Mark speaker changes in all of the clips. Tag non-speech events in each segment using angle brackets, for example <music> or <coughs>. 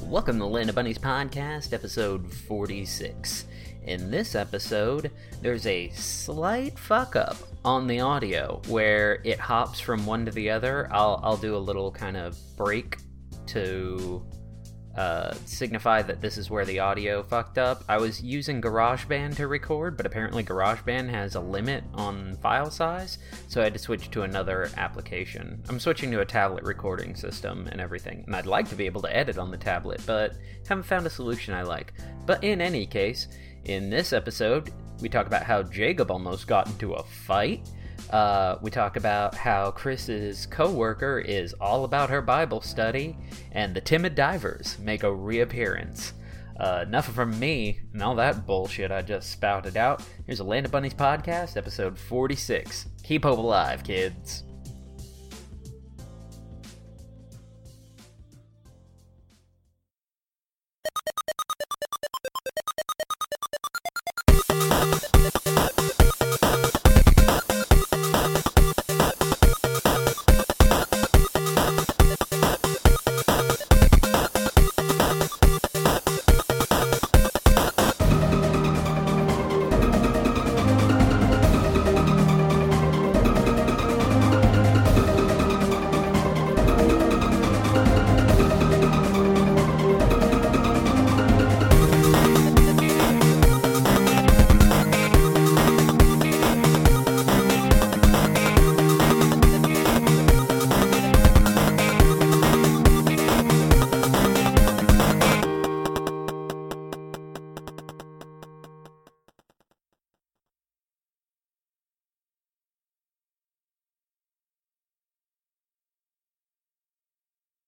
Speaker 1: Welcome to Land of Bunnies podcast, episode 46. In this episode, there's a slight fuck up on the audio where it hops from one to the other. I'll, I'll do a little kind of break to uh, signify that this is where the audio fucked up. I was using GarageBand to record, but apparently GarageBand has a limit on file size, so I had to switch to another application. I'm switching to a tablet recording system and everything, and I'd like to be able to edit on the tablet, but haven't found a solution I like. But in any case, in this episode, we talk about how Jacob almost got into a fight. Uh, we talk about how Chris's coworker is all about her Bible study, and the timid divers make a reappearance. Uh, enough from me and all that bullshit I just spouted out. Here's a Land of Bunnies podcast, episode 46. Keep hope alive, kids.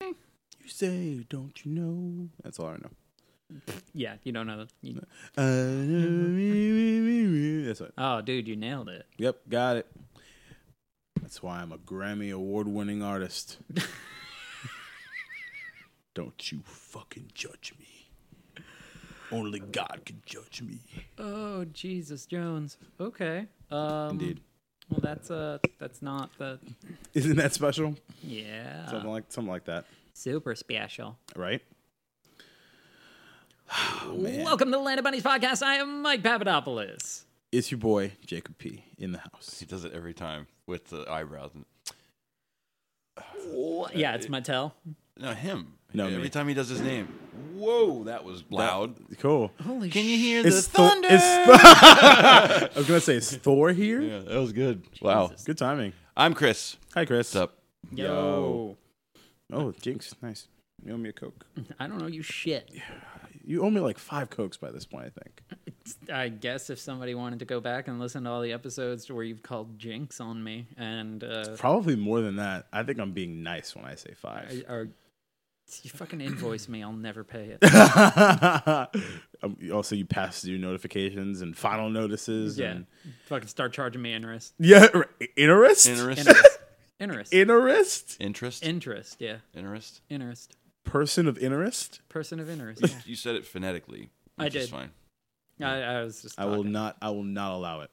Speaker 2: You say, don't you know? That's all I know.
Speaker 3: Yeah, you don't know. You,
Speaker 2: Uh, <laughs> That's it.
Speaker 3: oh, dude, you nailed it.
Speaker 2: Yep, got it. That's why I'm a Grammy award winning
Speaker 3: <laughs>
Speaker 2: artist. don't you fucking judge me. Only God can judge me.
Speaker 3: Oh, Jesus Jones. Okay. Um,
Speaker 2: Indeed.
Speaker 3: Well, that's uh, that's not the
Speaker 2: Isn't that special?
Speaker 3: yeah
Speaker 2: Something like something like that,
Speaker 3: super special.
Speaker 2: right?
Speaker 3: Welcome to the Land of Bunnies podcast. I am Mike Papadopoulos.
Speaker 2: It's your boy Jacob P in the house.
Speaker 4: <laughs> He does it every time with the eyebrows. And,
Speaker 3: yeah, it's Mattel.
Speaker 4: no, him.
Speaker 2: No,
Speaker 4: every
Speaker 2: me.
Speaker 4: time he does his name. Whoa, that was loud.
Speaker 2: Cool.
Speaker 3: Holy
Speaker 4: Can you hear
Speaker 2: It's
Speaker 4: the
Speaker 2: Thor.
Speaker 4: thunder?
Speaker 2: It's, <laughs> I was gonna say it's Thor here.
Speaker 4: <laughs> yeah, that was good. Wow.
Speaker 2: Good timing.
Speaker 4: I'm Chris.
Speaker 2: Hi, Chris.
Speaker 4: What's up?
Speaker 3: Yo.
Speaker 2: Oh, Jinx, nice. You owe me a Coke.
Speaker 3: I don't know you shit.
Speaker 2: You owe me like five Cokes by this point, I think.
Speaker 3: I guess if somebody wanted to go back and listen to all the episodes to where you've called jinx on me and uh,
Speaker 2: Probably more than that. I think I'm being nice when I say five.
Speaker 3: or you fucking invoice me, I'll never pay it.
Speaker 2: <laughs> Um, also, you pass due notifications and final notices.
Speaker 3: Yeah.
Speaker 2: And,
Speaker 3: Fucking start charging me interest.
Speaker 2: yeah. r- Interest?
Speaker 4: Interest.
Speaker 3: Interest. Interest.
Speaker 2: Interest?
Speaker 4: interest.
Speaker 3: interest, yeah.
Speaker 4: interest.
Speaker 3: Interest.
Speaker 2: Person of interest?
Speaker 3: Person of interest.
Speaker 4: You, you said it phonetically.
Speaker 3: I
Speaker 4: which is
Speaker 3: did.
Speaker 4: fine.
Speaker 3: Yeah. <laughs> I, I was just.
Speaker 2: I will
Speaker 3: talking.
Speaker 2: not. I will not allow it.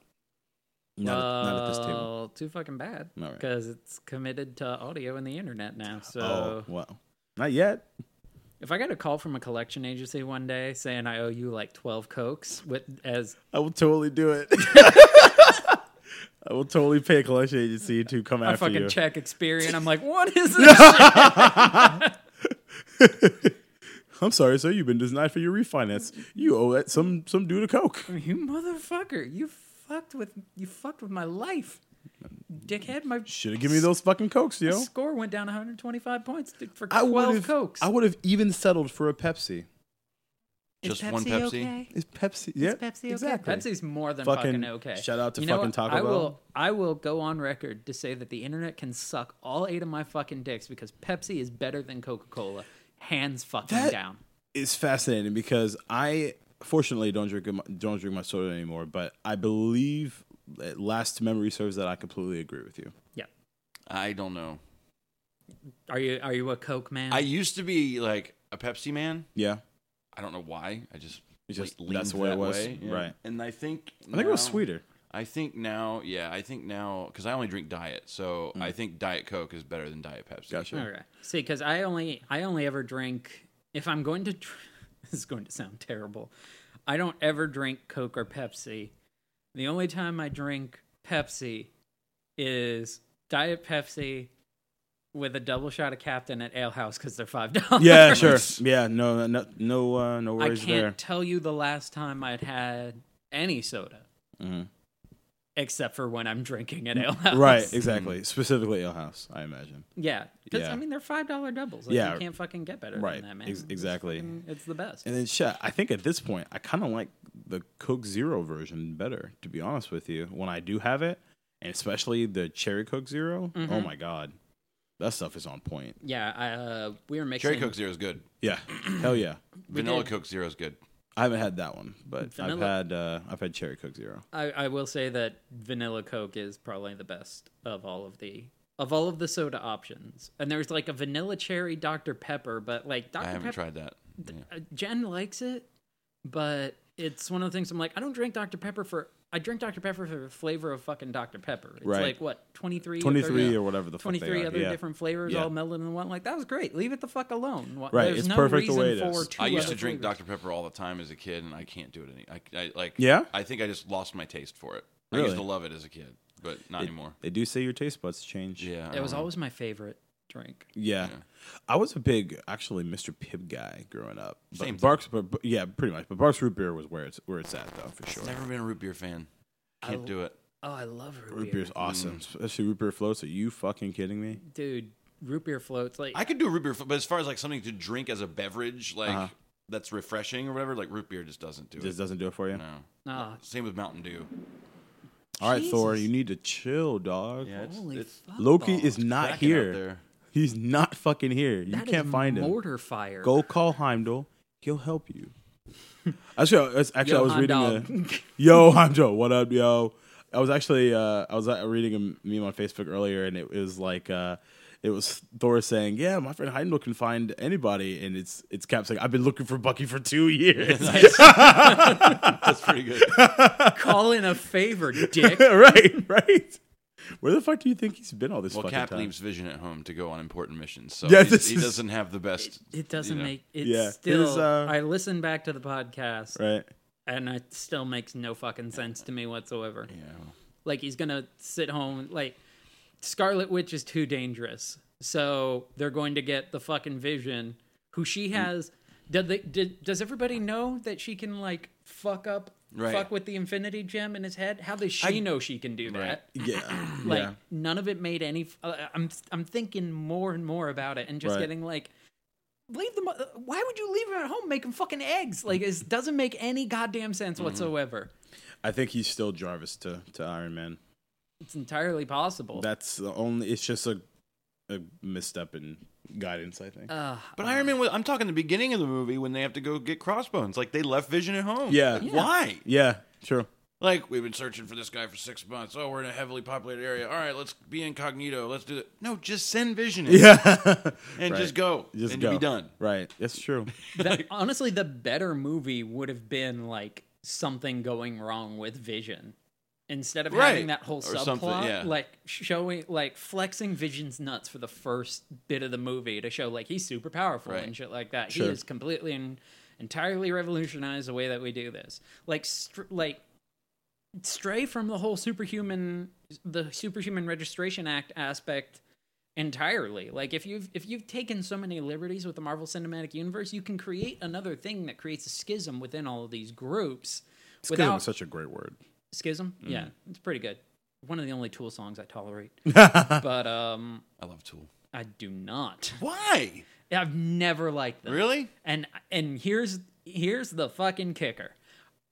Speaker 2: Not, at- not at this table.
Speaker 3: Well, Too fucking bad.
Speaker 2: All right.
Speaker 3: Because it's committed to audio and the internet now. So
Speaker 2: oh well, not yet.
Speaker 3: if I got a call from a collection agency one day saying I owe you like twelve cokes, with as
Speaker 2: I will totally do
Speaker 3: <laughs>
Speaker 2: it. <laughs> I will totally pay a collection agency to come
Speaker 3: I
Speaker 2: after
Speaker 3: fucking
Speaker 2: you.
Speaker 3: check Experian, I'm like,
Speaker 2: <laughs>
Speaker 3: what is this?
Speaker 2: I'm sorry, sir. You've been denied for your refinance. You owe that some some dude a coke.
Speaker 3: you motherfucker! You fucked with you fucked with my life, dickhead. My
Speaker 2: Should have given me those fucking cokes, yo.
Speaker 3: score went down 125 points to- for
Speaker 2: I would
Speaker 3: 12
Speaker 2: have.
Speaker 3: cokes.
Speaker 2: I would have even settled for a Pepsi.
Speaker 4: Just one Pepsi.
Speaker 2: Is Pepsi? Yeah, exactly.
Speaker 3: Pepsi's more than
Speaker 2: Fucking
Speaker 3: fucking, okay.
Speaker 2: shout out to
Speaker 3: You know
Speaker 2: fucking
Speaker 3: what?
Speaker 2: Taco
Speaker 3: I
Speaker 2: Bell.
Speaker 3: Will, I will go on record to say that the internet can suck all eight of my fucking dicks because Pepsi is better than Coca Cola. Hands fucking
Speaker 2: That-
Speaker 3: down.
Speaker 2: It's fascinating because I fortunately don't drink my, don't drink my soda anymore, but I believe that last memory serves that I completely agree with you.
Speaker 3: Yeah.
Speaker 4: I don't know.
Speaker 3: Are you are you a Coke man?
Speaker 4: I used to be like a Pepsi man.
Speaker 2: Yeah,
Speaker 4: I don't know why. I just
Speaker 2: It's just-
Speaker 4: le- leaned
Speaker 2: that's the way it
Speaker 4: that
Speaker 2: was.
Speaker 4: way. Yeah.
Speaker 2: Right.
Speaker 4: And I think
Speaker 2: I think it was
Speaker 4: now-
Speaker 2: sweeter.
Speaker 4: I think now, yeah, I think now because I only drink diet, so I think Diet Coke is better than Diet Pepsi.
Speaker 2: Hmm. Gotcha.
Speaker 3: Okay. See, because I only I only ever drink if I'm going to, dr- <laughs> this is going to sound terrible. I don't ever drink Coke or Pepsi. The only time I drink Pepsi is Diet Pepsi with a double shot of Captain at Ale House because they're five <laughs>
Speaker 2: <laughs>
Speaker 3: dollars.
Speaker 2: Yeah, sure. Yeah, no, no, no, uh, no
Speaker 3: I
Speaker 2: worries
Speaker 3: can't
Speaker 2: there.
Speaker 3: tell you the last time I'd had any soda,
Speaker 2: Mhm.
Speaker 3: except for when I'm drinking at Ale House.
Speaker 2: Mm, Right, exactly. Specifically, Ale House, I imagine.
Speaker 3: Yeah, because
Speaker 2: Yeah.
Speaker 3: I mean they're five dollar doubles. Like,
Speaker 2: Yeah.
Speaker 3: you can't fucking get better
Speaker 2: Right,
Speaker 3: than that, man.
Speaker 2: ex-
Speaker 3: It's
Speaker 2: exactly.
Speaker 3: fucking- It's, the best.
Speaker 2: And then shit, I think at this point I kind of like the Coke Zero version better, to be honest with you. When I do have it, and especially the cherry Coke 0 oh my god, that stuff is on point.
Speaker 3: yeah, I, uh, we were mixing
Speaker 4: Cherry Coke Zero is good.
Speaker 2: Yeah, hell yeah.
Speaker 4: Vanilla
Speaker 3: did.
Speaker 4: Coke Zero is
Speaker 3: Uh,
Speaker 4: good.
Speaker 2: I haven't had that one, but I've
Speaker 3: Vanilla.
Speaker 2: had uh, I've had cherry Coke Zero.
Speaker 3: I, I will say that vanilla Coke is probably the best of all of the of all of the soda options. And there's like a vanilla cherry Dr Pepper, but like
Speaker 4: I
Speaker 3: Dr
Speaker 4: haven't
Speaker 3: Pepper,
Speaker 4: tried that. Yeah.
Speaker 3: uh, Jen likes it, but it's one of the things I'm like, I don't drink Dr Pepper for. I drink Dr Pepper for the flavor of fucking Dr Pepper. It's
Speaker 2: Right.
Speaker 3: like what 23
Speaker 2: 23
Speaker 3: 30
Speaker 2: or whatever the fuck they
Speaker 3: 23
Speaker 2: are,
Speaker 3: other
Speaker 2: yeah.
Speaker 3: different flavors
Speaker 2: Yeah.
Speaker 3: all melded in one. Like that was great. Leave it the fuck alone. Wha-
Speaker 2: Right,
Speaker 3: There's
Speaker 2: it's
Speaker 3: no
Speaker 2: perfect the
Speaker 3: reason
Speaker 2: way it
Speaker 3: for
Speaker 2: is.
Speaker 3: two
Speaker 4: I used
Speaker 3: other
Speaker 4: to drink
Speaker 3: flavors.
Speaker 4: Dr Pepper all the time as a kid, and I can't do it any. I, I like.
Speaker 2: Yeah?
Speaker 4: I think I just lost my taste for it. I
Speaker 2: Really?
Speaker 4: used to love it as a kid, but not anymore.
Speaker 2: They do say your taste buds change.
Speaker 4: Yeah, I
Speaker 3: It was
Speaker 4: don't know.
Speaker 3: always my favorite drink.
Speaker 2: Yeah. I was a big, actually, Mr. Pibb guy growing up. But
Speaker 4: Same thing.
Speaker 2: Barks, but, but- yeah, pretty much. But Barks root beer was where it's where it's at though, for sure.
Speaker 4: Never been a root beer fan. Can't
Speaker 3: I-
Speaker 4: do it.
Speaker 3: Oh, I love root,
Speaker 2: Root
Speaker 3: beer.
Speaker 2: beer's awesome,
Speaker 3: Mm.
Speaker 2: especially root beer floats. Are you fucking kidding me?
Speaker 3: dude. Root beer floats like
Speaker 4: I could do root beer, but as far as like something to drink as a beverage, like
Speaker 2: Uh-huh.
Speaker 4: that's refreshing or whatever, like root beer just doesn't do
Speaker 2: It
Speaker 4: it.
Speaker 2: just doesn't do it for you.
Speaker 4: no.
Speaker 3: ah,
Speaker 4: Same with Mountain Dew.
Speaker 2: All right, Thor,
Speaker 3: Jesus.
Speaker 2: you need to chill, dog.
Speaker 3: holy fuck.
Speaker 2: Loki
Speaker 3: balls.
Speaker 2: is not
Speaker 4: cracking out
Speaker 2: here.
Speaker 4: there.
Speaker 2: He's not fucking here. You
Speaker 3: That is
Speaker 2: can't find him.
Speaker 3: mortar fire.
Speaker 2: Go call Heimdall. He'll help
Speaker 3: <laughs>
Speaker 2: you. Actually, I was, actually,
Speaker 3: Yo,
Speaker 2: I was reading
Speaker 3: Heimdall. <laughs>
Speaker 2: a yo Heimdall. What up, yo? I was actually uh, I was uh, reading a meme on Facebook earlier, and it was like uh, it was Thor saying, "Yeah, my friend Heimdall can find anybody," and it's it's Cap saying, "I've been looking for Bucky for two <laughs> years."
Speaker 4: <laughs> That's
Speaker 2: <laughs>
Speaker 4: pretty good.
Speaker 3: <laughs> Call in a favor, dick.
Speaker 2: right, right. Where the fuck do you think he's been all this
Speaker 4: Well,
Speaker 2: fucking
Speaker 4: Cap
Speaker 2: time?
Speaker 4: leaves Vision at home to go on important missions, so
Speaker 2: Yeah,
Speaker 4: he,
Speaker 2: this
Speaker 4: he
Speaker 2: is-
Speaker 4: doesn't have the best.
Speaker 3: It doesn't
Speaker 4: know.
Speaker 3: make it
Speaker 2: Yeah. It
Speaker 3: still.
Speaker 2: is, uh,
Speaker 3: I listened back to the podcast,
Speaker 4: <coughs>
Speaker 2: Right.
Speaker 3: and it still makes no fucking sense to me whatsoever.
Speaker 4: You know.
Speaker 3: Like he's gonna sit home. Like Scarlet Witch is too dangerous, so they're going to get the fucking Vision, who she has. Did they? Did does everybody know that she can like fuck up,
Speaker 4: Right.
Speaker 3: fuck with the Infinity Gem in his head? How does she know she can do that?
Speaker 2: Yeah.
Speaker 3: Like
Speaker 2: yeah.
Speaker 3: none of it made any. Uh, I'm I'm thinking more and more about it, and just
Speaker 2: Right.
Speaker 3: getting like, leave them. uh, Why would you leave them at home making fucking eggs? Like it doesn't make any goddamn sense
Speaker 2: Mm-hmm.
Speaker 3: whatsoever.
Speaker 2: I think he's still Jarvis to, to Iron Man.
Speaker 3: It's entirely possible.
Speaker 2: That's the only. It's just a a misstep in guidance, I think.
Speaker 3: Ugh.
Speaker 4: But Iron Man, was- I'm talking the beginning of the movie when they have to go get Crossbones. Like they left Vision at home.
Speaker 2: Yeah.
Speaker 4: Like,
Speaker 2: Yeah.
Speaker 4: Why?
Speaker 2: yeah,
Speaker 4: <laughs>
Speaker 2: true.
Speaker 4: Like we've been searching for this guy for six months. Oh, we're in a heavily populated area. All right, let's be incognito. Let's do it. No, just send Vision. In.
Speaker 2: Yeah, <laughs>
Speaker 4: And
Speaker 2: Right.
Speaker 4: just go.
Speaker 2: Just
Speaker 4: and
Speaker 2: go.
Speaker 4: be done.
Speaker 2: Right, that's true.
Speaker 3: That- honestly, the better movie would have been like something going wrong with Vision. Instead of
Speaker 4: Right.
Speaker 3: having that whole
Speaker 4: Or something,
Speaker 3: subplot,
Speaker 4: yeah.
Speaker 3: like showing, like flexing Vision's nuts for the first bit of the movie to show like he's super powerful
Speaker 4: Right.
Speaker 3: and shit like that.
Speaker 2: Sure.
Speaker 3: He has completely and entirely revolutionized the way that we do this. Like, str- like stray from the whole superhuman, the superhuman registration act aspect entirely like if you've if you've taken so many liberties with the marvel cinematic universe you can create another thing that creates a schism within all of these groups
Speaker 2: Schism
Speaker 3: without
Speaker 2: is such a great word.
Speaker 3: schism yeah it's pretty good one of the only tool songs i tolerate but um
Speaker 4: I love Tool.
Speaker 3: i do not
Speaker 4: Why?
Speaker 3: i've never liked them
Speaker 4: Really?
Speaker 3: and and here's here's the fucking kicker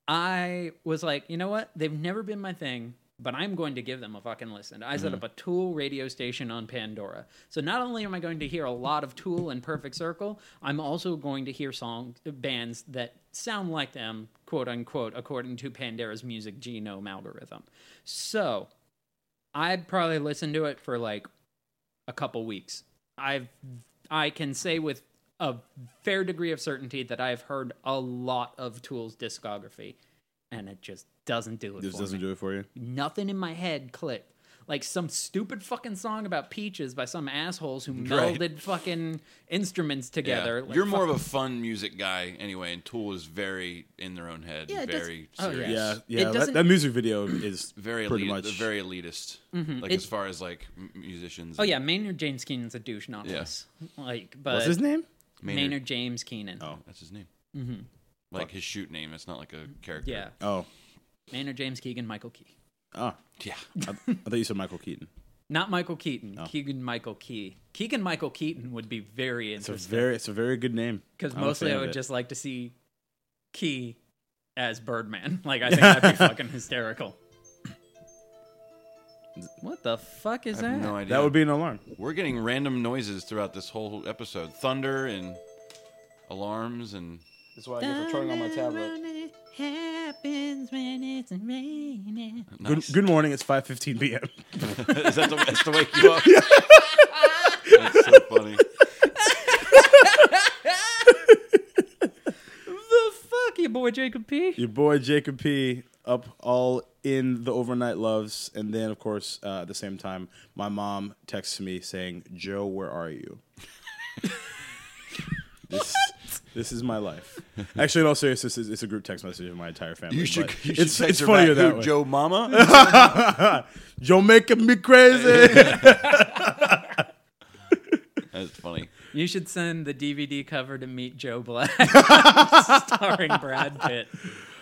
Speaker 3: i was like you know what they've never been my thing but i'm going to give them a fucking listen i set up a tool radio station on pandora so not only am i going to hear a lot of tool and perfect circle i'm also going to hear song bands that sound like them quote unquote according to pandora's music genome algorithm so I'd probably listen to it for like a couple weeks. I've I can say with a fair degree of certainty that I've heard a lot of Tool's discography, and it just doesn't do it.
Speaker 2: This
Speaker 3: for
Speaker 2: doesn't
Speaker 3: me.
Speaker 2: do it for you.
Speaker 3: Nothing in my head clicked. like some stupid fucking song about peaches by some assholes who
Speaker 4: Right.
Speaker 3: melded fucking instruments together.
Speaker 4: Yeah.
Speaker 3: Like,
Speaker 4: You're more
Speaker 3: fuck-
Speaker 4: of a fun music guy anyway, and Tool is very in their own head,
Speaker 3: Yeah, it does-
Speaker 4: very
Speaker 3: oh, yeah.
Speaker 4: serious,
Speaker 2: Yeah, yeah. That,
Speaker 3: doesn't-
Speaker 2: that music video is
Speaker 4: <coughs> very
Speaker 2: pretty
Speaker 4: elitist,
Speaker 2: much
Speaker 4: very elitist. Like
Speaker 3: Mm-hmm. It-
Speaker 4: as far as like m- musicians.
Speaker 3: Oh
Speaker 4: and-
Speaker 3: yeah, Maynard James Keenan's a douche, not
Speaker 4: Yeah.
Speaker 3: us. Like, but
Speaker 2: What's his name?
Speaker 3: Maynard,
Speaker 4: Maynard.
Speaker 3: James Keenan.
Speaker 2: Oh.
Speaker 4: that's his name. Like his shoot name. It's not like a character.
Speaker 3: Mm-hmm. Yeah,
Speaker 2: Oh,
Speaker 3: Maynard James Keegan Michael Key,
Speaker 2: ah,
Speaker 4: yeah. <laughs>
Speaker 2: I, I thought you said Michael Keaton.
Speaker 3: not Michael Keaton. Keegan Michael Key. Keegan Michael Keaton would be very
Speaker 2: It's a
Speaker 3: interesting
Speaker 2: very, it's a very good name.
Speaker 3: because
Speaker 2: I'm a
Speaker 3: mostly
Speaker 2: fan
Speaker 3: I
Speaker 2: of
Speaker 3: would
Speaker 2: it.
Speaker 3: just like to see Key as Birdman. <laughs> Like I
Speaker 2: <laughs>
Speaker 3: think that'd be fucking hysterical. What the fuck is
Speaker 4: I
Speaker 3: that?
Speaker 4: have no idea.
Speaker 2: that would be an alarm.
Speaker 4: We're getting random noises throughout this whole episode. Thunder and alarms and
Speaker 2: That's why I get for turning on my tablet.
Speaker 3: Happens when it's raining.
Speaker 2: Good, good morning. It's five fifteen p.m.
Speaker 4: <laughs> Is that the, that's to
Speaker 2: <laughs>
Speaker 4: wake you up? That's so funny.
Speaker 3: The fuck, your boy Jacob P.
Speaker 2: Your boy Jacob P. Up all in the overnight loves, and then of course uh, at the same time, my mom texts me saying, "Joe, where are <laughs> you?" this this is my life. Actually, in all seriousness, it's, it's a group text message of my entire family.
Speaker 4: You should.
Speaker 2: but
Speaker 4: You should
Speaker 2: it's
Speaker 4: text
Speaker 2: it's
Speaker 4: her
Speaker 2: funnier
Speaker 4: back,
Speaker 2: that
Speaker 4: "Who,
Speaker 2: way.
Speaker 4: Joe
Speaker 2: <laughs>
Speaker 4: Mama.
Speaker 2: Joe making me
Speaker 4: <laughs>
Speaker 2: crazy.
Speaker 4: that's funny.
Speaker 3: You should send the DVD cover to Meet Joe
Speaker 2: <laughs>
Speaker 3: Black, starring Brad Pitt.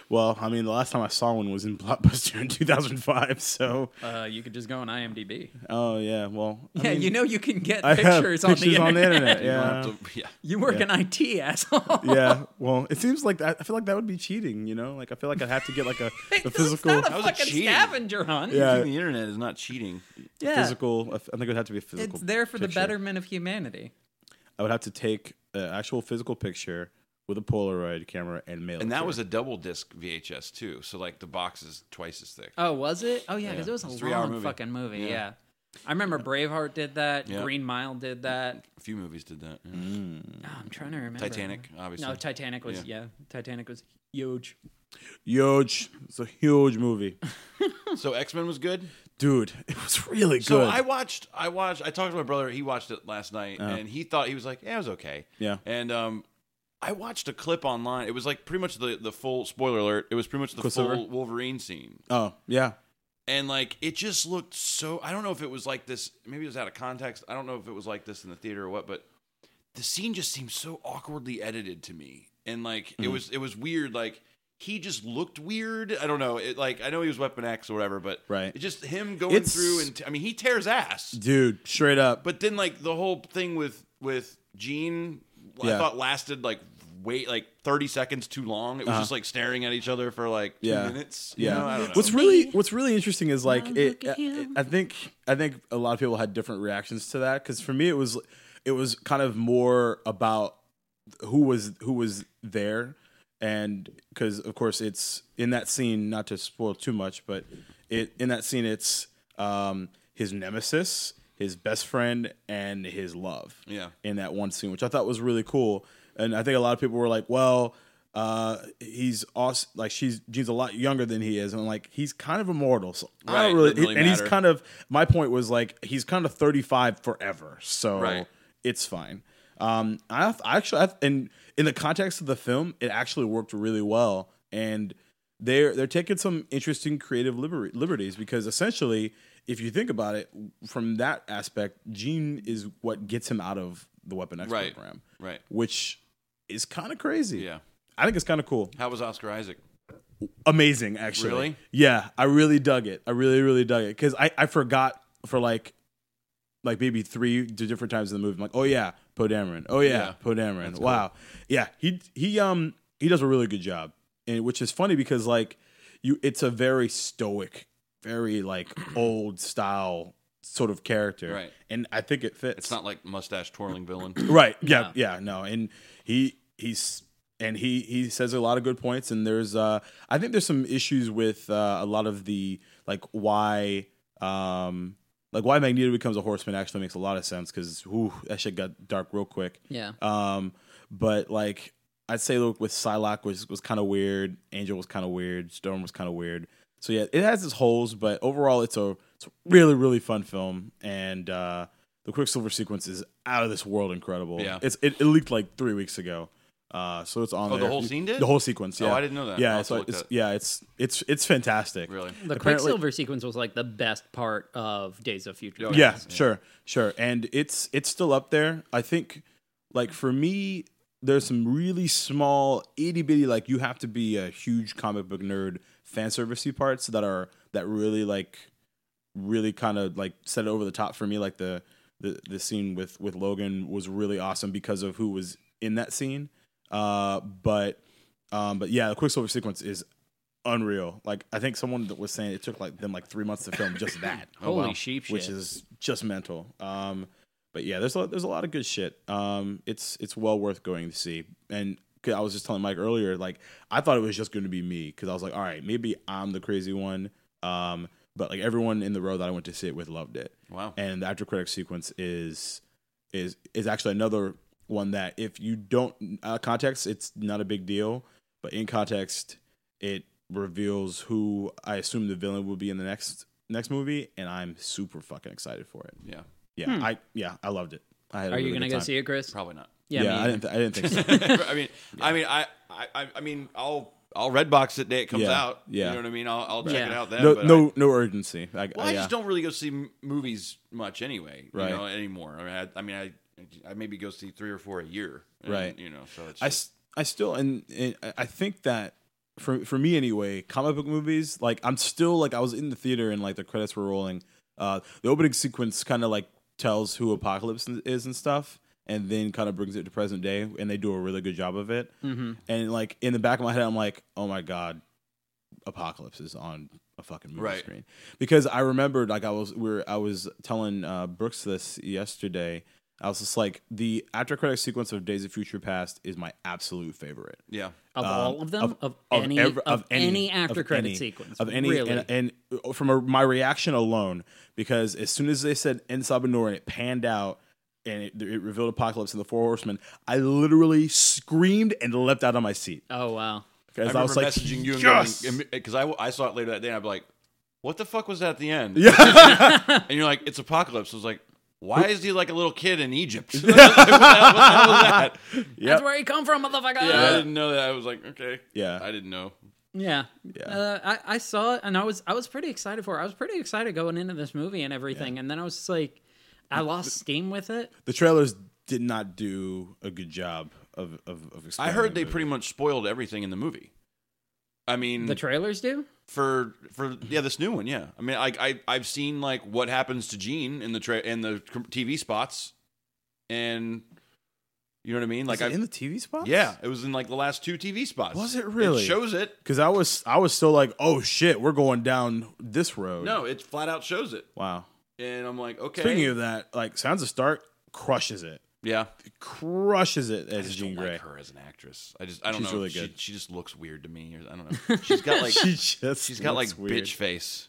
Speaker 2: well, I mean, the last time I saw one was in Blockbuster in 2005. So,
Speaker 3: Uh, you could just go on IMDb.
Speaker 2: oh yeah. Well, I
Speaker 3: yeah,
Speaker 2: mean,
Speaker 3: you know you can get
Speaker 2: I have
Speaker 3: pictures, on,
Speaker 2: pictures
Speaker 3: the
Speaker 2: on the
Speaker 3: internet.
Speaker 2: internet.
Speaker 4: <laughs> You
Speaker 2: Yeah.
Speaker 4: don't have to- yeah.
Speaker 3: You work in IT, <laughs> asshole.
Speaker 2: yeah. Well, it seems like that. I feel like that would be cheating. You know, like I feel like I'd have to get
Speaker 3: <laughs>
Speaker 2: like a, a physical,
Speaker 3: It's not a
Speaker 4: How's it
Speaker 3: fucking
Speaker 4: cheating?
Speaker 3: scavenger hunt.
Speaker 2: yeah,
Speaker 4: Using the internet is not cheating.
Speaker 3: Yeah.
Speaker 2: physical. I f- I think it would have to be a physical.
Speaker 3: It's there for the
Speaker 2: picture.
Speaker 3: betterment of humanity.
Speaker 2: I would have to take an actual physical picture with a Polaroid camera and mail.
Speaker 4: And that was a double disc VHS too. So like the box is twice as thick.
Speaker 3: Oh, was it? Oh yeah, because
Speaker 4: Yeah.
Speaker 3: it was a
Speaker 4: It's a
Speaker 3: long
Speaker 4: three-hour movie.
Speaker 3: fucking movie. Yeah.
Speaker 4: Yeah.
Speaker 3: I remember Braveheart did that.
Speaker 4: Yeah.
Speaker 3: Green Mile did that.
Speaker 4: A few movies did that. yeah.
Speaker 2: Mm.
Speaker 3: Oh, I'm trying to remember.
Speaker 4: Titanic, obviously.
Speaker 3: No, Titanic was yeah. Titanic was huge.
Speaker 2: huge. It's a huge movie,
Speaker 4: <laughs> Hmm. so X Men was good.
Speaker 2: dude. <laughs> It was really good.
Speaker 4: So I watched. I watched. I talked to my brother. He watched it last night, and he thought he was like, "Yeah, it was okay."
Speaker 2: Uh-huh. Yeah.
Speaker 4: And um, I watched a clip online. It was like pretty much the the full spoiler alert. It was pretty much the
Speaker 2: Quicksilver?
Speaker 4: full Wolverine scene,
Speaker 2: oh yeah,
Speaker 4: and like it just looked so. I don't know if it was like this. Maybe it was out of context. I don't know if it was like this in the theater or what, but the scene just seemed so awkwardly edited to me, and like it
Speaker 2: Mm-hmm.
Speaker 4: was it was weird. Like. He just looked weird. I don't know. It like I know he was Weapon X or whatever, but
Speaker 2: Right.
Speaker 4: It just him going
Speaker 2: It's-
Speaker 4: through and t- I mean he tears ass.
Speaker 2: dude. Straight up.
Speaker 4: But then like the whole thing with with Gene, I
Speaker 2: Yeah.
Speaker 4: thought lasted like wait like thirty seconds too long. It was just like staring at each other for like two
Speaker 2: Uh-huh. Yeah.
Speaker 4: minutes. you
Speaker 2: Yeah.
Speaker 4: know? I don't know.
Speaker 2: What's really what's really interesting is like
Speaker 3: Now
Speaker 2: it,
Speaker 3: look at
Speaker 2: I,
Speaker 3: him.
Speaker 2: I think I think a lot of people had different reactions to that because for me it was it was kind of more about who was who was there and because of course it's in that scene not to spoil too much but it in that scene it's um his nemesis his best friend and his love
Speaker 4: Yeah.
Speaker 2: in that one scene, which I thought was really cool. And I think a lot of people were like, "Well, uh, he's awesome. Like she's Gene's a lot younger than he is, and I'm like he's kind of immortal. So I
Speaker 4: Right,
Speaker 2: don't really.
Speaker 4: doesn't really
Speaker 2: and he's
Speaker 4: matter.
Speaker 2: kind of my point was like he's kind of 35 forever, so
Speaker 4: Right.
Speaker 2: it's fine. Um, I, I actually I, and in the context of the film, it actually worked really well, and they're they're taking some interesting creative liber- liberties because essentially, if you think about it from that aspect, Gene is what gets him out of the Weapon X
Speaker 4: Right.
Speaker 2: program,
Speaker 4: right?
Speaker 2: which is kind of crazy.
Speaker 4: Yeah.
Speaker 2: I think it's kind of cool.
Speaker 4: How was Oscar Isaac?
Speaker 2: Amazing, actually.
Speaker 4: Really?
Speaker 2: Yeah, I really dug it. I really, really dug it because I I forgot for like. Like maybe three di- different times in the movie, I'm like, oh yeah, Poe Dameron, oh yeah,
Speaker 4: Yeah.
Speaker 2: Poe Dameron, wow, yeah, he he um he does a really good job, and which is funny because like you, it's a very stoic, very like <clears throat> old style sort of character,
Speaker 4: Right.
Speaker 2: And I think it fits.
Speaker 4: It's not like mustache
Speaker 2: <coughs>
Speaker 4: twirling villain. <clears throat>
Speaker 2: Right. Yeah. Yeah. No. And he he's and he he says a lot of good points. And there's uh I think there's some issues with uh, a lot of the like why um like why Magneto becomes a horseman actually makes a lot of sense because that shit got dark real quick.
Speaker 3: Yeah.
Speaker 2: Um, but like I'd say, look, with Psylocke was was kind of weird. Angel was kind of weird. Storm was kind of weird. So yeah, it has its holes, but overall, it's a It's a really really fun film, and uh, the Quicksilver sequence is out of this world incredible.
Speaker 4: Yeah.
Speaker 2: it's it, it leaked like three weeks ago, uh, so it's on.
Speaker 4: Oh, the
Speaker 2: there.
Speaker 4: whole scene did?
Speaker 2: the whole sequence.
Speaker 4: Oh,
Speaker 2: Yeah,
Speaker 4: I didn't know that. I'll
Speaker 2: Yeah,
Speaker 4: have
Speaker 2: so
Speaker 4: to look
Speaker 2: it's,
Speaker 4: that-
Speaker 2: yeah, it's it's it's fantastic.
Speaker 4: Really?
Speaker 3: The
Speaker 2: Apparently-
Speaker 3: Quicksilver sequence was like the best part of Days of Future.
Speaker 4: Yeah.
Speaker 2: Oh,
Speaker 3: Past.
Speaker 2: yeah, sure, sure. And it's it's still up there. I think, like for me, there's some really small itty bitty like you have to be a huge comic book nerd fan servicey parts that are that really like really kind of like set it over the top for me. Like the the the scene with with Logan was really awesome because of who was in that scene. Uh, but um, but yeah, the Quicksilver sequence is unreal. Like I think someone that was saying it took like them like three months to film
Speaker 4: <coughs>
Speaker 2: just that
Speaker 3: Holy
Speaker 4: Oh, wow.
Speaker 3: sheep shit.
Speaker 2: which is just mental. Um, but yeah, there's a, there's a lot of good shit. Um, it's it's well worth going to see. And 'cause I was just telling Mike earlier, like I thought it was just going to be me because I was like, all right, maybe I'm the crazy one. Um, but like everyone in the row that I went to see it with loved it.
Speaker 4: Wow.
Speaker 2: And the after credit sequence is is is actually another one that if you don't out of context, it's not a big deal. But in context, it reveals who I assume the villain will be in the next next movie, and I'm super fucking excited for it.
Speaker 4: Yeah.
Speaker 2: Yeah, I yeah I loved it. I had a
Speaker 3: Hmm. Are you
Speaker 2: really
Speaker 3: gonna
Speaker 2: good
Speaker 3: go
Speaker 2: time.
Speaker 3: see it, Chris?
Speaker 4: Probably
Speaker 2: <laughs>
Speaker 4: not.
Speaker 2: Yeah,
Speaker 3: me
Speaker 2: I didn't th- I
Speaker 3: <laughs>
Speaker 2: didn't think
Speaker 4: <laughs>
Speaker 2: so.
Speaker 4: I mean, I mean, I, I, I- I mean, I'll, I'll red box it day it comes
Speaker 2: Yeah,
Speaker 4: out.
Speaker 2: yeah.
Speaker 4: You know what I mean? I'll, I'll check
Speaker 3: Yeah.
Speaker 4: it out then.
Speaker 2: no
Speaker 4: but
Speaker 2: no no urgency. I,
Speaker 4: I, well, I
Speaker 2: yeah.
Speaker 4: just don't really go see m- movies much anyway. You
Speaker 2: Right.
Speaker 4: know, anymore. I mean, I, I, mean, I, I maybe go see three or four a year. and,
Speaker 2: Right.
Speaker 4: You know, so it's
Speaker 2: I,
Speaker 4: just-
Speaker 2: s- I still and, and I- I think that for for me anyway, comic book movies like I'm still like I was in the theater and like the credits were rolling. Uh, the opening sequence kind of like tells who Apocalypse n- is and stuff, and then kind of brings it to present day, and they do a really good job of it.
Speaker 3: Mhm.
Speaker 2: And like in the back of my head, I'm like, oh my god, Apocalypse is on a fucking movie
Speaker 4: Right.
Speaker 2: screen because I remembered like I was we were, I was telling uh, Brooks this yesterday. I was just like the after credit sequence of Days of Future Past is my absolute favorite
Speaker 4: yeah.
Speaker 2: um,
Speaker 3: Of all of them,
Speaker 2: of-
Speaker 3: of, any
Speaker 2: every-
Speaker 3: of, any, after
Speaker 2: of
Speaker 3: credit
Speaker 2: any-
Speaker 3: sequence
Speaker 2: of any
Speaker 3: really.
Speaker 2: and, and from a, my reaction alone because as soon as they said En Sabanor and it panned out and it, it revealed Apocalypse and the Four Horsemen, I literally screamed and leapt out of my seat
Speaker 3: oh wow,
Speaker 4: I
Speaker 2: because I,
Speaker 4: remember
Speaker 2: was like,
Speaker 4: messaging you and
Speaker 2: "Yes!"
Speaker 4: because I, I saw it later that day and I'd be like, what the fuck was that at the end?
Speaker 2: yeah,
Speaker 4: <laughs> And you're like, it's apocalypse. I was like, why is he like a little kid
Speaker 2: <laughs>
Speaker 4: in Egypt? what the hell what the hell was that?
Speaker 3: that's where you come from, motherfucker.
Speaker 4: Yeah, I didn't know that. I was like, okay.
Speaker 2: Yeah.
Speaker 4: I didn't know.
Speaker 3: Yeah,
Speaker 2: Yeah.
Speaker 3: Uh, I, I saw it, and I was I was pretty excited for. it. I was pretty excited going into this movie and everything, and then I was just like, I lost steam with it.
Speaker 2: the trailers did not do a good job of of, of
Speaker 4: I
Speaker 2: explaining
Speaker 4: heard
Speaker 2: the
Speaker 4: they
Speaker 2: movie.
Speaker 4: pretty much spoiled everything in the movie. I mean,
Speaker 3: The trailers do.
Speaker 4: for for yeah, this new one, yeah. I mean, I, I I've seen like what happens to Gene in the tra- in the com- TV spots, and you know what I mean.
Speaker 2: Was
Speaker 4: Like,
Speaker 2: it
Speaker 4: I
Speaker 2: in the TV spot.
Speaker 4: yeah, it was in like the last two TV spots.
Speaker 2: Was it really?
Speaker 4: It shows it.
Speaker 2: because I was I was still like, oh shit, we're going down this road.
Speaker 4: No, it flat out shows it,
Speaker 2: wow.
Speaker 4: and I'm like, okay,
Speaker 2: Speaking of that, like Sounds of Stark crushes it,
Speaker 4: yeah.
Speaker 2: crushes it
Speaker 4: I
Speaker 2: as
Speaker 4: just
Speaker 2: Jean
Speaker 4: don't
Speaker 2: Grey. <laughs>
Speaker 4: like her as an actress. I just I don't
Speaker 2: She's
Speaker 4: know.
Speaker 2: really
Speaker 4: She-
Speaker 2: good.
Speaker 4: She, just looks weird to me. or- I
Speaker 2: <laughs>
Speaker 4: don't know. She's got like
Speaker 2: she just
Speaker 4: she's got like
Speaker 2: looks weird.
Speaker 4: bitch face.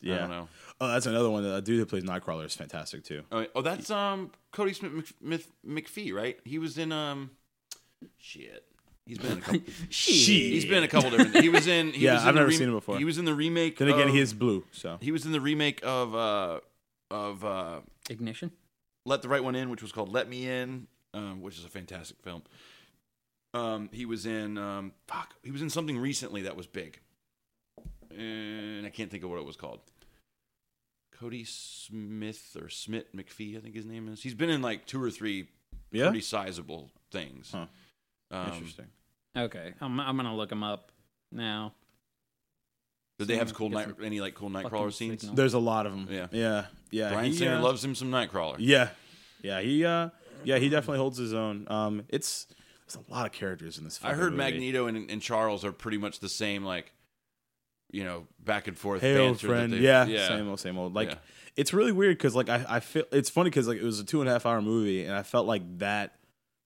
Speaker 2: Yeah.
Speaker 4: I don't know.
Speaker 2: Oh, that's another one. The dude that plays Nightcrawler is fantastic too.
Speaker 4: Oh, oh, that's um Cody Smith Mc- Mc- McPhee, right? He was in um shit. He's been in a couple.
Speaker 2: <laughs> Shit.
Speaker 4: He's been in a couple different. Things. He was in. He
Speaker 2: Yeah,
Speaker 4: was in
Speaker 2: I've
Speaker 4: the
Speaker 2: never seen him before.
Speaker 4: He was in the remake.
Speaker 2: Then again,
Speaker 4: of,
Speaker 2: he is blue. So
Speaker 4: He was in the remake of uh of uh
Speaker 3: Ignition.
Speaker 4: Let the Right One In, which was called Let Me In, um, which is a fantastic film. Um, he was in um fuck. He was in something recently that was big, and I can't think of what it was called. Cody Smith or Smith McPhee, I think his name is. He's been in like two or three
Speaker 2: yeah,
Speaker 4: pretty sizable things.
Speaker 2: Huh.
Speaker 4: Um,
Speaker 2: interesting.
Speaker 3: Okay, I'm I'm gonna look them up now.
Speaker 4: Did they have cool
Speaker 3: Get
Speaker 4: night,
Speaker 3: some
Speaker 4: any like cool
Speaker 3: fucking
Speaker 4: nightcrawler scenes?
Speaker 3: signal.
Speaker 2: There's a lot of them.
Speaker 4: Yeah.
Speaker 2: yeah, yeah.
Speaker 4: Brian
Speaker 2: he,
Speaker 4: Singer
Speaker 2: uh,
Speaker 4: loves him some nightcrawler.
Speaker 2: Yeah, yeah. He uh, yeah. He definitely holds his own. Um, it's there's a lot of characters in this.
Speaker 4: I
Speaker 2: fucking
Speaker 4: heard
Speaker 2: movie.
Speaker 4: Magneto and, and Charles are pretty much the same, like you know, back and forth.
Speaker 2: Hey, old
Speaker 4: banter that
Speaker 2: friend.
Speaker 4: they-
Speaker 2: yeah,
Speaker 4: yeah.
Speaker 2: same old, same old. Like
Speaker 4: Yeah.
Speaker 2: it's really weird because like I, I feel it's funny because like it was a two and a half hour movie and I felt like that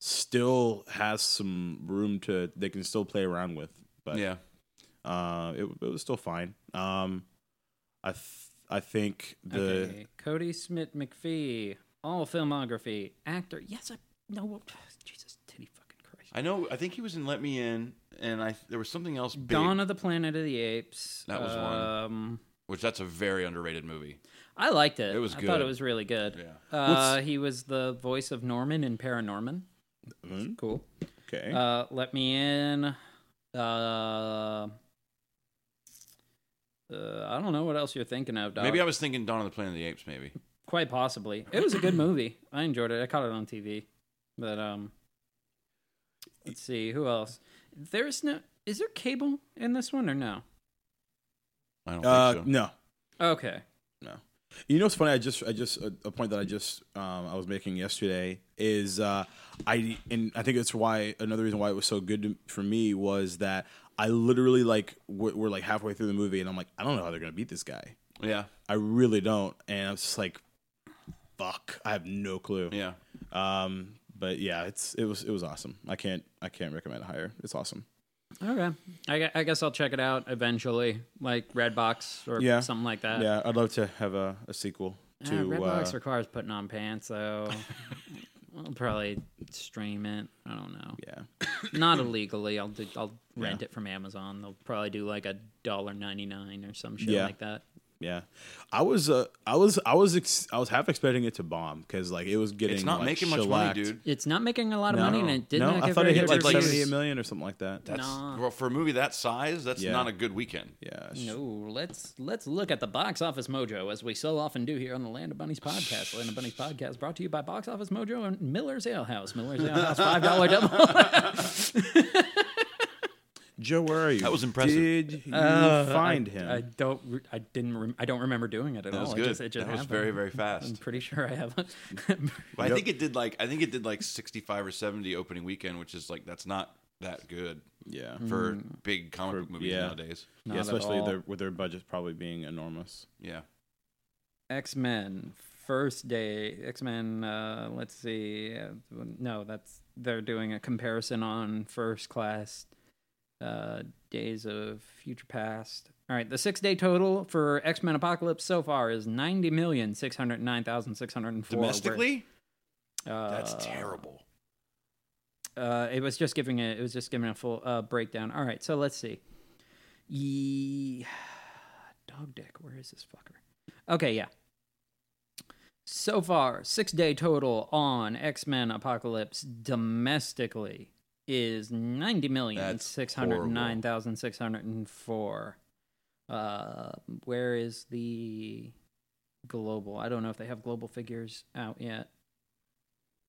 Speaker 2: still has some room to they can still play around with. But
Speaker 4: yeah.
Speaker 2: uh, it, it was still fine. Um, I th- I think the
Speaker 3: Okay, Cody Smith McPhee, all filmography, actor. Yes, I know. what- Jesus, titty fucking Christ.
Speaker 4: I know. I think he was in Let Me In, and I there was something else. Big.
Speaker 3: Dawn of the Planet of the Apes.
Speaker 4: That was one.
Speaker 3: um,
Speaker 4: which that's a very underrated movie.
Speaker 3: I liked it.
Speaker 4: It was
Speaker 3: I thought
Speaker 4: good.
Speaker 3: it was really good.
Speaker 4: Yeah.
Speaker 3: Uh, he was the voice of Norman in Paranorman. Cool.
Speaker 2: hmm? Okay.
Speaker 3: Uh, let me in. Uh, uh, I don't know what else you're thinking of, dog.
Speaker 4: Maybe I was thinking Dawn of the Planet of the Apes. Maybe
Speaker 3: Quite possibly. It was a good movie. I enjoyed it. I caught it on TV. But um, let's see who else. There's no. Is there cable in this one or no?
Speaker 4: I don't
Speaker 2: Uh,
Speaker 4: think so.
Speaker 2: no,
Speaker 3: Okay.
Speaker 2: no. You know what's funny? I just, I just a, a point that I just, um, I was making yesterday is, uh, I and I think that's why another reason why it was so good to, for me was that I literally like we're, we're like halfway through the movie and I'm like I don't know how they're gonna beat this guy.
Speaker 4: Yeah,
Speaker 2: I really don't, and I was just like, fuck, I have no clue.
Speaker 4: yeah.
Speaker 2: Um, but yeah, it's it was it was awesome. I can't I can't recommend it higher. It's awesome.
Speaker 3: Okay. I, gu- I guess I'll check it out eventually, like Redbox or
Speaker 2: Yeah.
Speaker 3: something like that.
Speaker 2: yeah, I'd love to have a, a sequel
Speaker 3: Ah,
Speaker 2: to
Speaker 3: Redbox
Speaker 2: uh,
Speaker 3: requires putting on
Speaker 2: <laughs>
Speaker 3: pants, so I'll probably stream it. I don't know.
Speaker 2: yeah. <clears throat>
Speaker 3: Not illegally. I'll do, I'll rent it from Amazon. They'll probably do like a dollar ninety nine or some shit
Speaker 2: Yeah.
Speaker 3: like that.
Speaker 2: Yeah, I was, uh, I was, I was, ex- I was half expecting it to bomb because like it was getting.
Speaker 4: It's not
Speaker 2: like,
Speaker 4: making much
Speaker 2: shellacked.
Speaker 4: money, dude.
Speaker 3: It's not making a lot of
Speaker 2: No,
Speaker 3: money, and it didn't.
Speaker 2: no,
Speaker 3: make
Speaker 2: I
Speaker 3: a
Speaker 2: thought
Speaker 3: very
Speaker 2: it hit like
Speaker 3: good
Speaker 4: like
Speaker 3: reviews.
Speaker 2: seventy million or something like that.
Speaker 4: That's
Speaker 3: Nah.
Speaker 4: well, for a movie that size. That's
Speaker 2: Yeah.
Speaker 4: not a good weekend.
Speaker 2: yeah,
Speaker 3: No, let's let's look at the box office mojo as we so often do here on the Land of Bunnies podcast. Land of Bunnies podcast brought to you by Box Office Mojo and Miller's Ale House. Miller's Ale House five
Speaker 2: <laughs>
Speaker 3: dollar double.
Speaker 2: Joe, where are you?
Speaker 4: That was impressive.
Speaker 2: Did you find him?
Speaker 3: Uh, I don't. Re- I didn't. Rem- I don't remember doing it at
Speaker 4: That
Speaker 3: all.
Speaker 2: Oh,
Speaker 4: was
Speaker 3: It
Speaker 4: good.
Speaker 3: just, it just
Speaker 4: that was
Speaker 3: happened.
Speaker 4: very very
Speaker 3: I'm
Speaker 4: fast.
Speaker 3: pretty sure
Speaker 2: <laughs>
Speaker 3: I haven't.
Speaker 4: But I think it did like I think it did like sixty five or seventy opening weekend, which is like that's not that good
Speaker 2: yeah,
Speaker 4: for big comic book movies
Speaker 2: Mm. yeah.
Speaker 4: nowadays.
Speaker 3: <laughs> Mm, Not
Speaker 2: yeah,
Speaker 3: at
Speaker 2: especially
Speaker 3: all.
Speaker 2: their, with their budget probably being enormous.
Speaker 4: Yeah.
Speaker 3: X Men First Day. X Men. Uh, let's see. Uh, no, that's they're doing a comparison on First Class. Uh, Days of Future Past. All right, the six-day total for X Men Apocalypse so far is ninety million six hundred nine thousand six hundred four.
Speaker 4: Domestically,
Speaker 3: uh,
Speaker 4: that's terrible.
Speaker 3: uh, it was just giving a it was just giving a full uh, breakdown. All right, so let's see. Ye... <sighs> Dog dick, where is this fucker? Okay, yeah. So far, six day total on X Men Apocalypse domestically is ninety million
Speaker 4: That's
Speaker 3: six hundred nine thousand six hundred and four. Uh, where is the global? I don't know if they have global figures out yet.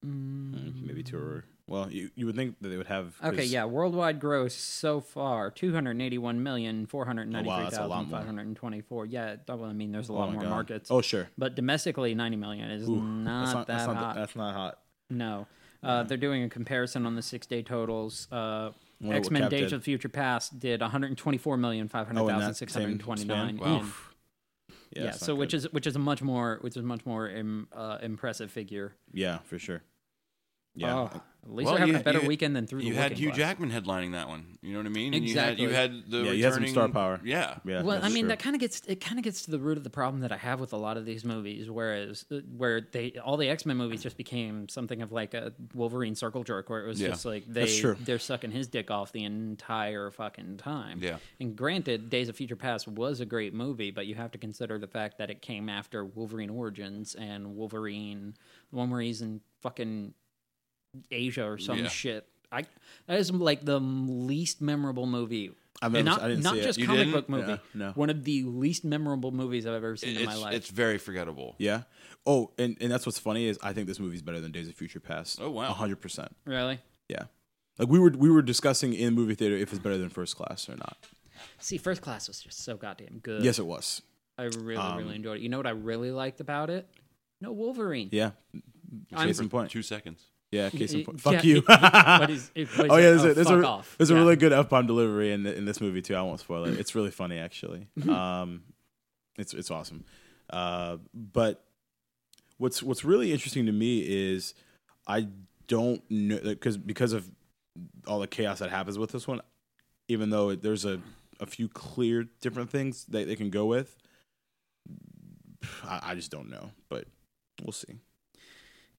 Speaker 2: Mm, Maybe two or well, you, you would think that they would have. 'cause-
Speaker 3: Okay, yeah, worldwide gross so far two hundred eighty-one million four hundred ninety-three
Speaker 2: Oh, a lot
Speaker 3: thousand
Speaker 2: more.
Speaker 3: five hundred twenty-four. Yeah, that- well, I mean, there's a
Speaker 2: Oh
Speaker 3: lot
Speaker 2: my
Speaker 3: more
Speaker 2: God.
Speaker 3: markets.
Speaker 2: Oh sure.
Speaker 3: But domestically, ninety million is
Speaker 2: Ooh,
Speaker 3: not,
Speaker 2: that's not
Speaker 3: that
Speaker 2: that's not
Speaker 3: hot.
Speaker 2: that's not hot.
Speaker 3: no, uh, they're doing a comparison on the six-day totals. Uh,
Speaker 2: what
Speaker 3: X Men
Speaker 2: Cap
Speaker 3: Days
Speaker 2: did.
Speaker 3: of Future Past did one hundred twenty-four million five hundred
Speaker 2: Oh, in
Speaker 3: thousand
Speaker 2: that
Speaker 3: six
Speaker 2: same
Speaker 3: hundred
Speaker 2: span?
Speaker 3: twenty-nine.
Speaker 2: Wow.
Speaker 3: And-
Speaker 2: Yeah.
Speaker 3: yeah,
Speaker 2: it's not
Speaker 3: so which
Speaker 2: good.
Speaker 3: is which is a much more which is a much more Im, uh, impressive figure.
Speaker 2: yeah for sure. Yeah.
Speaker 3: Oh, at least
Speaker 4: Well,
Speaker 3: they're having
Speaker 4: you-
Speaker 3: a better
Speaker 4: you-
Speaker 3: weekend than through
Speaker 4: You
Speaker 3: the
Speaker 4: had
Speaker 3: Looking
Speaker 4: Hugh
Speaker 3: Glass.
Speaker 4: Jackman headlining that one. You know what I mean? And
Speaker 3: Exactly.
Speaker 4: you had you had the
Speaker 2: Yeah,
Speaker 4: returning
Speaker 2: he has some star power.
Speaker 4: Yeah.
Speaker 2: Yeah.
Speaker 3: well, I
Speaker 2: that's
Speaker 3: mean,
Speaker 2: true.
Speaker 3: that kind of gets it kind of gets to the root of the problem that I have with a lot of these movies, whereas uh, where they all the X Men movies just became something of like a Wolverine circle jerk, where it was
Speaker 4: Yeah.
Speaker 3: just like
Speaker 2: That's
Speaker 3: they
Speaker 2: true.
Speaker 3: they're sucking his dick off the entire fucking time.
Speaker 4: Yeah.
Speaker 3: And granted, Days of Future Past was a great movie, but you have to consider the fact that it came after Wolverine Origins and Wolverine, the one where he's in fucking Asia or some
Speaker 4: Yeah.
Speaker 3: shit. I that is like the least memorable movie.
Speaker 2: I've
Speaker 3: And
Speaker 2: never-
Speaker 3: not
Speaker 2: I didn't
Speaker 3: not
Speaker 2: see it.
Speaker 3: just
Speaker 4: You
Speaker 3: comic
Speaker 4: didn't?
Speaker 3: book movie.
Speaker 2: Yeah, no.
Speaker 3: One of the least memorable movies I've ever seen in my
Speaker 4: It's,
Speaker 3: life.
Speaker 4: it's very forgettable.
Speaker 2: Yeah. Oh, and, and that's what's funny is I think this movie's better than Days of Future Past.
Speaker 4: Oh, wow.
Speaker 2: hundred percent.
Speaker 3: Really?
Speaker 2: Yeah. Like we were we were discussing in the movie theater if it's better than First Class or not.
Speaker 3: See, First Class was just so goddamn good.
Speaker 2: Yes, it was.
Speaker 3: I really,
Speaker 2: Um,
Speaker 3: really enjoyed it. You know what I really liked about it? No Wolverine.
Speaker 2: Yeah.
Speaker 3: I'm-
Speaker 2: Case in point.
Speaker 4: Two seconds.
Speaker 2: Yeah. Case in
Speaker 3: Yeah,
Speaker 2: point.
Speaker 3: yeah,
Speaker 2: Fuck you.
Speaker 3: What is,
Speaker 2: <laughs>
Speaker 3: it, what is
Speaker 2: Oh
Speaker 3: it?
Speaker 2: yeah, there's,
Speaker 3: oh,
Speaker 2: a, there's,
Speaker 3: fuck
Speaker 2: a,
Speaker 3: off.
Speaker 2: there's a
Speaker 3: Yeah.
Speaker 2: really good f bomb delivery in the, in this movie too. I won't spoil it. It's really funny actually.
Speaker 3: Mm-hmm.
Speaker 2: Um, it's it's awesome. Uh, but what's what's really interesting to me is I don't know because because of all the chaos that happens with this one, even though it, there's a a few clear different things that they can go with. I, I just don't know, but we'll see.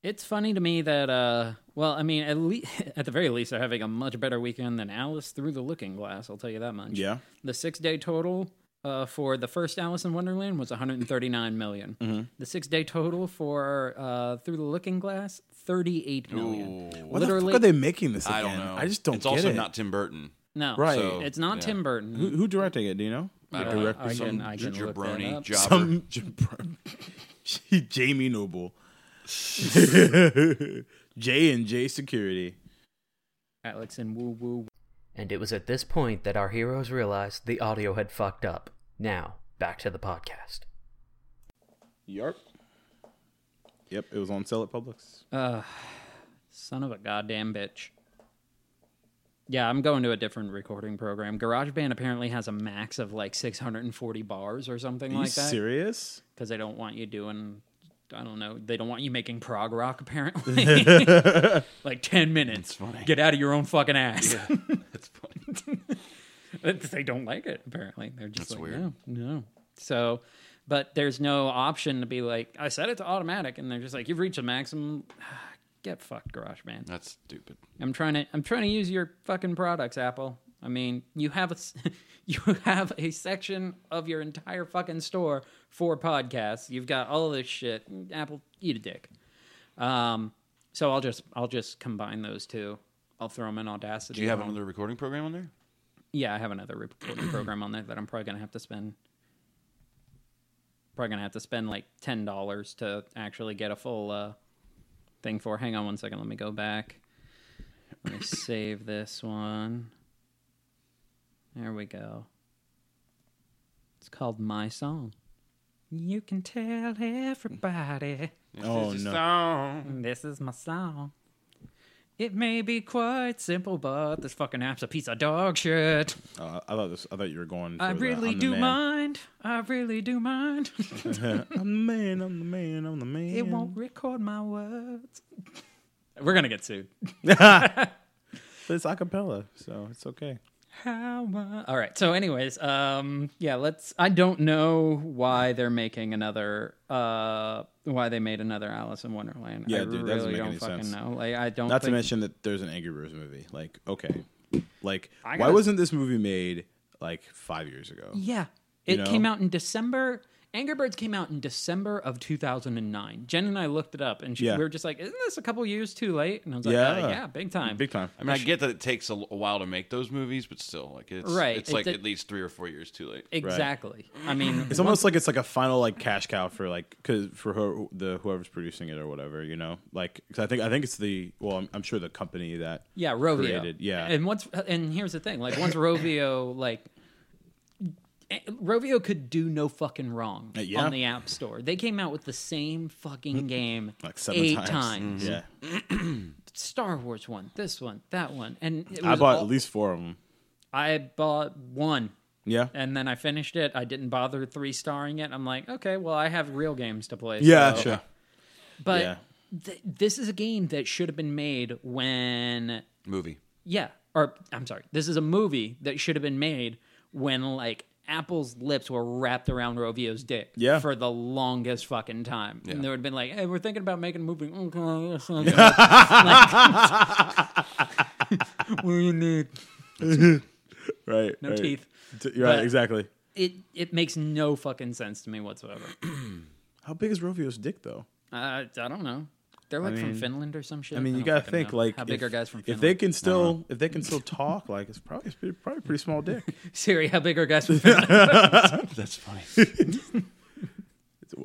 Speaker 3: It's funny to me that, uh, well, I mean, at least <laughs> at the very least, they're having a much better weekend than Alice Through the Looking Glass. I'll tell you that much.
Speaker 2: Yeah,
Speaker 3: The six day total uh, for the first Alice in Wonderland was 139 million.
Speaker 2: Mm-hmm.
Speaker 3: The six day total for uh, Through the Looking Glass 38 million.
Speaker 4: Ooh.
Speaker 2: Why
Speaker 3: Literally,
Speaker 2: the fuck are they making this? Again?
Speaker 4: I don't know.
Speaker 2: I just don't.
Speaker 4: It's
Speaker 2: get
Speaker 4: also
Speaker 2: it.
Speaker 4: not Tim Burton.
Speaker 3: no,
Speaker 2: Right.
Speaker 4: So-
Speaker 3: It's not
Speaker 4: yeah.
Speaker 3: Tim Burton.
Speaker 2: Who, who directing it? Do you know?
Speaker 3: Uh,
Speaker 4: I don't know.
Speaker 3: I can-
Speaker 4: Some
Speaker 3: I can look that
Speaker 4: jabroni
Speaker 3: up.
Speaker 4: jobber.
Speaker 2: Some <laughs> jabron- Jamie Noble. <laughs> J and J Security.
Speaker 3: Alex and Woo Woo.
Speaker 1: And it was at this point that our heroes realized the audio had fucked up. Now, back to the podcast.
Speaker 2: Yarp. Yep, it was on sale at Publix.
Speaker 3: Uh, son of a goddamn bitch. Yeah, I'm going to a different recording program. GarageBand apparently has a max of like 640 bars or something
Speaker 2: Are you
Speaker 3: like that.
Speaker 2: serious?
Speaker 3: because they don't want you doing I don't know. They don't want you making prog rock
Speaker 4: <laughs>
Speaker 3: apparently. like ten minutes.
Speaker 4: It's funny.
Speaker 3: Get out of your own fucking ass.
Speaker 4: That's funny.
Speaker 3: <laughs> But they don't like it apparently. They're just
Speaker 4: That's
Speaker 3: like
Speaker 4: weird.
Speaker 3: no, no. So, but there's no option to be like I set it to automatic, and they're just like you've reached a maximum. <sighs> Get fucked, GarageBand.
Speaker 4: That's stupid.
Speaker 3: I'm trying to I'm trying to use your fucking products, Apple. I mean, you have a s- <laughs> you have a section of your entire fucking store for podcasts. You've got all this shit. Apple, eat a dick. Um, so I'll just I'll just combine those two. I'll throw them in Audacity.
Speaker 4: Do you have
Speaker 3: on-
Speaker 4: another recording program on there?
Speaker 3: Yeah, I have another recording program on there that I'm probably gonna have to spend. Probably gonna have to spend like ten dollars to actually get a full uh, thing for. Hang on one second. Let me go back. Let me save this one. There we go. It's called My Song. You can tell everybody
Speaker 2: Oh,
Speaker 4: This is
Speaker 2: no.
Speaker 4: a song.
Speaker 3: this is my song. It may be quite simple, but this fucking app's a piece of dog shit.
Speaker 2: Uh, I thought this. I thought you were going. For
Speaker 3: I
Speaker 2: the-
Speaker 3: really
Speaker 2: I'm the
Speaker 3: do
Speaker 2: man.
Speaker 3: mind. I really do mind.
Speaker 2: <laughs>
Speaker 3: <laughs>
Speaker 2: I'm the man. I'm the man. I'm the man.
Speaker 3: it won't record my words. We're gonna get <laughs> sued.
Speaker 2: But it's acapella, so it's okay.
Speaker 3: How mu- All right. So, anyways, um, yeah, let's. I don't know why they're making another. Uh, why they made another Alice in Wonderland.
Speaker 2: Yeah,
Speaker 3: I
Speaker 2: dude, that doesn't
Speaker 3: really
Speaker 2: make
Speaker 3: don't
Speaker 2: any
Speaker 3: fucking
Speaker 2: sense.
Speaker 3: know. Like, I don't.
Speaker 2: Not to
Speaker 3: think-
Speaker 2: mention that there's an Angry Birds movie. Like, okay, like
Speaker 3: I
Speaker 2: why
Speaker 3: gotta-
Speaker 2: wasn't this movie made like five years ago?
Speaker 3: Yeah. It
Speaker 2: You know?
Speaker 3: came out in December. Angry Birds came out in December of 2009. Jen and I looked it up and she,
Speaker 2: Yeah.
Speaker 3: we were just like, isn't this a couple years too late? And I was like, yeah,
Speaker 2: Yeah.
Speaker 3: yeah big time.
Speaker 2: Big time.
Speaker 4: I mean, I get that it takes a, l- a while to make those movies, but still, like it's
Speaker 3: Right,
Speaker 4: It's
Speaker 3: it
Speaker 4: like
Speaker 3: did-
Speaker 4: at least three or four years too late.
Speaker 3: Exactly. I mean,
Speaker 2: It's almost like it's like a final like cash cow for like cause for who, the whoever's producing it or whatever you know like 'cause I think I think it's the well I'm, I'm sure the company that
Speaker 3: yeah, Rovio.
Speaker 2: created, yeah.
Speaker 3: And once and here's the thing, like once Rovio like eh, Rovio could do no fucking wrong
Speaker 2: Uh, yeah.
Speaker 3: on the App Store. They came out with the same
Speaker 2: <laughs>
Speaker 3: fucking game
Speaker 2: like seven
Speaker 3: eight
Speaker 2: times, Mm-hmm.
Speaker 3: times.
Speaker 2: yeah
Speaker 3: Star Wars one, this one, that one, and it
Speaker 2: I
Speaker 3: was
Speaker 2: bought
Speaker 3: all-
Speaker 2: at least four of them
Speaker 3: I bought one.
Speaker 2: yeah
Speaker 3: and then I finished it. I didn't bother three starring it. I'm like, okay, well, I have real games to play.
Speaker 2: yeah
Speaker 3: so-
Speaker 2: sure
Speaker 3: But
Speaker 2: Yeah.
Speaker 3: th- this is a game that should have been made when,
Speaker 4: Movie.
Speaker 3: yeah, or I'm sorry, this is a movie that should have been made when like Apple's lips were wrapped around Rovio's dick
Speaker 2: Yeah.
Speaker 3: for the longest fucking time.
Speaker 4: Yeah.
Speaker 3: And they would have been like, hey, we're thinking about making a movie. <laughs> Okay, yes, okay. like, <laughs> what do you need?
Speaker 2: right
Speaker 3: No
Speaker 2: right.
Speaker 3: teeth.
Speaker 2: T- right
Speaker 3: But-
Speaker 2: exactly
Speaker 3: It, it makes no fucking sense to me whatsoever.
Speaker 2: how big is Rovio's dick though
Speaker 3: Uh, I don't know. They're like from Finland or some shit.
Speaker 2: I mean, you
Speaker 3: don't
Speaker 2: gotta
Speaker 3: fucking
Speaker 2: think
Speaker 3: know.
Speaker 2: like
Speaker 3: how big
Speaker 2: if,
Speaker 3: are guys from
Speaker 2: if
Speaker 3: Finland?
Speaker 2: they can still if they can still talk like it's probably it's pretty- probably a pretty small dick.
Speaker 3: <laughs> Siri, how big are
Speaker 2: <laughs>
Speaker 3: guys from Finland?
Speaker 4: That's funny.
Speaker 2: It's-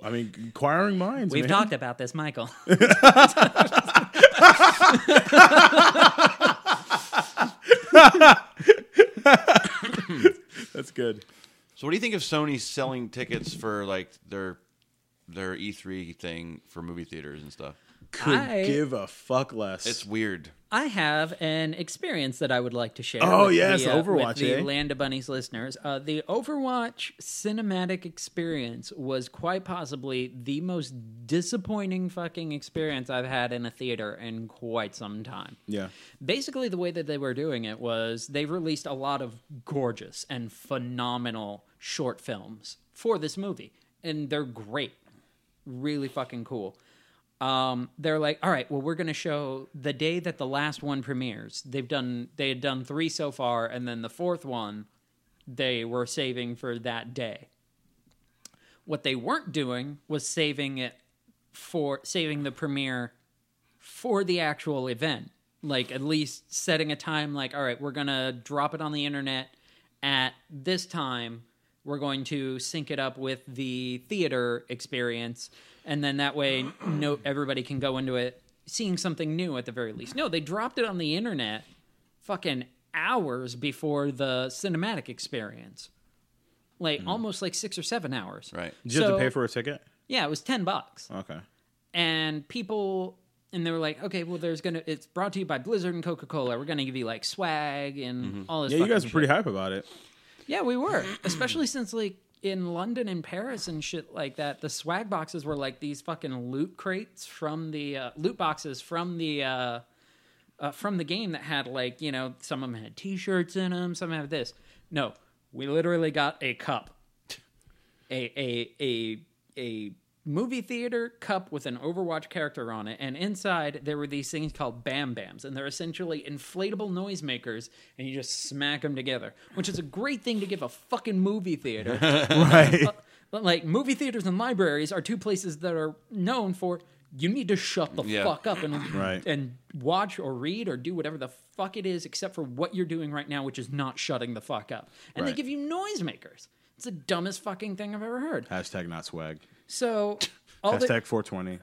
Speaker 2: I mean, inquiring minds.
Speaker 3: We've
Speaker 2: man.
Speaker 3: talked about this, Michael.
Speaker 2: That's good.
Speaker 4: so, what do you think of Sony selling tickets for like their their E3 thing for movie theaters and stuff?
Speaker 2: Could
Speaker 3: I-
Speaker 2: give a fuck less.
Speaker 4: It's weird.
Speaker 3: I have an experience that I would like to share.
Speaker 2: Oh,
Speaker 3: with
Speaker 2: yes,
Speaker 3: the, uh,
Speaker 2: Overwatch,
Speaker 3: with the
Speaker 2: eh?
Speaker 3: Land of Bunnies listeners. Uh, the Overwatch cinematic experience was quite possibly the most disappointing fucking experience I've had in a theater in quite some time.
Speaker 2: yeah.
Speaker 3: basically the way that they were doing it was they released a lot of gorgeous and phenomenal short films for this movie and they're great really fucking cool um, they're like all right well we're going to show the day that the last one premieres they've done they had done three so far and then the fourth one they were saving for that day. What they weren't doing was saving it for saving the premiere for the actual event. Like at least setting a time like all right, we're going to drop it on the internet at this time. We're going to sync it up with the theater experience and then that way <clears throat> no everybody can go into it seeing something new at the very least. No, they dropped it on the internet fucking hours before the cinematic experience. Like almost like 6 or 7 hours.
Speaker 4: Right.
Speaker 2: Did you have to pay for a ticket?
Speaker 3: Yeah, it was 10 bucks
Speaker 2: Okay.
Speaker 3: and people and they were like, okay, well, there's gonna it's brought to you by Blizzard and Coca Cola. We're gonna give you like swag and all this.
Speaker 2: Mm-hmm. Yeah, you
Speaker 3: fucking
Speaker 2: guys were pretty
Speaker 3: shit.
Speaker 2: hype about
Speaker 3: <laughs>
Speaker 2: it.
Speaker 3: Yeah, we were, especially since like in London and Paris and shit like that. The swag boxes were like these fucking loot crates from the uh, loot boxes from the. uh uh, from the game that had like you know some of them had T-shirts in them, some had this. No, we literally got a cup, a a a a movie theater cup with an Overwatch character on it, and inside there were these things called Bam Bams, and they're essentially inflatable noisemakers, and you just smack them together, which is a great thing to give a fucking movie theater.
Speaker 2: Right.
Speaker 3: But, like movie theaters and libraries are two places that are known for you need to shut the
Speaker 4: Yeah.
Speaker 3: fuck up and
Speaker 2: Right.
Speaker 3: and watch or read or do whatever the fuck it is except for what you're doing right now which is not shutting the fuck up. And they
Speaker 2: Right.
Speaker 3: give you noisemakers. It's the dumbest fucking thing I've ever heard.
Speaker 2: <laughs> Hashtag not swag. <laughs>
Speaker 3: So all the,
Speaker 2: Hashtag
Speaker 3: <laughs>
Speaker 2: 420.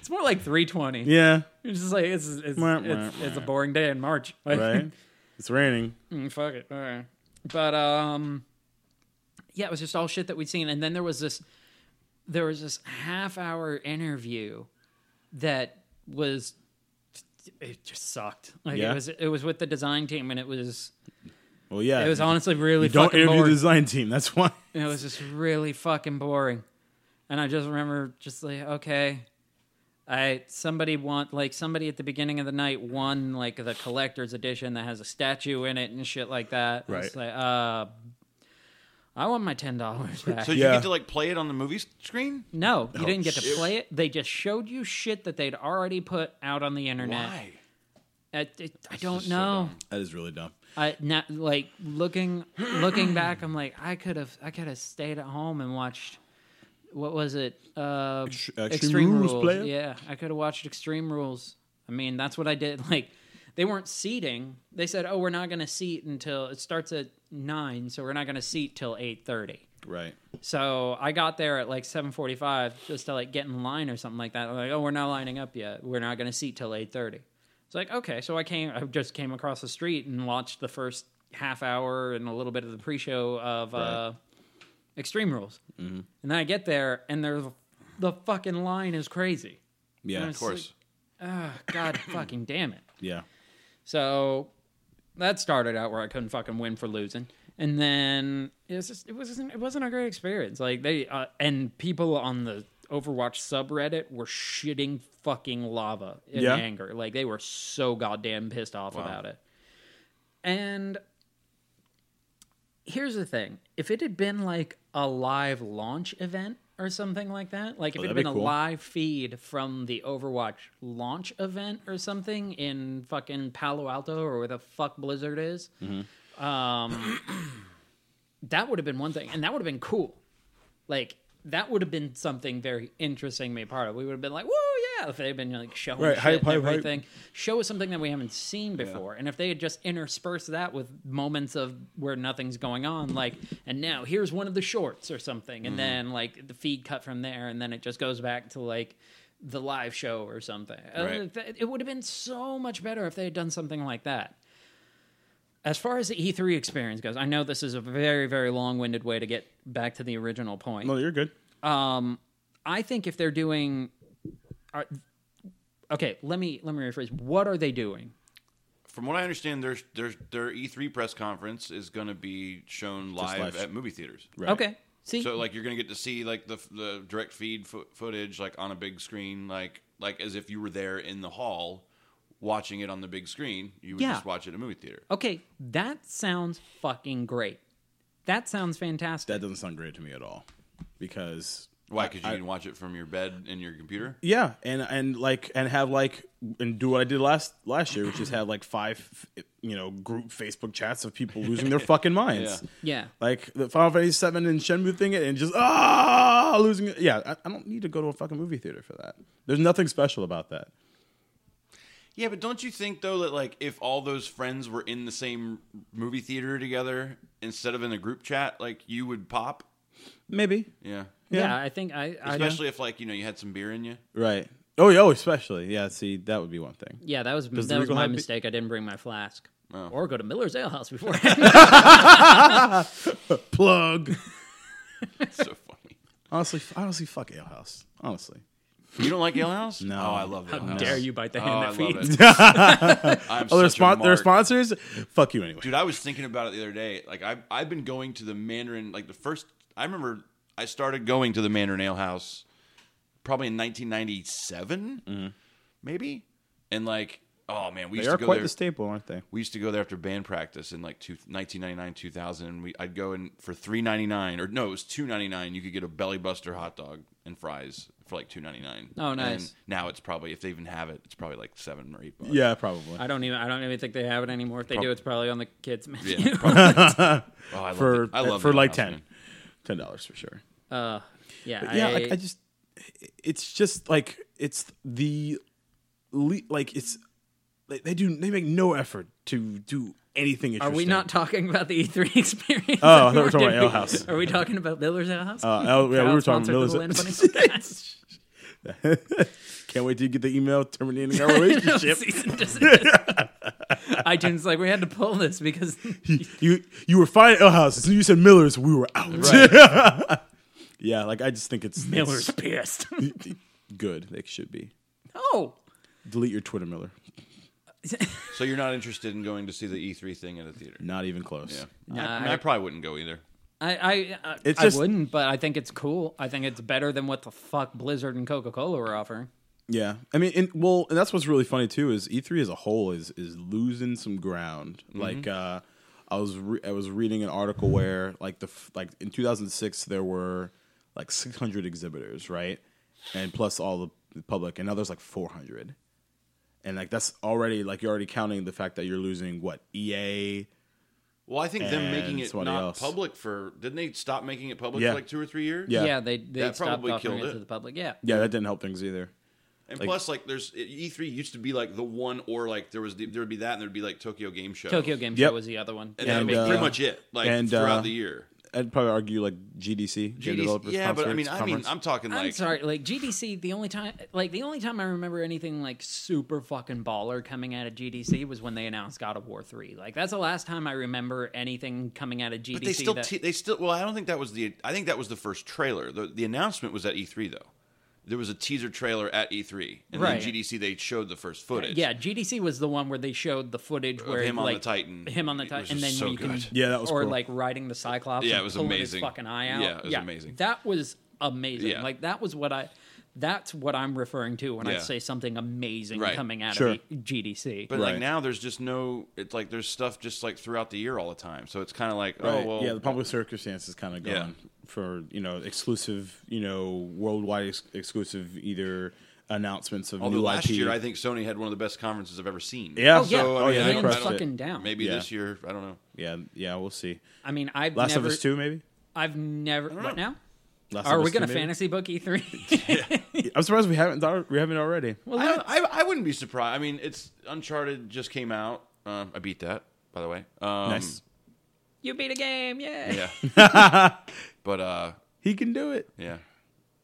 Speaker 3: it's more like 320.
Speaker 2: Yeah.
Speaker 3: It's just like it's it's,
Speaker 2: Mwah,
Speaker 3: it's,
Speaker 2: mwah,
Speaker 3: it's a boring day in March. Like,
Speaker 2: Right. it's raining.
Speaker 3: Mm, fuck it. All right. But um, yeah, it was just all shit that we'd seen, and then there was this, there was this half hour interview that was, it just sucked. Like
Speaker 2: Yeah?
Speaker 3: it was, it was with the design team, and it was,
Speaker 2: Well, yeah.
Speaker 3: it was honestly really
Speaker 2: Don't
Speaker 3: fucking
Speaker 2: interview
Speaker 3: boring.
Speaker 2: the design team. That's
Speaker 3: <laughs>
Speaker 2: why.
Speaker 3: And It was just really fucking boring. And I just remember just like, okay, I somebody want like somebody at the beginning of the night won like the collector's edition that has a statue in it and shit like that.
Speaker 2: Right.
Speaker 3: It's like, uh I want my ten dollars back.
Speaker 4: So did
Speaker 2: Yeah.
Speaker 4: you get to like play it on the movie s- screen?
Speaker 3: no, you didn't get to
Speaker 4: shit.
Speaker 3: play it. They just showed you shit that they'd already put out on the internet.
Speaker 4: Why?
Speaker 3: I, I, I don't
Speaker 4: just so
Speaker 3: know.
Speaker 4: dumb.
Speaker 2: That is really dumb.
Speaker 3: I not like looking looking back. I'm like I could have I could have stayed at home and watched what was it? Uh,
Speaker 2: Ext- Extreme Rules, player?
Speaker 3: Yeah, I could have watched Extreme Rules. I mean, that's what I did. <laughs> Like they weren't seating. They said, "Oh, we're not going to seat until it starts at nine, so we're not going to seat till 8.30.
Speaker 2: Right.
Speaker 3: So I got there at like 7:45 just to like get in line or something like that. I'm like, "Oh, we're not lining up yet. We're not going to seat till 8:30." It's like, "Okay." So I came I just came across the street and watched the first half hour and a little bit of the pre-show of uh Extreme Rules. Mm-hmm. And then I get there and there's the fucking line is crazy.
Speaker 2: Yeah.
Speaker 4: Of course.
Speaker 3: Oh, god fucking damn it.
Speaker 2: Yeah.
Speaker 3: So that started out where I couldn't fucking win for losing, and then it was just it wasn't it wasn't a great experience. Like they uh, and people on the Overwatch subreddit were shitting fucking lava in
Speaker 2: Yeah.
Speaker 3: anger. Like they were so goddamn pissed off about it. And here's the thing: if it had been like a live launch event or something like that, like if
Speaker 2: Oh,
Speaker 3: it had
Speaker 2: that'd be
Speaker 3: been a
Speaker 2: cool.
Speaker 3: live feed from the Overwatch launch event or something in fucking Palo Alto or where the fuck Blizzard is,
Speaker 2: Mm-hmm.
Speaker 3: um, <clears throat> that would have been one thing, and that would have been cool. Like that would have been something very interesting to be a part of. We would have been like, "Woo, yeah!" If they had been like showing
Speaker 2: Right,
Speaker 3: shit
Speaker 2: hype,
Speaker 3: and
Speaker 2: hype, hype.
Speaker 3: everything, show us something that we haven't seen before. And if they had just interspersed that with moments of where nothing's going on, like, and now here's one of the shorts or something, and then like the feed cut from there, and then it just goes back to like the live show or something. Uh,
Speaker 4: Right.
Speaker 3: th- It would have been so much better if they had done something like that. As far as the E3 experience goes, I know this is a very, very long winded way to get back to the original point.
Speaker 2: No, you're good.
Speaker 3: I think if they're doing, are, okay, let me let me rephrase. What are they doing?
Speaker 4: From what I understand, their their their E3 press conference is going to be shown live,
Speaker 2: live.
Speaker 4: at movie theaters.
Speaker 2: Right.
Speaker 3: Okay, see,
Speaker 4: So like you're going to get to see like the the direct feed fo- footage like on a big screen like like as if you were there in the hall watching it on the big screen. You would
Speaker 3: Yeah.
Speaker 4: just watch it at a movie theater.
Speaker 3: okay, that sounds fucking great. That sounds fantastic.
Speaker 2: That doesn't sound great to me at all because
Speaker 4: Why? Because you can watch it from your bed and your computer.
Speaker 2: Yeah, and and like and have like and do what I did last last year, which is have like five, you know, group Facebook chats of people losing their <laughs> fucking minds.
Speaker 4: Yeah.
Speaker 3: Yeah.
Speaker 2: Like the Final Fantasy Seven and Shenmue thing, and just ah, losing. it. Yeah, I, I don't need to go to a fucking movie theater for that. There's nothing special about that.
Speaker 4: Yeah, but don't you think though that like if all those friends were in the same movie theater together instead of in a group chat, like you would pop?
Speaker 2: Maybe
Speaker 4: Yeah.
Speaker 3: Yeah.
Speaker 2: Yeah.
Speaker 3: I think I. I don't-
Speaker 4: Especially if like, you know, you had some beer in you.
Speaker 2: right. Oh yeah, oh, especially yeah. See, that would be one thing.
Speaker 3: yeah, that was
Speaker 2: the
Speaker 3: that was
Speaker 2: Regal
Speaker 3: my
Speaker 2: have be-
Speaker 3: mistake. I didn't bring my flask.
Speaker 4: Oh.
Speaker 3: Or go to Miller's Ale
Speaker 2: <laughs>
Speaker 3: House before.
Speaker 2: Plug.
Speaker 4: It's so <laughs> funny.
Speaker 2: <laughs> honestly, honestly, fuck Ale House. Honestly,
Speaker 4: You don't like Ale House?
Speaker 2: No.
Speaker 4: Oh, I love Ale House.
Speaker 3: How dare you bite the hand
Speaker 4: Oh, I
Speaker 3: that
Speaker 4: love
Speaker 3: feeds?
Speaker 4: it. <laughs> I'm
Speaker 2: oh, they're,
Speaker 4: such a
Speaker 2: spon- they're
Speaker 4: mark.
Speaker 2: sponsors. Fuck you anyway.
Speaker 4: Dude, I was thinking about it the other day. Like I've I've been going to the Mandarin like the first I remember I started going to the Mandarin Ale House probably in 1997, maybe, and like oh man,
Speaker 2: Mm-hmm. They
Speaker 4: we used
Speaker 2: are
Speaker 4: to go
Speaker 2: quite
Speaker 4: there.
Speaker 2: the staple, aren't they?
Speaker 4: we used to go there after band practice in like two, 1999 2000 and we i'd go in for 3.99 or no it was 2.99 you could get a belly buster hot dog and fries for like 2.99
Speaker 3: Oh,
Speaker 4: And
Speaker 3: nice.
Speaker 4: now it's probably if they even have it it's probably like seven or eight bucks
Speaker 2: Yeah, probably.
Speaker 3: I don't even. I don't even think they have it anymore. If they do, it's probably on the kids' menu. <laughs>
Speaker 4: Yeah, probably. oh, I
Speaker 2: for
Speaker 4: love it. I love
Speaker 2: for
Speaker 4: that
Speaker 2: like
Speaker 4: house,
Speaker 2: ten.
Speaker 4: man.
Speaker 2: Ten dollars for sure.
Speaker 3: Uh, yeah,
Speaker 2: But yeah,
Speaker 3: I,
Speaker 2: I, I just it's just like it's the le- like it's they, they do they make no effort to do anything
Speaker 3: are
Speaker 2: interesting.
Speaker 3: we not talking about the E3 <laughs> experience?
Speaker 2: Oh, I thought we were talking about Ale House.
Speaker 3: Are we talking about Miller's Ale House?
Speaker 2: Uh, oh, yeah, we were talking
Speaker 3: Proud
Speaker 2: about <laughs>
Speaker 3: sponsor of
Speaker 2: Miller's-
Speaker 3: the Land
Speaker 2: <laughs>
Speaker 3: Bunny podcast.
Speaker 2: Can't wait to get the email terminating
Speaker 3: <laughs>
Speaker 2: our
Speaker 3: No,
Speaker 2: relationship.
Speaker 3: cease
Speaker 2: <laughs>
Speaker 3: and desist. iTunes like we had to pull this because <laughs>
Speaker 2: you you were fine at L House. As soon as you said Miller's, we were out. <laughs> yeah, like I just think it's it's
Speaker 3: Miller's pissed.
Speaker 2: <laughs>
Speaker 3: <laughs>
Speaker 2: good. They should be.
Speaker 3: oh,
Speaker 2: Delete your Twitter, Miller.
Speaker 4: so you're not interested in going to see the e3 thing at a theater
Speaker 2: Not even close.
Speaker 4: yeah
Speaker 3: Nah,
Speaker 4: I, mean, I probably wouldn't go either
Speaker 3: I I I,
Speaker 2: It's
Speaker 3: I
Speaker 2: just-
Speaker 3: wouldn't, but I think it's cool. I think it's better than what the fuck Blizzard and Coca Cola were offering.
Speaker 2: Yeah, I mean, and well, and that's what's really funny too is E three as a whole is is losing some ground.
Speaker 4: Mm-hmm.
Speaker 2: Like, uh, I was re- I was reading an article where like the f- like in two thousand six there were like six hundred exhibitors, right, and plus all the public, and now there's like four hundred, and like that's already like you're already counting the fact that you're losing what E EA.
Speaker 4: well i think them
Speaker 2: And
Speaker 4: making it
Speaker 2: somebody
Speaker 4: not
Speaker 2: else.
Speaker 4: public for didn't they stop making it public
Speaker 2: Yeah.
Speaker 4: for like two or three years
Speaker 2: Yeah.
Speaker 3: they they
Speaker 4: That
Speaker 3: stopped
Speaker 4: probably
Speaker 3: offering
Speaker 4: killed
Speaker 3: it to
Speaker 4: it.
Speaker 3: the public. Yeah,
Speaker 2: Yeah, that didn't help things either.
Speaker 4: And
Speaker 2: Like-
Speaker 4: plus, like, there's E3 used to be like the one, or like there was the, there would be that, and there'd be like Tokyo Game Show.
Speaker 3: Tokyo Game
Speaker 2: Yep.
Speaker 3: Show was the other one.
Speaker 4: and,
Speaker 3: yeah,
Speaker 4: that
Speaker 2: And,
Speaker 4: was
Speaker 2: uh,
Speaker 4: pretty much it. Like
Speaker 2: and,
Speaker 4: throughout
Speaker 2: uh,
Speaker 4: the year.
Speaker 2: I'd probably argue like GDC, Game Developers
Speaker 4: yeah, but I
Speaker 2: Conference-
Speaker 4: mean, I mean,
Speaker 2: Conference.
Speaker 4: I'm talking
Speaker 3: I'm
Speaker 4: like
Speaker 3: sorry, like GDC. The only time, like the only time I remember anything like super fucking baller coming out of GDC was when they announced God of War three. Like that's the last time I remember anything coming out of GDC.
Speaker 4: but they still
Speaker 3: that,
Speaker 4: te- they still well, I don't think that was the I think that was the first trailer. The, the announcement was at E3 though. There was a teaser trailer at E3, and
Speaker 3: Right.
Speaker 4: then GDC they showed the first footage.
Speaker 3: yeah, GDC was the one where they showed the footage where
Speaker 4: him on the
Speaker 3: like,
Speaker 4: Titan.
Speaker 3: him on the
Speaker 4: It
Speaker 3: Titan,
Speaker 4: was
Speaker 3: and then
Speaker 4: just so
Speaker 3: you can <laughs>
Speaker 4: good.
Speaker 2: Yeah, that was
Speaker 3: or
Speaker 2: cool.
Speaker 3: like riding the Cyclops.
Speaker 4: Yeah,
Speaker 3: and
Speaker 4: it was
Speaker 3: pulling His
Speaker 4: amazing.
Speaker 3: fucking eye out.
Speaker 4: Yeah, it was amazing.
Speaker 3: That was amazing.
Speaker 4: Yeah.
Speaker 3: Like that was what I. That's what I'm referring to when I
Speaker 4: Yeah.
Speaker 3: say something amazing
Speaker 4: Right.
Speaker 3: coming out
Speaker 2: Sure.
Speaker 3: of the GDC.
Speaker 4: But like
Speaker 2: Right.
Speaker 4: now, there's just no. It's like there's stuff just like throughout the year all the time. So it's kind of like
Speaker 2: Right.
Speaker 4: oh well,
Speaker 2: yeah, the public circumstance is kind of gone
Speaker 4: Yeah.
Speaker 2: for you know exclusive, you know, worldwide ex- exclusive either announcements of
Speaker 4: Although
Speaker 2: new
Speaker 4: last
Speaker 2: IP.
Speaker 4: year, I think Sony had one of the best conferences I've ever seen.
Speaker 2: yeah,
Speaker 3: Oh yeah,
Speaker 2: so,
Speaker 4: I
Speaker 2: oh
Speaker 4: mean,
Speaker 2: yeah,
Speaker 4: I
Speaker 2: they
Speaker 3: hands
Speaker 4: don't-
Speaker 2: crushed it.
Speaker 3: fucking down.
Speaker 4: Maybe
Speaker 2: Yeah.
Speaker 4: this year, I don't know.
Speaker 2: Yeah, yeah, we'll see.
Speaker 3: I mean, I've
Speaker 2: Last
Speaker 3: never,
Speaker 2: of Us two, maybe.
Speaker 3: I've never. What now?
Speaker 2: Last
Speaker 3: Are
Speaker 2: of
Speaker 3: we
Speaker 2: Us 2,
Speaker 3: gonna
Speaker 2: maybe?
Speaker 3: fantasy book E <laughs> E3?
Speaker 2: I'm surprised we haven't thought, we haven't already.
Speaker 3: well,
Speaker 4: I,
Speaker 3: that-
Speaker 4: I, I wouldn't be surprised. I mean, it's Uncharted just came out. Um, I beat that, by the way. Um,
Speaker 2: nice.
Speaker 3: you beat a game, yeah.
Speaker 4: Yeah.
Speaker 2: <laughs>
Speaker 4: but uh,
Speaker 2: He can do it.
Speaker 4: yeah,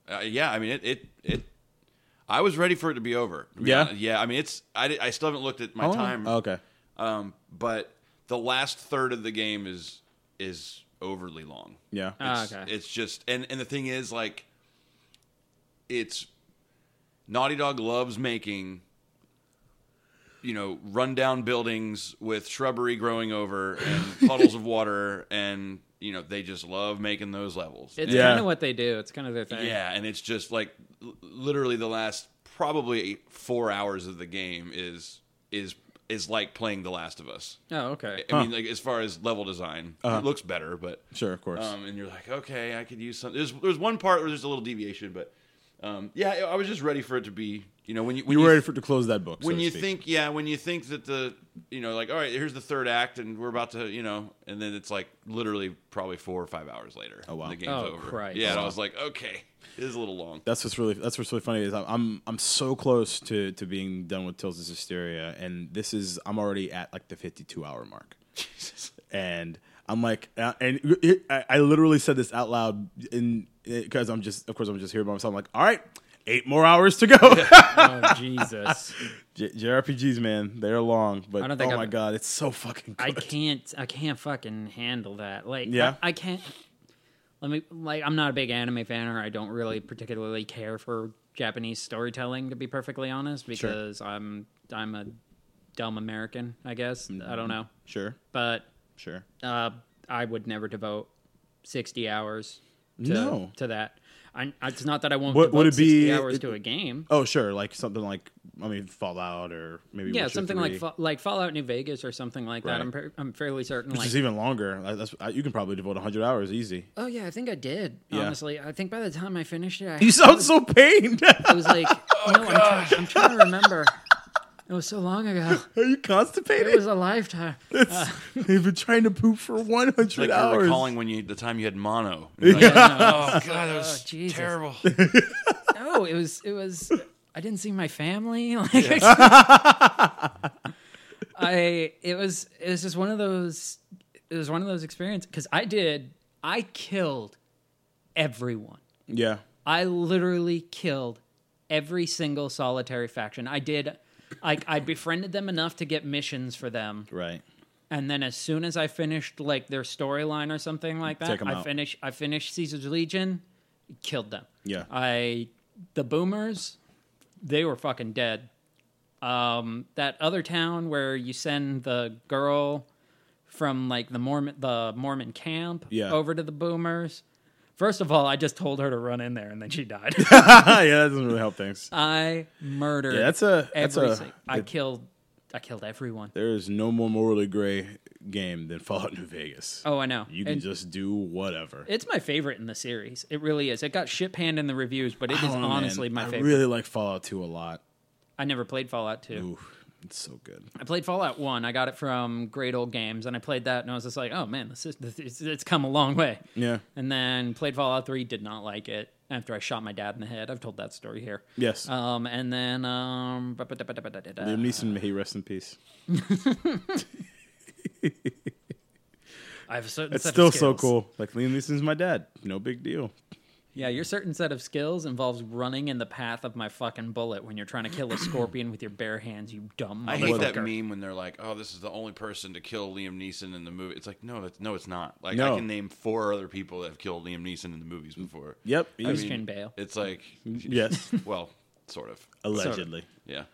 Speaker 4: uh, yeah. I mean, it, it it. I was ready for it to be over. to be
Speaker 2: Yeah?
Speaker 4: honest. yeah. I mean, it's I, di- I still haven't looked at my
Speaker 2: Oh,
Speaker 4: time.
Speaker 2: okay.
Speaker 4: Um, but the last third of the game is is overly long.
Speaker 2: Yeah.
Speaker 3: Ah,
Speaker 4: It's-
Speaker 3: okay.
Speaker 4: It's just and and the thing is like it's Naughty Dog loves making you know rundown buildings with shrubbery growing over
Speaker 3: <laughs>
Speaker 4: and puddles of water and you know they just love making those levels.
Speaker 3: It's
Speaker 2: Yeah.
Speaker 3: kind of what they do. It's kind of their thing.
Speaker 4: yeah, and it's just like l- literally the last probably 4 hours of the game is is is like playing The Last of Us.
Speaker 3: Oh, okay.
Speaker 4: I mean, like as far as level design, it looks better, but
Speaker 2: Uh-huh. Sure, of course.
Speaker 4: um, and you're like, okay, I could use some. There's there's one part where there's a little deviation, but um, yeah, I- I was just ready for it to be, you know, when you when
Speaker 2: you were
Speaker 4: you,
Speaker 2: ready for to close that book. so
Speaker 4: when
Speaker 2: to
Speaker 4: you
Speaker 2: speak.
Speaker 4: think, yeah, when you think that the, you know, like, all right, here's the third act, and we're about to, you know, and then it's like literally probably four or five hours later.
Speaker 2: Oh, wow.
Speaker 4: the game's
Speaker 3: Oh,
Speaker 4: over.
Speaker 3: Christ.
Speaker 4: Yeah, and I was like, okay, it is a little long.
Speaker 2: that's what's really that's what's really funny is I'm- I'm I'm so close to to being done with Tales of Hysteria, and this is I'm already at like the 52 hour mark, and I'm like, uh, and it- I I literally said this out loud in because I'm just of course I'm just here by myself. I'm like, all right, eight more hours to go.
Speaker 3: <laughs> Oh, Jesus.
Speaker 2: <laughs> J- JRPGs, man, they're long, but
Speaker 3: I don't think
Speaker 2: oh
Speaker 3: I've-
Speaker 2: my god, it's so fucking. Good.
Speaker 3: I can't. I can't fucking handle that. Like,
Speaker 2: Yeah.
Speaker 3: I, I can't. Let me. Like, I'm not a big anime fan, or I don't really particularly care for Japanese storytelling, to be perfectly honest, because I'm I'm a dumb American, I guess. I
Speaker 2: Mm.
Speaker 3: don't know,
Speaker 2: Sure,
Speaker 3: but
Speaker 2: sure.
Speaker 3: uh, I would never devote 60 hours. To,
Speaker 2: No.
Speaker 3: to that. I, it's not that I won't
Speaker 2: What-
Speaker 3: devote
Speaker 2: would it
Speaker 3: 60
Speaker 2: be-
Speaker 3: hours
Speaker 2: it-
Speaker 3: to a game.
Speaker 2: Oh, sure, like something like I mean Fallout or maybe
Speaker 3: yeah,
Speaker 2: Witcher
Speaker 3: something like
Speaker 2: 3.
Speaker 3: Fa- like Fallout New Vegas or something like
Speaker 2: Right.
Speaker 3: that. I'm, per- I'm fairly certain.
Speaker 2: Which
Speaker 3: like,
Speaker 2: is even longer. I- That's, I, you can probably devote 100 hours easy.
Speaker 3: Oh yeah, I think I did.
Speaker 2: Yeah.
Speaker 3: Honestly, I think by the time I finished it, I,
Speaker 2: You Oh, sound so pained. <laughs>
Speaker 3: I was like, "No, I'm, try- I'm trying to remember. It was so long ago.
Speaker 2: Are you
Speaker 3: It
Speaker 2: constipated?
Speaker 3: was a lifetime."
Speaker 2: They've been trying to poop for 100
Speaker 4: Like you're
Speaker 2: hours.
Speaker 4: recalling when you the time you had mono.
Speaker 3: <laughs>
Speaker 4: You're like, oh god, that was
Speaker 3: Jesus.
Speaker 4: terrible.
Speaker 3: No, it was. It was. I didn't see my family. <laughs> Like, <laughs> I. It was. It was just one of those. It was one of those experiences because I did. I killed everyone.
Speaker 2: yeah.
Speaker 3: I literally killed every single solitary faction. I did. I, I befriended them enough to get missions for them,
Speaker 2: Right.
Speaker 3: and then as soon as I finished like their storyline or something like
Speaker 2: Take
Speaker 3: that,
Speaker 2: 'em
Speaker 3: I
Speaker 2: out.
Speaker 3: finished. I finished Caesar's Legion, killed them.
Speaker 2: <laughs> Yeah.
Speaker 3: I the boomers, they were fucking dead. Um, that other town where you send the girl from like the Mormon the Mormon camp
Speaker 2: Yeah.
Speaker 3: over to the boomers. First of all, I just told her to run in there, and then she died.
Speaker 2: <laughs> yeah, that doesn't really help things.
Speaker 3: I murdered.
Speaker 2: Yeah, that's a- that's
Speaker 3: every
Speaker 2: a-
Speaker 3: sing- I killed. I killed everyone.
Speaker 2: There is no more morally gray game than Fallout New Vegas.
Speaker 3: Oh, I know.
Speaker 2: You can
Speaker 3: And-
Speaker 2: just do whatever.
Speaker 3: It's my favorite in the series. It really is. It got shit panned in the reviews, but it is
Speaker 2: I don't know, Oh, man.
Speaker 3: honestly my favorite.
Speaker 2: I really like Fallout 2 a lot.
Speaker 3: I never played Fallout 2.
Speaker 2: Oof, it's so good.
Speaker 3: I played Fallout 1. I got it from Great Old Games, and I played that, and I was just like, oh man, this is, this is, it's come a long way.
Speaker 2: Yeah.
Speaker 3: And then played Fallout 3, did not like it after I shot my dad in the head. I've told that story here.
Speaker 2: Yes.
Speaker 3: Um, and then, um, ba-ba-da-ba-da-ba-da-da-da.
Speaker 2: Liam Neeson, may he rest in peace.
Speaker 3: I have a certain
Speaker 2: It's
Speaker 3: set of
Speaker 2: still so
Speaker 3: skills.
Speaker 2: cool. Like Liam Neeson's my dad. No big deal.
Speaker 3: Yeah, your certain set of skills involves running in the path of my fucking bullet when you're trying to kill a scorpion with your bare hands, you dumb
Speaker 4: I hate that
Speaker 3: motherfucker.
Speaker 4: meme when they're like, "Oh, this is the only person to kill Liam Neeson in the movie." It's like, no, that's no, it's not. Like,
Speaker 2: No. Mm,
Speaker 4: I can name four other people that have killed Liam Neeson in the movies before.
Speaker 2: Yep.
Speaker 4: I
Speaker 2: he's-
Speaker 3: mean- Christian Bale.
Speaker 4: It's like,
Speaker 2: yes.
Speaker 4: <laughs>
Speaker 2: <laughs>
Speaker 4: well, sort of.
Speaker 2: Allegedly.
Speaker 4: Yeah,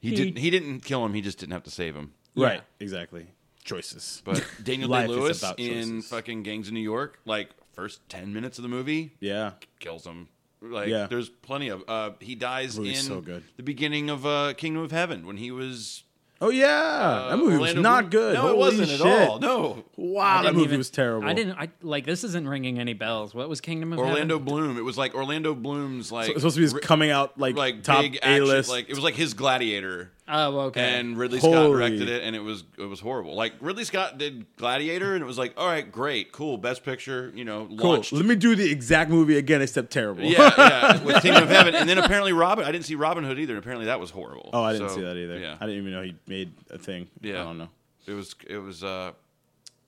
Speaker 4: he, didn't. He didn't kill him. He just didn't have to save him.
Speaker 2: Right. Exactly. Choices. <laughs>
Speaker 4: But Daniel Day
Speaker 2: Life is
Speaker 4: Lewis
Speaker 2: about
Speaker 4: in
Speaker 2: choices.
Speaker 4: fucking Gangs of New York, like first ten minutes of the movie,
Speaker 2: yeah.
Speaker 4: kills him. Like,
Speaker 2: Yeah.
Speaker 4: there's plenty of. Uh, he dies in
Speaker 2: Movie's so good.
Speaker 4: the beginning of uh, Kingdom of Heaven when he was.
Speaker 2: Oh yeah, that movie was
Speaker 4: Uh, Orlando
Speaker 2: not
Speaker 4: Bloom-
Speaker 2: good.
Speaker 4: No,
Speaker 2: Holy
Speaker 4: it wasn't
Speaker 2: shit.
Speaker 4: at all. No,
Speaker 2: Wow, that
Speaker 3: didn't
Speaker 2: movie
Speaker 3: even-
Speaker 2: was terrible.
Speaker 3: I didn't. I like this isn't ringing any bells. What was Kingdom of
Speaker 4: Orlando
Speaker 3: Heaven?
Speaker 4: Bloom. It was like Orlando Bloom's like
Speaker 2: It was supposed to be his
Speaker 4: ri-
Speaker 2: coming out like,
Speaker 4: like
Speaker 2: top
Speaker 4: big
Speaker 2: A
Speaker 4: action,
Speaker 2: list.
Speaker 4: Like it was like his Gladiator,
Speaker 3: Oh, okay.
Speaker 4: and Ridley Scott
Speaker 2: Holy-
Speaker 4: directed it, and it was it was horrible. Like Ridley Scott did Gladiator, and it was like, all right, great, cool, best picture, you know,
Speaker 2: cool.
Speaker 4: launched.
Speaker 2: Let me do the exact movie again, except terrible.
Speaker 4: yeah, yeah, with Kingdom of Heaven, and then apparently Robin. I didn't see Robin Hood either. Apparently that was horrible.
Speaker 2: <laughs> oh, I didn't
Speaker 4: So,
Speaker 2: see that either.
Speaker 4: Yeah,
Speaker 2: I didn't even know he made a thing.
Speaker 4: Yeah.
Speaker 2: I don't know.
Speaker 4: it was it was uh,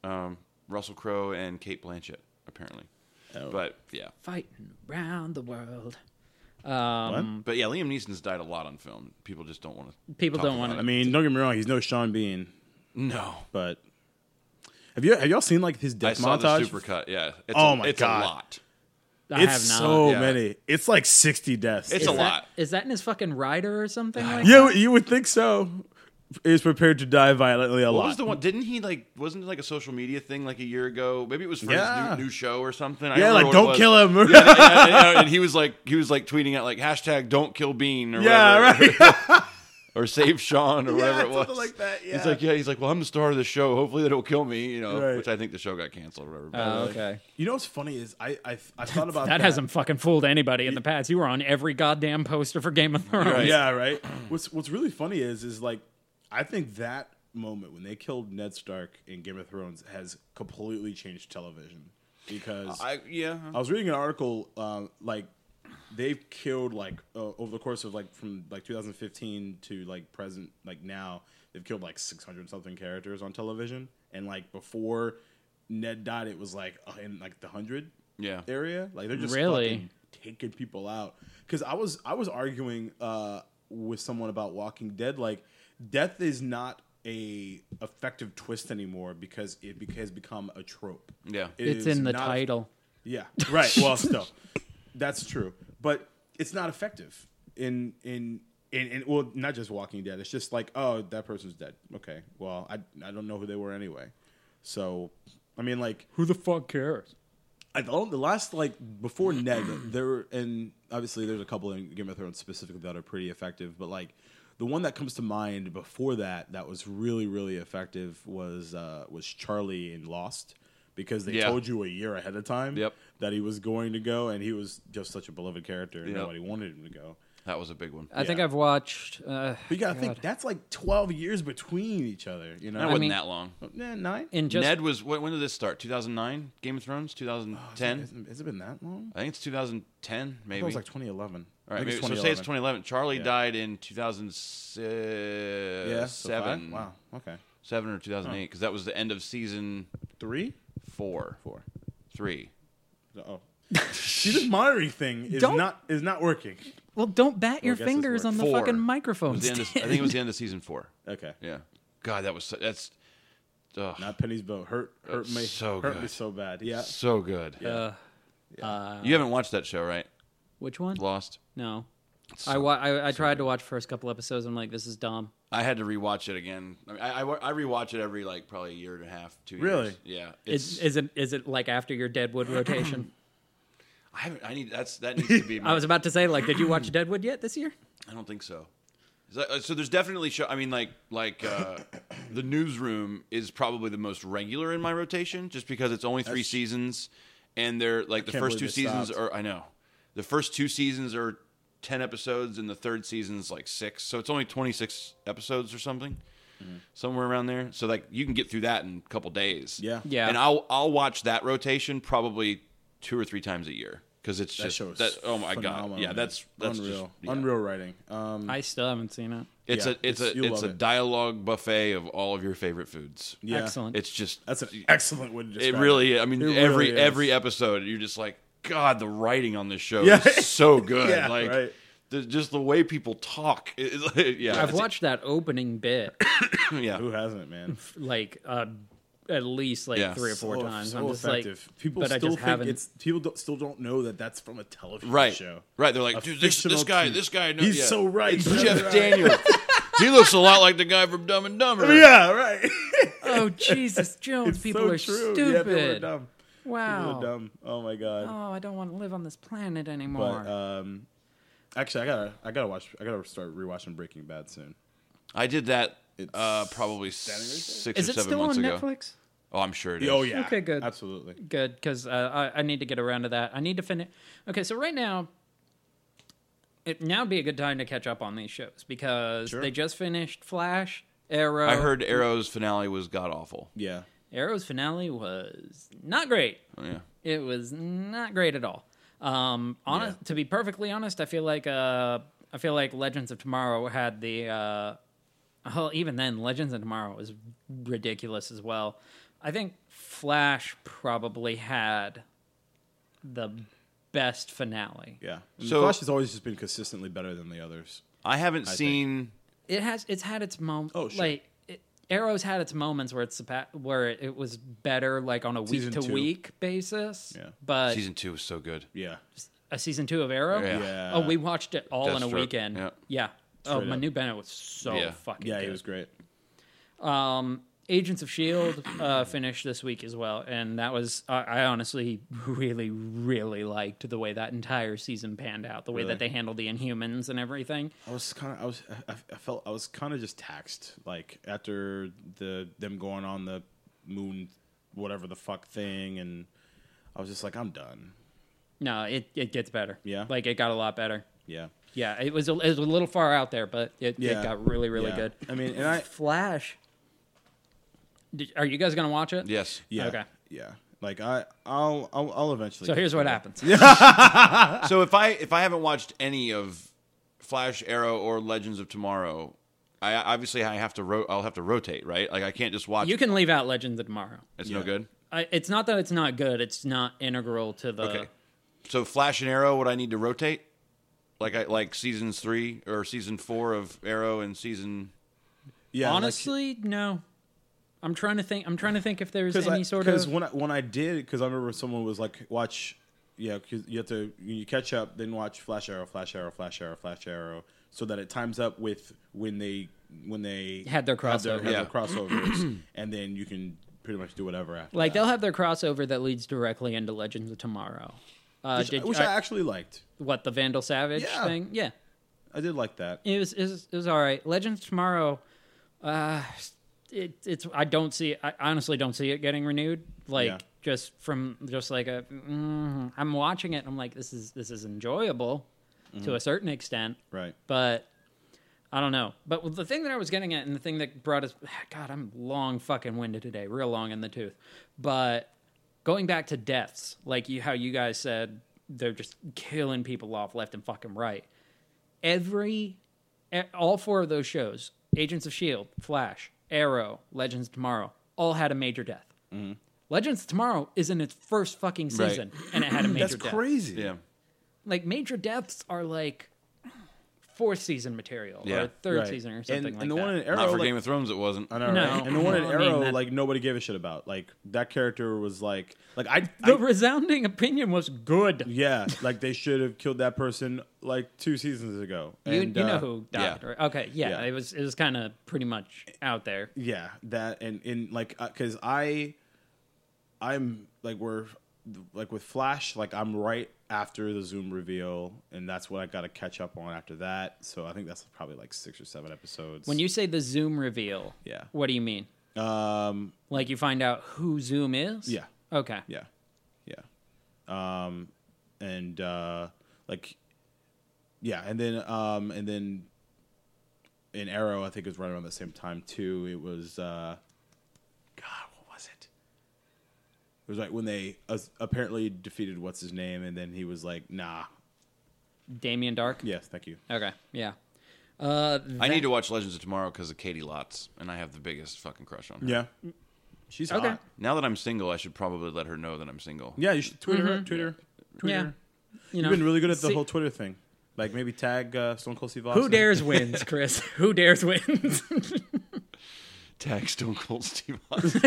Speaker 4: um, Russell Crowe and Kate Blanchett apparently,
Speaker 2: Oh.
Speaker 4: but yeah,
Speaker 3: fighting around the world. Um,
Speaker 4: but yeah, Liam Neeson's died a lot on film. People just don't want to.
Speaker 3: people don't want
Speaker 2: I
Speaker 3: to.
Speaker 2: mean, don't get me wrong, he's no Sean Bean,
Speaker 4: No,
Speaker 2: but have you have y'all seen like his
Speaker 4: I
Speaker 2: death
Speaker 4: saw
Speaker 2: montage?
Speaker 4: the supercut. Yeah, it's
Speaker 2: Oh
Speaker 4: a,
Speaker 2: my
Speaker 4: it's
Speaker 2: God.
Speaker 4: a lot.
Speaker 3: I
Speaker 2: It's
Speaker 3: have not.
Speaker 2: so
Speaker 4: Yeah.
Speaker 2: many. It's like sixty deaths.
Speaker 4: It's
Speaker 3: is
Speaker 4: a
Speaker 3: that,
Speaker 4: lot.
Speaker 3: Is that in his fucking rider or something? Like that?
Speaker 2: Yeah, you would think so. Is prepared to die violently a
Speaker 4: What
Speaker 2: lot.
Speaker 4: was the one? Didn't he like? Wasn't it like a social media thing like a year ago? Maybe it was for
Speaker 2: Yeah.
Speaker 4: his new, new show or something. I
Speaker 2: yeah, like
Speaker 4: remember
Speaker 2: don't
Speaker 4: what it was.
Speaker 2: kill
Speaker 4: <laughs>
Speaker 2: him.
Speaker 4: and, and- and he was like, he was like tweeting out like hashtag Don't Kill Bean or
Speaker 2: yeah,
Speaker 4: whatever.
Speaker 2: right.
Speaker 4: <laughs> or save Sean
Speaker 2: <laughs>
Speaker 4: or whatever it was.
Speaker 2: something like that. Yeah,
Speaker 4: He's like, yeah. He's like, well, I'm the star of the show. Hopefully, that'll kill me. You know,
Speaker 2: Right.
Speaker 4: which I think the show got canceled or whatever. but-
Speaker 3: Oh, okay.
Speaker 2: you know what's funny is I I, I thought about
Speaker 3: That hasn't fucking fooled anybody in the past. You were on every goddamn poster for Game of Thrones.
Speaker 4: Right.
Speaker 2: Yeah, right. What's What's really funny is is like I think that moment when they killed Ned Stark in Game of Thrones has completely changed television because I,
Speaker 4: I yeah.
Speaker 3: Uh-huh.
Speaker 2: was reading an article um, like they've killed like uh, over the course of like from like 2015 to like present like now they've killed like 600 something characters on television and like before Ned died it was like uh, in like the hundred
Speaker 4: Yeah.
Speaker 2: area. Like they're just
Speaker 3: Really?
Speaker 2: fucking taking people out. Because I was I was arguing uh, with someone about Walking Dead. Like death is not a effective twist anymore because it bec- has become a trope.
Speaker 4: Yeah.
Speaker 2: It
Speaker 3: It's
Speaker 2: is
Speaker 3: in the
Speaker 2: not-
Speaker 3: title.
Speaker 2: yeah, right. Well, still, that's true, but it's not effective in in. In, in, well, not just Walking Dead. It's just like, oh, that person's dead. Okay, well, I, I don't know who they were anyway. So, I mean, like,
Speaker 3: Who the fuck cares?
Speaker 2: I don't, the last like
Speaker 4: <clears throat>
Speaker 2: before Ned, there were, and obviously there's a couple in Game of Thrones specifically that are pretty effective, but like the one that comes to mind before that that was really really effective was uh, was Charlie in Lost because they
Speaker 4: Yeah.
Speaker 2: told you a year ahead of time
Speaker 4: Yep.
Speaker 2: that he was going to go, and he was just such a beloved character, and
Speaker 4: Yep.
Speaker 2: nobody wanted him to go.
Speaker 4: That was a big one.
Speaker 3: I think
Speaker 2: Yeah.
Speaker 3: I've watched. Uh,
Speaker 2: But you gotta think that's like twelve years between each other, you know?
Speaker 4: that wasn't
Speaker 3: mean-
Speaker 4: that long.
Speaker 2: Eh, nine?
Speaker 3: in just
Speaker 4: Ned was when, when did this start? 2009, Game of Thrones,
Speaker 3: Oh,
Speaker 4: 2010.
Speaker 2: Has Oh, it- has it been that long?
Speaker 4: I think it's 2010,
Speaker 2: I
Speaker 4: maybe.
Speaker 2: thought It was like 2011.
Speaker 4: All right,
Speaker 2: I think
Speaker 4: maybe,
Speaker 2: it's
Speaker 4: so say it's
Speaker 2: 2011.
Speaker 4: 2011. Charlie
Speaker 2: Yeah.
Speaker 4: died in 2007
Speaker 2: Yeah, so five? Wow. Okay.
Speaker 4: seven or 2008 because that was the end of season
Speaker 2: Three,
Speaker 4: four,
Speaker 2: four.
Speaker 4: three. <laughs>
Speaker 2: Oh. See, this monitoring thing is
Speaker 3: Don't-
Speaker 2: not is not working.
Speaker 3: well, don't bat your
Speaker 2: guess it's
Speaker 3: fingers on
Speaker 2: worked.
Speaker 3: the
Speaker 4: Four.
Speaker 3: fucking
Speaker 4: It
Speaker 3: microphone.
Speaker 4: was the end of, I
Speaker 3: stand.
Speaker 4: <laughs> think it was the end of season four.
Speaker 2: Okay.
Speaker 4: Oh, Yeah. God, that was so, that's ugh,
Speaker 2: Not Penny's boat. Hurt hurt
Speaker 4: That's
Speaker 2: me
Speaker 4: so
Speaker 2: hurt me
Speaker 4: good.
Speaker 2: so bad. Yeah.
Speaker 4: so good.
Speaker 3: Uh,
Speaker 4: you haven't watched that show, right?
Speaker 3: which one?
Speaker 4: Lost.
Speaker 3: No, I, wa- I I tried to watch the first couple episodes. I'm like, this is dumb.
Speaker 4: I had to rewatch it again. I, mean, I, I wa- I rewatch it every like probably a year and a half, two.
Speaker 2: Really?
Speaker 4: Years. Yeah.
Speaker 3: Is, is it is it like after your
Speaker 2: <clears throat>
Speaker 3: Deadwood rotation?
Speaker 4: I haven't. I need. That's that needs to
Speaker 3: <laughs>
Speaker 4: be. My,
Speaker 3: I was about to say, like, did you watch Deadwood yet this year?
Speaker 4: I don't think so. Is that- uh, So there's definitely show. I mean, like like uh, <coughs> the newsroom is probably the most regular in my rotation, just because it's only three seasons, and they're like the
Speaker 2: can't
Speaker 4: first
Speaker 2: believe
Speaker 4: two
Speaker 2: they
Speaker 4: seasons
Speaker 2: stopped.
Speaker 4: are. I know, the first two seasons are ten episodes, and the third season's like six. So it's only twenty six episodes or something,
Speaker 2: Mm-hmm.
Speaker 4: somewhere around there. So like you can get through that in a couple days.
Speaker 2: Yeah.
Speaker 3: Yeah.
Speaker 4: And I'll I'll watch that rotation probably two or three times a year because it's
Speaker 2: That
Speaker 4: just
Speaker 2: show is
Speaker 4: that. Oh my
Speaker 2: phenomenal,
Speaker 4: god. Yeah.
Speaker 2: man.
Speaker 4: That's that's
Speaker 2: unreal.
Speaker 4: Just, yeah.
Speaker 2: Unreal writing. Um
Speaker 3: I still haven't seen it.
Speaker 4: It's
Speaker 2: Yeah,
Speaker 4: a it's,
Speaker 2: it's-
Speaker 4: a
Speaker 2: you'll
Speaker 4: it's
Speaker 2: love
Speaker 4: a
Speaker 2: it.
Speaker 4: dialogue buffet of all of your favorite foods.
Speaker 2: yeah.
Speaker 3: Excellent.
Speaker 4: It's just
Speaker 2: That's an excellent way to
Speaker 4: it
Speaker 2: describe it.
Speaker 4: really I mean
Speaker 2: It
Speaker 4: every
Speaker 2: really is.
Speaker 4: every episode you're just like god the writing on this show
Speaker 2: Yeah.
Speaker 4: is
Speaker 2: <laughs>
Speaker 4: so good.
Speaker 2: Yeah,
Speaker 4: like
Speaker 2: right.
Speaker 4: the, just the way people talk. <laughs> It- it's like- yeah.
Speaker 3: I've
Speaker 4: it's-
Speaker 3: watched that opening bit
Speaker 4: yeah.
Speaker 2: Who hasn't, man?
Speaker 3: <laughs> like uh, at least like
Speaker 4: Yeah.
Speaker 3: three or four
Speaker 2: So-
Speaker 3: times.
Speaker 2: so
Speaker 3: I'm just
Speaker 2: effective.
Speaker 3: like,
Speaker 2: people
Speaker 3: but
Speaker 2: still
Speaker 3: I just
Speaker 2: think
Speaker 3: haven't.
Speaker 2: it's people don't, still don't know that that's from a television
Speaker 4: Right.
Speaker 2: show.
Speaker 4: Right. They're
Speaker 2: A
Speaker 4: like, dude, this, this
Speaker 2: fictional
Speaker 4: guy,
Speaker 2: dude.
Speaker 4: this guy knows.
Speaker 2: He's
Speaker 4: yeah.
Speaker 2: so right.
Speaker 4: It's
Speaker 2: He's
Speaker 4: Jeff
Speaker 2: <laughs> right.
Speaker 4: Daniels. he looks a lot like the guy from Dumb and Dumber.
Speaker 2: Yeah, right.
Speaker 3: <laughs>
Speaker 2: <laughs>
Speaker 3: oh Jesus, Jones!
Speaker 2: It's
Speaker 3: people
Speaker 2: so
Speaker 3: are
Speaker 2: true. Yeah, people are
Speaker 3: stupid.
Speaker 2: dumb. People
Speaker 3: wow.
Speaker 2: are dumb. Oh my god.
Speaker 3: Oh, I don't want to live on this planet anymore.
Speaker 2: But um, actually, I gotta, I gotta watch, I gotta start rewatching Breaking Bad soon.
Speaker 4: I did that
Speaker 2: It's
Speaker 4: uh, probably six or
Speaker 3: is it
Speaker 4: seven
Speaker 3: still
Speaker 4: months
Speaker 3: on
Speaker 4: ago.
Speaker 3: Netflix?
Speaker 4: Oh, I'm sure it is.
Speaker 2: Oh yeah.
Speaker 3: Okay, good.
Speaker 2: Absolutely.
Speaker 3: Good, because uh, I, I need to get around to that. I need to finish. Okay, so right now, it now would be a good time to catch up on these shows because
Speaker 2: Sure.
Speaker 3: they just finished Flash, Arrow.
Speaker 4: I heard Arrow's finale was god awful.
Speaker 2: Yeah.
Speaker 3: Arrow's finale was not great.
Speaker 4: Oh, yeah.
Speaker 3: It was not great at all. Um, honest, to be perfectly honest, I feel like uh, I feel like Legends of Tomorrow had the uh, well, even then, Legends of Tomorrow was ridiculous as well. I think Flash probably had the best finale.
Speaker 2: Yeah. And
Speaker 4: So-
Speaker 2: Flash has always just been consistently better than the others.
Speaker 4: I haven't seen.
Speaker 3: It has it's had its moments.
Speaker 2: Oh, sure.
Speaker 3: like it, Arrow's had its moments where it's suppa- where it, it was better, like on a week
Speaker 2: Season
Speaker 3: to
Speaker 2: two.
Speaker 3: week basis.
Speaker 2: Yeah.
Speaker 3: but
Speaker 4: Season two was so good.
Speaker 2: Yeah.
Speaker 3: a season two of Arrow.
Speaker 4: Yeah.
Speaker 2: Yeah.
Speaker 3: Oh, we watched it all in a
Speaker 4: Deathstroke,
Speaker 3: weekend.
Speaker 4: yeah.
Speaker 3: Yeah. Oh,
Speaker 2: Straight up.
Speaker 3: Manu Bennett was so
Speaker 4: Yeah.
Speaker 3: fucking
Speaker 2: Yeah,
Speaker 3: good.
Speaker 2: he was great.
Speaker 3: Agents of Shield uh, finished this week as well, and that was I, I honestly really really liked the way that entire season panned out, the way that they handled the Inhumans and everything.
Speaker 2: I was kind of I was I, I felt I was kind of just taxed like after the them going on the moon whatever the fuck thing and I was just like I'm done.
Speaker 3: No, it it gets better.
Speaker 2: Yeah.
Speaker 3: like it got a lot better.
Speaker 2: Yeah.
Speaker 3: Yeah, it was a, it was a little far out there, but it,
Speaker 2: Yeah.
Speaker 3: it got really really
Speaker 2: Yeah.
Speaker 3: good.
Speaker 2: I mean, and I
Speaker 3: Flash. Did, are you guys gonna watch it?
Speaker 4: Yes.
Speaker 2: yeah.
Speaker 3: Okay.
Speaker 2: Yeah. Like I I'll I'll, I'll eventually
Speaker 3: So
Speaker 2: get
Speaker 3: here's
Speaker 2: to
Speaker 3: what
Speaker 2: it.
Speaker 3: happens.
Speaker 4: So if I if I haven't watched any of Flash, Arrow, or Legends of Tomorrow, I obviously I have to ro- I'll have to rotate, right? Like I can't just watch.
Speaker 3: You can leave out Legends of Tomorrow.
Speaker 4: it's
Speaker 2: Yeah.
Speaker 4: no good.
Speaker 3: I, it's not that it's not good. It's not integral to
Speaker 2: Uh.
Speaker 3: the.
Speaker 4: Okay. So Flash and Arrow, would I need to rotate? Like I like seasons three or season four of Arrow and season.
Speaker 2: Yeah.
Speaker 3: Honestly, no. I'm trying to think. I'm trying to think if there's
Speaker 2: because
Speaker 3: any
Speaker 2: I,
Speaker 3: sort
Speaker 2: 'cause
Speaker 3: of.
Speaker 2: when I, when I did because I remember someone was like watch yeah because you have to when you catch up then watch Flash Arrow Flash Arrow Flash Arrow Flash Arrow so that it times up with when they when they
Speaker 3: Had their crossover.
Speaker 2: had
Speaker 4: Yeah.
Speaker 2: their crossovers
Speaker 3: <clears throat>
Speaker 2: and then you can pretty much do whatever after
Speaker 3: like
Speaker 2: that,
Speaker 3: they'll have their crossover that leads directly into Legends of Tomorrow. Uh,
Speaker 2: which,
Speaker 3: did,
Speaker 2: which
Speaker 3: uh,
Speaker 2: I actually liked
Speaker 3: what the Vandal Savage
Speaker 2: Yeah.
Speaker 3: thing? Yeah,
Speaker 2: I did like that
Speaker 3: it was, it was it was all right. Legends of Tomorrow. Uh, it, it's I don't see. I honestly don't see it getting renewed. Like
Speaker 2: Yeah.
Speaker 3: just from just like a. Mm, I'm watching it. I'm like this is this is enjoyable
Speaker 2: Mm-hmm.
Speaker 3: to a certain extent.
Speaker 2: right
Speaker 3: but I don't know. But the thing that I was getting at, and the thing that brought us, <sighs> God, I'm long fucking winded today, real long in the tooth. But going back to deaths, like you, how you guys said they're just killing people off left and fucking right. Every, e- all four of those shows, Agents of Shield, E Flash, Arrow, Legends of Tomorrow, all had a major death. Legends of Tomorrow is in its first fucking
Speaker 4: Right.
Speaker 3: season, and it had a major
Speaker 2: that's
Speaker 3: death
Speaker 2: crazy
Speaker 4: Yeah.
Speaker 3: like major deaths are like fourth season material
Speaker 4: Yeah.
Speaker 3: or third
Speaker 2: Right.
Speaker 3: season or
Speaker 2: And-
Speaker 3: something
Speaker 2: and,
Speaker 3: like
Speaker 2: the
Speaker 3: that.
Speaker 2: one in Arrow
Speaker 4: Not for
Speaker 2: like,
Speaker 4: Game of Thrones, it wasn't.
Speaker 2: I know,
Speaker 3: No.
Speaker 2: right? and the one in
Speaker 3: I
Speaker 2: Arrow,
Speaker 3: mean, that-
Speaker 2: like nobody gave a shit about. Like that character was like, like I, I
Speaker 3: the resounding opinion was good. You,
Speaker 2: Yeah, like they should have killed that person like two seasons ago. And,
Speaker 3: you know
Speaker 2: uh,
Speaker 3: who died,
Speaker 4: yeah.
Speaker 3: right? Okay, yeah,
Speaker 2: Yeah.
Speaker 3: it was it was kind of pretty much out there.
Speaker 2: Yeah, that and in like because I, I'm like we're like with Flash, like I'm right after the Zoom reveal, and that's what I got to catch up on after that. So I think that's probably like six or seven episodes.
Speaker 3: When you say the Zoom reveal,
Speaker 2: Yeah.
Speaker 3: what do you mean?
Speaker 2: um
Speaker 3: Like you find out who Zoom is?
Speaker 2: Yeah.
Speaker 3: Okay.
Speaker 2: yeah yeah um and uh like yeah and then um and then in arrow i think it was right around the same time too it was uh god what was it it was like when they uh, apparently defeated what's his name and then he was like nah
Speaker 3: Damien Dark.
Speaker 2: yes thank you
Speaker 3: Okay. Yeah. Uh,
Speaker 4: I
Speaker 3: that-
Speaker 4: need to watch Legends of Tomorrow because of Katie Lotz, and I have the biggest fucking crush on her.
Speaker 2: yeah she's
Speaker 3: Okay.
Speaker 2: hot
Speaker 4: Now that I'm single, I should probably let her know that I'm single.
Speaker 2: yeah you should twitter her twitter twitter
Speaker 3: Mm-hmm. Yeah. You know,
Speaker 2: you've been really good at the
Speaker 3: see-
Speaker 2: whole twitter thing like maybe tag uh, stone cold steve austin
Speaker 3: Who dares
Speaker 2: <laughs>
Speaker 3: wins, Chris? who dares wins?
Speaker 4: Tag Stone Cold Steve Austin.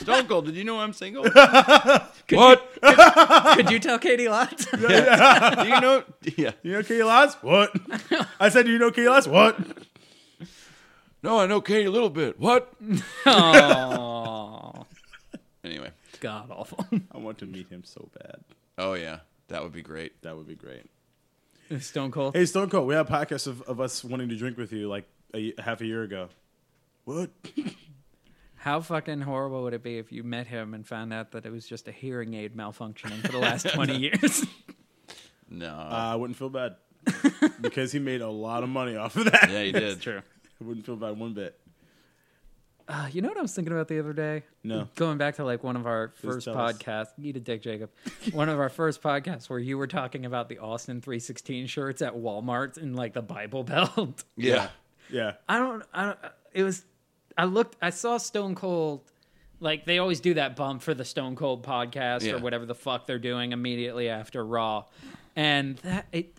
Speaker 4: Stone Cold, did you know I'm <laughs> single?
Speaker 3: what? could you tell
Speaker 2: <laughs>
Speaker 3: Katie Lott?
Speaker 4: <laughs> Do you know? Yeah.
Speaker 2: You know Katie Lotz? <laughs> What? I said, you know Katie Lotz? What?
Speaker 4: No, I know Katie a little bit. What?
Speaker 3: oh,
Speaker 4: Anyway.
Speaker 3: god awful. <laughs>
Speaker 2: I want to meet him so bad.
Speaker 4: Oh yeah, that would be great.
Speaker 2: That would be great.
Speaker 3: Stone Cold.
Speaker 2: Hey, Stone Cold, we had a podcast of, of us wanting to drink with you like a, y- half a year ago. Uh, What?
Speaker 3: How fucking horrible would it be if you met him and found out that it was just a hearing aid malfunctioning for the last twenty years? <laughs>
Speaker 4: No.
Speaker 2: <laughs> I wouldn't feel bad because he made a lot of money off of that.
Speaker 4: yeah, you did.
Speaker 3: true.
Speaker 2: I <laughs> wouldn't feel bad one bit.
Speaker 3: Uh, you know what I was thinking about the other day?
Speaker 2: No.
Speaker 3: Going back to like one of our first
Speaker 2: tell us.
Speaker 3: podcasts, eat a dick, Jacob. <laughs> one of our first podcasts where you were talking about the Austin three sixteen shirts at Walmart and like the Bible Belt.
Speaker 4: Yeah.
Speaker 2: Yeah.
Speaker 3: I don't. I don't. It was. I looked. I saw Stone Cold. Like they always do that bump for the Stone Cold podcast
Speaker 4: Yeah.
Speaker 3: or whatever the fuck they're doing immediately after Raw, and that it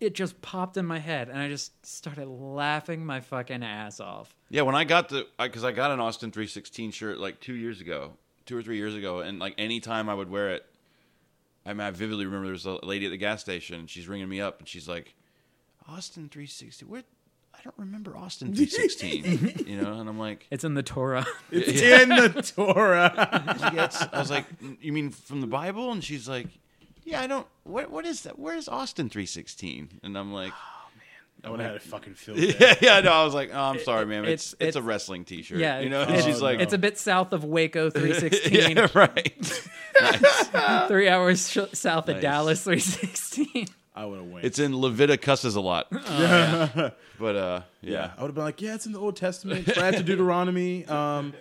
Speaker 3: it just popped in my head, and I just started laughing my fucking ass off.
Speaker 4: Yeah, when I got the, because I, got an Austin 316 shirt like two years ago, two or three years ago, and like any time I would wear it, I mean, I vividly remember there was a lady at the gas station, and she's ringing me up, and she's like, Austin 360, what? I I don't
Speaker 3: <laughs>
Speaker 4: remember Austin 316. you know, and I'm like,
Speaker 3: It's in the Torah. <laughs>
Speaker 2: It's in the <laughs> Torah.
Speaker 4: yes. I was like, you mean from the Bible? And she's like, yeah, I don't. What what is that? Where is Austin 316? And I'm
Speaker 3: <gasps>
Speaker 4: like,
Speaker 2: I would have had <laughs> a fucking field. day.
Speaker 4: <laughs> yeah, yeah. No, I was like, oh, I'm sorry, ma'am. It's,
Speaker 3: it's-
Speaker 4: it's a
Speaker 3: it's-
Speaker 4: wrestling T-shirt.
Speaker 3: yeah,
Speaker 4: you know.
Speaker 3: it's-
Speaker 4: And she's
Speaker 2: Oh,
Speaker 4: like,
Speaker 2: no.
Speaker 3: It's a bit south of
Speaker 2: <laughs>
Speaker 3: Waco 316,
Speaker 4: <laughs> yeah, right.
Speaker 3: three hours sh- south of
Speaker 4: Nice.
Speaker 2: <laughs>
Speaker 3: Dallas 316.
Speaker 2: I would have went.
Speaker 4: It's in Leviticus is a lot. But uh, yeah.
Speaker 2: yeah. I would have been like, yeah, it's in the Old <laughs> Testament, it's right after Deuteronomy. Um,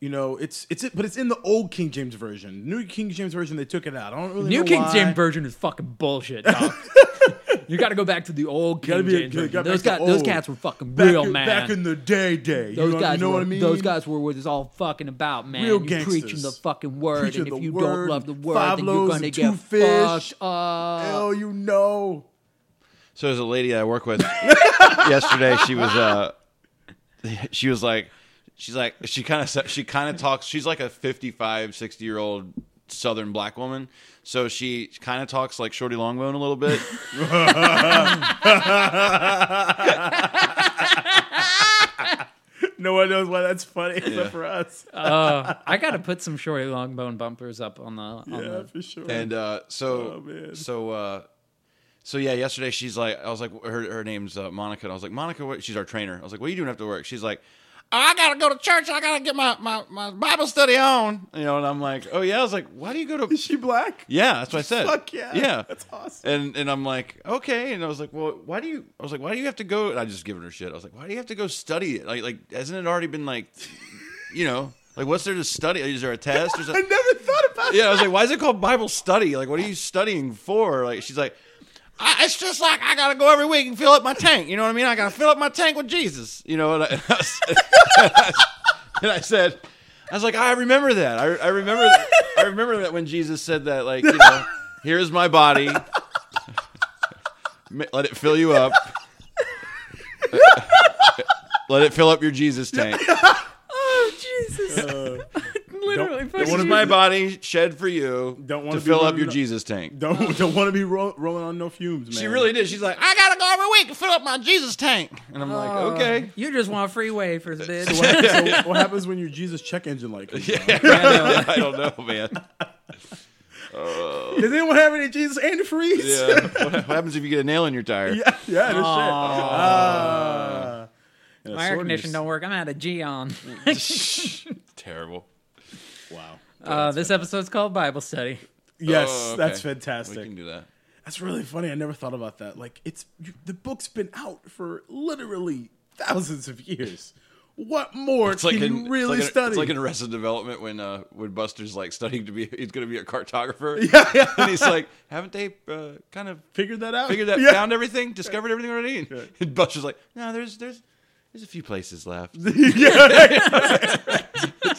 Speaker 2: you know, it's it's it, but it's in the old King James version. New King James version, they took it out. I don't really
Speaker 3: New
Speaker 2: know
Speaker 3: King
Speaker 2: why.
Speaker 3: James version is fucking
Speaker 2: <laughs>
Speaker 3: bullshit, dog. you got to go back to the old
Speaker 2: Gotta
Speaker 3: King
Speaker 2: be-
Speaker 3: James
Speaker 2: gotta
Speaker 3: version.
Speaker 2: get
Speaker 3: Those,
Speaker 2: back
Speaker 3: guys,
Speaker 2: to
Speaker 3: those
Speaker 2: old.
Speaker 3: cats were fucking
Speaker 2: Back
Speaker 3: real,
Speaker 2: in-
Speaker 3: man.
Speaker 2: Back in the day, day.
Speaker 3: those
Speaker 2: you know,
Speaker 3: guys,
Speaker 2: you know
Speaker 3: were,
Speaker 2: what I mean?
Speaker 3: those guys were what it's all fucking about, man.
Speaker 2: Real
Speaker 3: you preaching
Speaker 2: gangsters.
Speaker 3: the fucking word,
Speaker 2: Preaching
Speaker 3: and if
Speaker 2: the
Speaker 3: you don't
Speaker 2: word,
Speaker 3: love the word,
Speaker 2: five
Speaker 3: then you're
Speaker 2: loaves
Speaker 3: gonna
Speaker 2: and
Speaker 3: get
Speaker 2: two fish.
Speaker 3: fucked up.
Speaker 2: Oh, you know.
Speaker 4: So there's a lady that I work with yesterday. She was uh, she was like, she's like, she kind of she kind of talks. She's like a 55, 60 year old Southern black woman. So she kind of talks like Shorty Longbone a little bit.
Speaker 2: No one knows why that's funny except <laughs> for us.
Speaker 3: Uh, I gotta put some Shorty Longbone bumpers up on the. On
Speaker 2: yeah,
Speaker 3: the
Speaker 2: for sure.
Speaker 4: And uh, so,
Speaker 2: <laughs> Oh, man.
Speaker 4: so, uh, so yeah. Yesterday, she's like, I was like, her her name's uh, Monica. And I was like, Monica, what? she's our trainer. I was like, what are you doing after work? She's like, oh, I gotta go to church. I gotta get my, my my Bible study on. You know, and I'm like, oh yeah. I was like, why do you go to?
Speaker 2: Is <laughs> she black?
Speaker 4: Yeah, that's what I said.
Speaker 2: Fuck yeah.
Speaker 4: yeah.
Speaker 2: That's awesome.
Speaker 4: And and I'm like, okay. And I was like, well, why do you? I was like, why do you have to go? And I just giving her shit. I was like, why do you have to go study it? Like like hasn't it already been like, you know, like what's there to study? Is there a test or
Speaker 2: I <laughs>
Speaker 4: something?
Speaker 2: never thought about
Speaker 4: yeah, I was like, why is it called Bible study? Like, what are you studying for? Like, she's like, I, it's just like I gotta go every week and fill up my tank. You know what I mean? I gotta fill up my tank with Jesus. You know, and I, <laughs> and I, s- and I said, I was like, I remember that. I, I remember, that, I remember that when Jesus said that, like, you know, here's my body, <laughs> Ma- let it fill you up. Let it fill up your Jesus tank.
Speaker 3: oh Jesus! <laughs> Literally,
Speaker 2: Uh, don't-
Speaker 3: fucking
Speaker 4: One of my body shed for you
Speaker 2: Don't wanna
Speaker 4: to
Speaker 2: be
Speaker 4: fill up
Speaker 2: running
Speaker 4: your
Speaker 2: up-
Speaker 4: Jesus tank.
Speaker 2: Don't don't want to be ro- rolling on no fumes, man. <laughs>
Speaker 4: She really did. She's like, I gotta go every week to fill up my Jesus tank, and I'm like,
Speaker 3: Uh,
Speaker 4: <laughs> okay.
Speaker 3: You just want free wafers, bitch.
Speaker 2: So what, happens, so what happens when your Jesus check engine light comes on?
Speaker 4: <laughs> I don't know, <laughs> man.
Speaker 2: Does anyone have any Jesus antifreeze?
Speaker 4: Yeah. What what happens if you get a nail in your
Speaker 2: <laughs>
Speaker 4: tire? <laughs>
Speaker 2: yeah, yeah, this shit. Ah. And a
Speaker 3: My air
Speaker 2: sword in your
Speaker 3: condition don't work. I'm out of Uh, G on.
Speaker 4: Terrible.
Speaker 2: s- Wow.
Speaker 3: Uh, this episode's called Bible Study.
Speaker 2: Yes,
Speaker 4: Oh, okay.
Speaker 2: that's
Speaker 4: We can
Speaker 2: fantastic.
Speaker 4: do that.
Speaker 2: That's really funny. I never thought about that. Like, it's you, the book's been out for literally thousands of years. What more
Speaker 4: It's
Speaker 2: can
Speaker 4: like
Speaker 2: you
Speaker 4: in,
Speaker 2: really
Speaker 4: it's like in-
Speaker 2: study?
Speaker 4: It's like in Arrested Development when uh, when Buster's like studying to be he's gonna be a <laughs> cartographer.
Speaker 2: Yeah, yeah.
Speaker 4: And he's like, haven't they uh, kind of
Speaker 2: Figured that out.
Speaker 4: <laughs>
Speaker 2: <laughs>
Speaker 4: figured that
Speaker 2: Yeah.
Speaker 4: found everything, discovered everything already? And, and Buster's like, no, there's there's there's a few places <laughs> left. <laughs>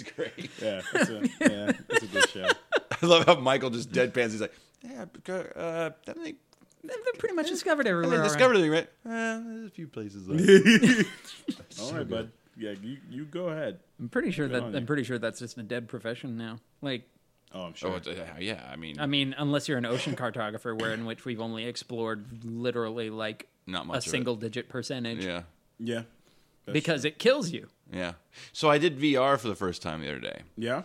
Speaker 4: It's great.
Speaker 2: Yeah, that's a, yeah, that's a good <laughs> show.
Speaker 4: I love how Michael just deadpans. He's like, yeah, uh, haven't they
Speaker 3: They've been pretty much discovered
Speaker 4: I
Speaker 3: everywhere.
Speaker 4: mean,
Speaker 3: around.
Speaker 4: discovered anything, right? Uh, there's a few places. Left.
Speaker 2: All right, bud. Yeah, you, you go ahead.
Speaker 3: I'm pretty sure that
Speaker 2: on
Speaker 3: I'm
Speaker 2: you.
Speaker 3: pretty sure that's just a dead profession now. Like,
Speaker 2: Oh, I'm sure.
Speaker 4: oh, it's, uh, yeah. I mean,
Speaker 3: I mean, unless you're an ocean cartographer, where in which we've only explored literally like
Speaker 4: Not much
Speaker 3: a
Speaker 4: of it.
Speaker 3: single digit percentage
Speaker 4: yeah,
Speaker 2: yeah. That's-
Speaker 3: because it kills you.
Speaker 4: yeah. So I did VR for the first time the other day,
Speaker 2: yeah.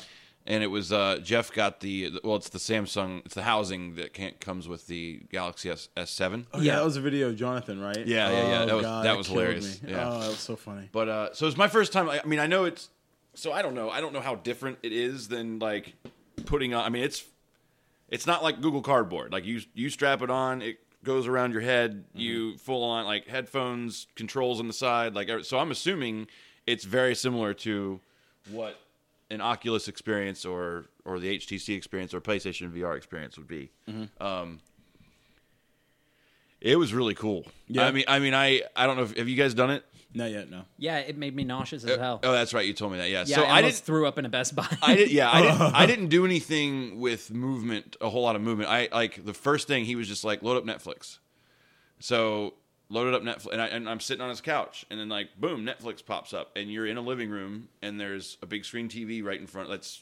Speaker 4: and it was uh, Jeff got the the- well, it's the Samsung, it's the housing that can't, comes with the Galaxy S S7.
Speaker 2: Oh, yeah,
Speaker 3: Yeah.
Speaker 2: that was a video of Jonathan, right?
Speaker 4: Yeah, yeah, yeah.
Speaker 2: Oh,
Speaker 4: That was-
Speaker 2: God,
Speaker 4: that was
Speaker 2: killed
Speaker 4: hilarious.
Speaker 2: me.
Speaker 4: Yeah.
Speaker 2: Oh, that was so funny.
Speaker 4: But uh, so it's my first time. I, I mean, I know it's. So I don't know. I don't know how different it is than like putting on. I mean, it's it's not like Google Cardboard. Like you you strap it on, it goes around your head. You full on like headphones, controls on the side. Like every- so, I'm assuming it's very similar to what an Oculus experience or or the HTC experience or PlayStation VR experience would be. Um, it was really cool.
Speaker 2: Yeah.
Speaker 4: I mean, I mean, I I don't know. If, have you guys done it?
Speaker 2: Not yet, no.
Speaker 3: Yeah, it made me nauseous as hell.
Speaker 4: Oh, that's right. You told me that. Yeah.
Speaker 3: yeah,
Speaker 4: so
Speaker 3: I
Speaker 4: I
Speaker 3: almost
Speaker 4: didn't.
Speaker 3: threw up in a Best Buy.
Speaker 4: I did. Yeah. I didn't. I didn't do anything with movement. A whole lot of movement. I like the first thing he was just like load up Netflix. So loaded up Netflix, and, I, and I'm sitting on his couch, and then like boom, Netflix pops up, and you're in a living room, and there's a big screen TV right in front. That's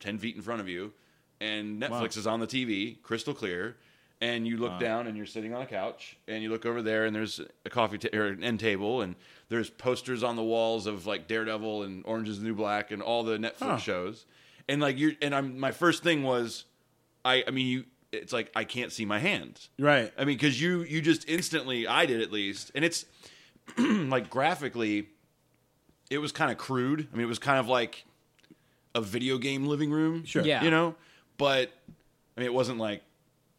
Speaker 4: ten feet in front of you, and Netflix is on the TV, crystal clear. and you look down and you're sitting on a couch and you look over there and there's a coffee ta- or an end table and there's posters on the walls of like Daredevil and Orange is the New Black and all the Netflix shows. And like you and I'm my first thing was I I mean you it's like I can't see my hands.
Speaker 2: Right.
Speaker 4: I mean, because you you just instantly, I did at least, and it's <clears throat> like graphically, it was kind of crude. I mean, it was kind of like a video game living room,
Speaker 2: Sure.
Speaker 3: Yeah.
Speaker 4: you know. But I mean, it wasn't like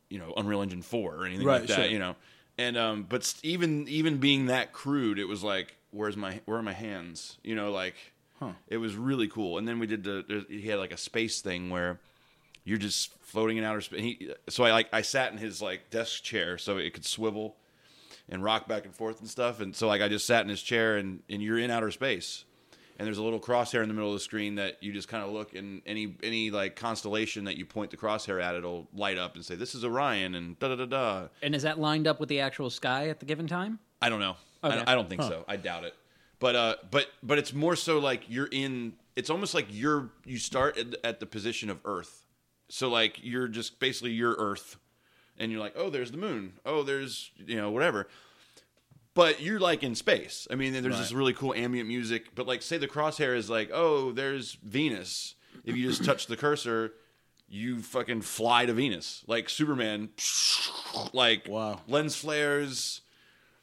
Speaker 4: you know Unreal Engine Four or anything
Speaker 2: Right,
Speaker 4: like that,
Speaker 2: sure.
Speaker 4: you know. And um, but s- even even being that crude, it was like, where's my where are my hands? You know, like it was really cool. And then we did the there- he had like a space thing where you're just floating in outer space. He, so I like I sat in his like desk chair so it could swivel and rock back and forth and stuff. And so like I just sat in his chair and and you're in outer space. And there's a little crosshair in the middle of the screen that you just kind of look and any any like constellation that you point the crosshair at, it'll light up and say this is Orion and da da da da.
Speaker 3: <laughs> And is that lined up with the actual sky at the given time?
Speaker 4: I don't know.
Speaker 3: Okay.
Speaker 4: I, don't- I don't think so. I doubt it. But uh, but but it's more so like you're in. It's almost like you're you start at, at the position of Earth. So like you're just basically your Earth, and you're like, oh, there's the moon. Oh, there's you know whatever. But you're like in space. I mean, there's this really cool ambient music. But like, say the crosshair is like, oh, there's Venus. If you just touch the cursor, you fucking fly to Venus, like Superman. Like
Speaker 2: Wow.
Speaker 4: lens flares.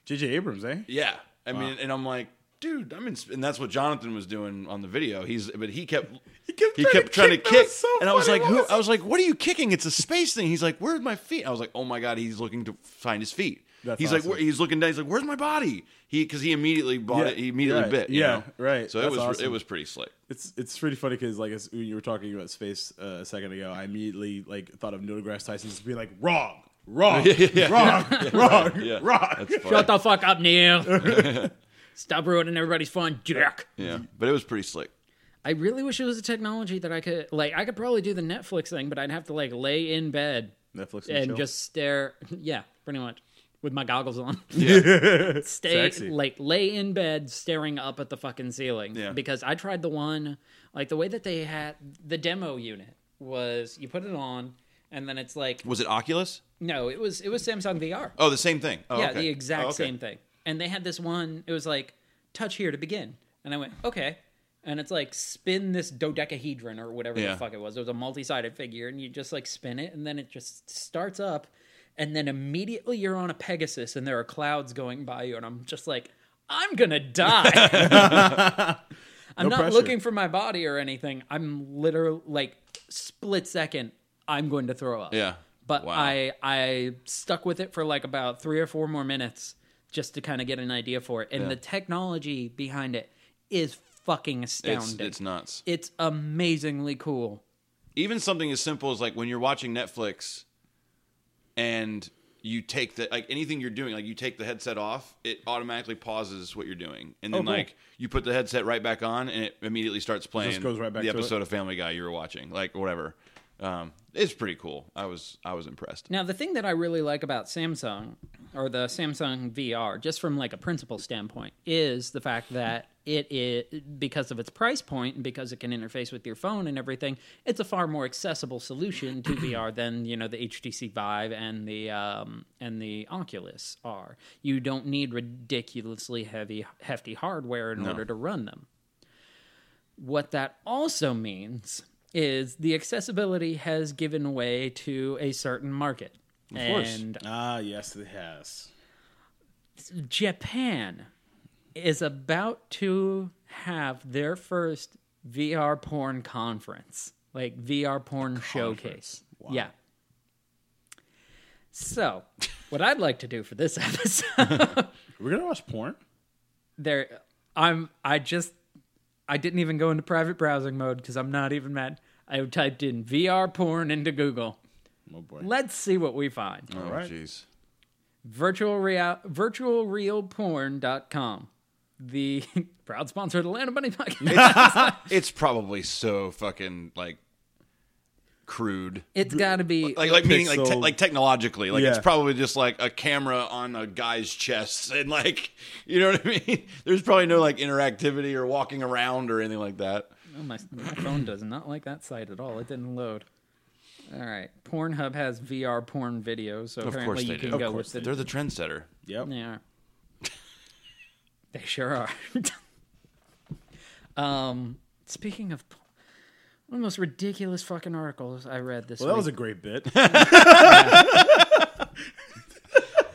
Speaker 2: J.J. Abrams, eh?
Speaker 4: Yeah, I mean, and I'm like, dude, I'm in, sp-" and that's what Jonathan was doing on the video. He's, but he
Speaker 2: <laughs>
Speaker 4: kept, he
Speaker 2: kept
Speaker 4: he
Speaker 2: trying to
Speaker 4: kept trying
Speaker 2: kick.
Speaker 4: to
Speaker 2: That was
Speaker 4: kick,
Speaker 2: so
Speaker 4: and I was
Speaker 2: funny. What
Speaker 4: like, who?
Speaker 2: was
Speaker 4: I was like, what are you kicking? It's a space thing. He's like, where's my feet? I was like, oh my god, he's looking to find his feet.
Speaker 2: That's
Speaker 4: he's
Speaker 2: awesome.
Speaker 4: like, where, he's looking down. He's like, where's my body? He because he immediately bought
Speaker 2: Yeah,
Speaker 4: it. He immediately
Speaker 2: right.
Speaker 4: bit. you
Speaker 2: Yeah,
Speaker 4: know?
Speaker 2: right.
Speaker 4: So
Speaker 2: That's
Speaker 4: it was
Speaker 2: awesome.
Speaker 4: it was pretty slick.
Speaker 2: It's it's pretty funny because like as when you were talking about space uh, a second ago, I immediately like thought of Neil deGrasse Tyson just being like wrong,
Speaker 4: <laughs>
Speaker 2: wrong, wrong, wrong,
Speaker 4: Yeah,
Speaker 2: wrong.
Speaker 4: That's funny.
Speaker 3: Shut the fuck up,
Speaker 4: <laughs>
Speaker 3: Neil. Stop ruining everybody's fun, jerk.
Speaker 2: Mm-hmm.
Speaker 4: yeah, but it was
Speaker 2: <laughs>
Speaker 4: pretty slick.
Speaker 3: I really wish it was a technology that I could like. I could probably do the Netflix thing, but I'd have to like lay in bed
Speaker 2: <laughs> Netflix and,
Speaker 3: and
Speaker 2: chill.
Speaker 3: just stare. <laughs> Yeah, pretty much with my goggles on.
Speaker 4: Yeah,
Speaker 3: Stay
Speaker 2: Sexy.
Speaker 3: like lay in bed staring up at the fucking ceiling.
Speaker 4: Yeah.
Speaker 3: Because I tried the one like the way that they had the demo unit was you put it on and then it's like
Speaker 4: was it Oculus?
Speaker 3: no, it was it was Samsung VR.
Speaker 4: Oh, the same thing. Oh,
Speaker 3: yeah,
Speaker 4: okay.
Speaker 3: the exact
Speaker 4: Oh, okay.
Speaker 3: same thing. And they had this one. It was like touch here to begin, and I went okay. And it's like spin this dodecahedron or whatever
Speaker 4: Yeah.
Speaker 3: the fuck it was. It was a multi-sided figure, and you just like spin it, and then it just starts up, and then immediately you're on a Pegasus, and there are clouds going by you, and I'm just like, I'm gonna die.
Speaker 4: <laughs>
Speaker 3: I'm
Speaker 2: No
Speaker 3: not
Speaker 2: pressure.
Speaker 3: looking for my body or anything. I'm literally like split second. I'm going to throw up
Speaker 4: Yeah,
Speaker 3: but
Speaker 4: Wow.
Speaker 3: I I stuck with it for like about three or four more minutes just to kind of get an idea for it. And the technology behind it is fucking
Speaker 4: It's,
Speaker 3: astounding.
Speaker 4: it's nuts.
Speaker 3: It's amazingly cool.
Speaker 4: even something as simple as like when you're watching Netflix and you take the like anything you're doing, like you take the headset off, it automatically pauses what you're doing, and then
Speaker 2: Oh, cool.
Speaker 4: like you put the headset right back on, and it immediately starts playing
Speaker 2: goes right back
Speaker 4: the
Speaker 2: to
Speaker 4: episode of Family Guy you were watching, like whatever. Um, it's pretty cool. I was I was impressed.
Speaker 3: Now the thing that I really like about Samsung or the Samsung VR, just from like a principal standpoint, is the fact that it is because of its price point and because it can interface with your phone and everything. It's a far more accessible solution to VR than you know the HTC Vive and the um, and the Oculus are. You don't need ridiculously heavy hefty hardware in order to run them. What that also means is the accessibility has given way to a certain market.
Speaker 4: course.
Speaker 3: and
Speaker 2: ah yes, it has.
Speaker 3: Japan is about to have their first VR porn conference, like VR porn showcase. Yeah. So, what I'd like to do for this <laughs> episode,
Speaker 2: We're gonna watch porn.
Speaker 3: there, I'm, I just, I didn't even go into private browsing mode because I'm not even mad. I typed in VR porn into Google.
Speaker 2: Oh boy.
Speaker 3: Let's see what we find.
Speaker 4: Oh
Speaker 2: right.
Speaker 4: jeez,
Speaker 3: virtual real virtualrealporn.com the <laughs> proud sponsor of the land of bunny podcast
Speaker 4: <laughs> it's probably so fucking like crude.
Speaker 3: it's got to be
Speaker 4: like like meaning like te-
Speaker 2: Pixel.
Speaker 4: like technologically like it's
Speaker 2: Yeah.
Speaker 4: probably just like a camera on a guy's chest and like <laughs> you know what i mean <laughs> there's probably no like interactivity or walking around or anything like that
Speaker 3: oh, my, my phone does not like that site at all it didn't load All right. Pornhub has VR porn videos, so
Speaker 4: Of course
Speaker 3: apparently
Speaker 4: they
Speaker 3: you can
Speaker 4: do. Of
Speaker 3: go
Speaker 2: course
Speaker 3: with
Speaker 4: They're
Speaker 3: the.
Speaker 4: the trendsetter.
Speaker 2: Yep.
Speaker 3: Yeah. they sure are. <laughs> um, speaking of, po- one of the most ridiculous fucking articles I read this
Speaker 2: Well, that was
Speaker 3: week.
Speaker 2: a great
Speaker 4: <laughs>
Speaker 2: bit.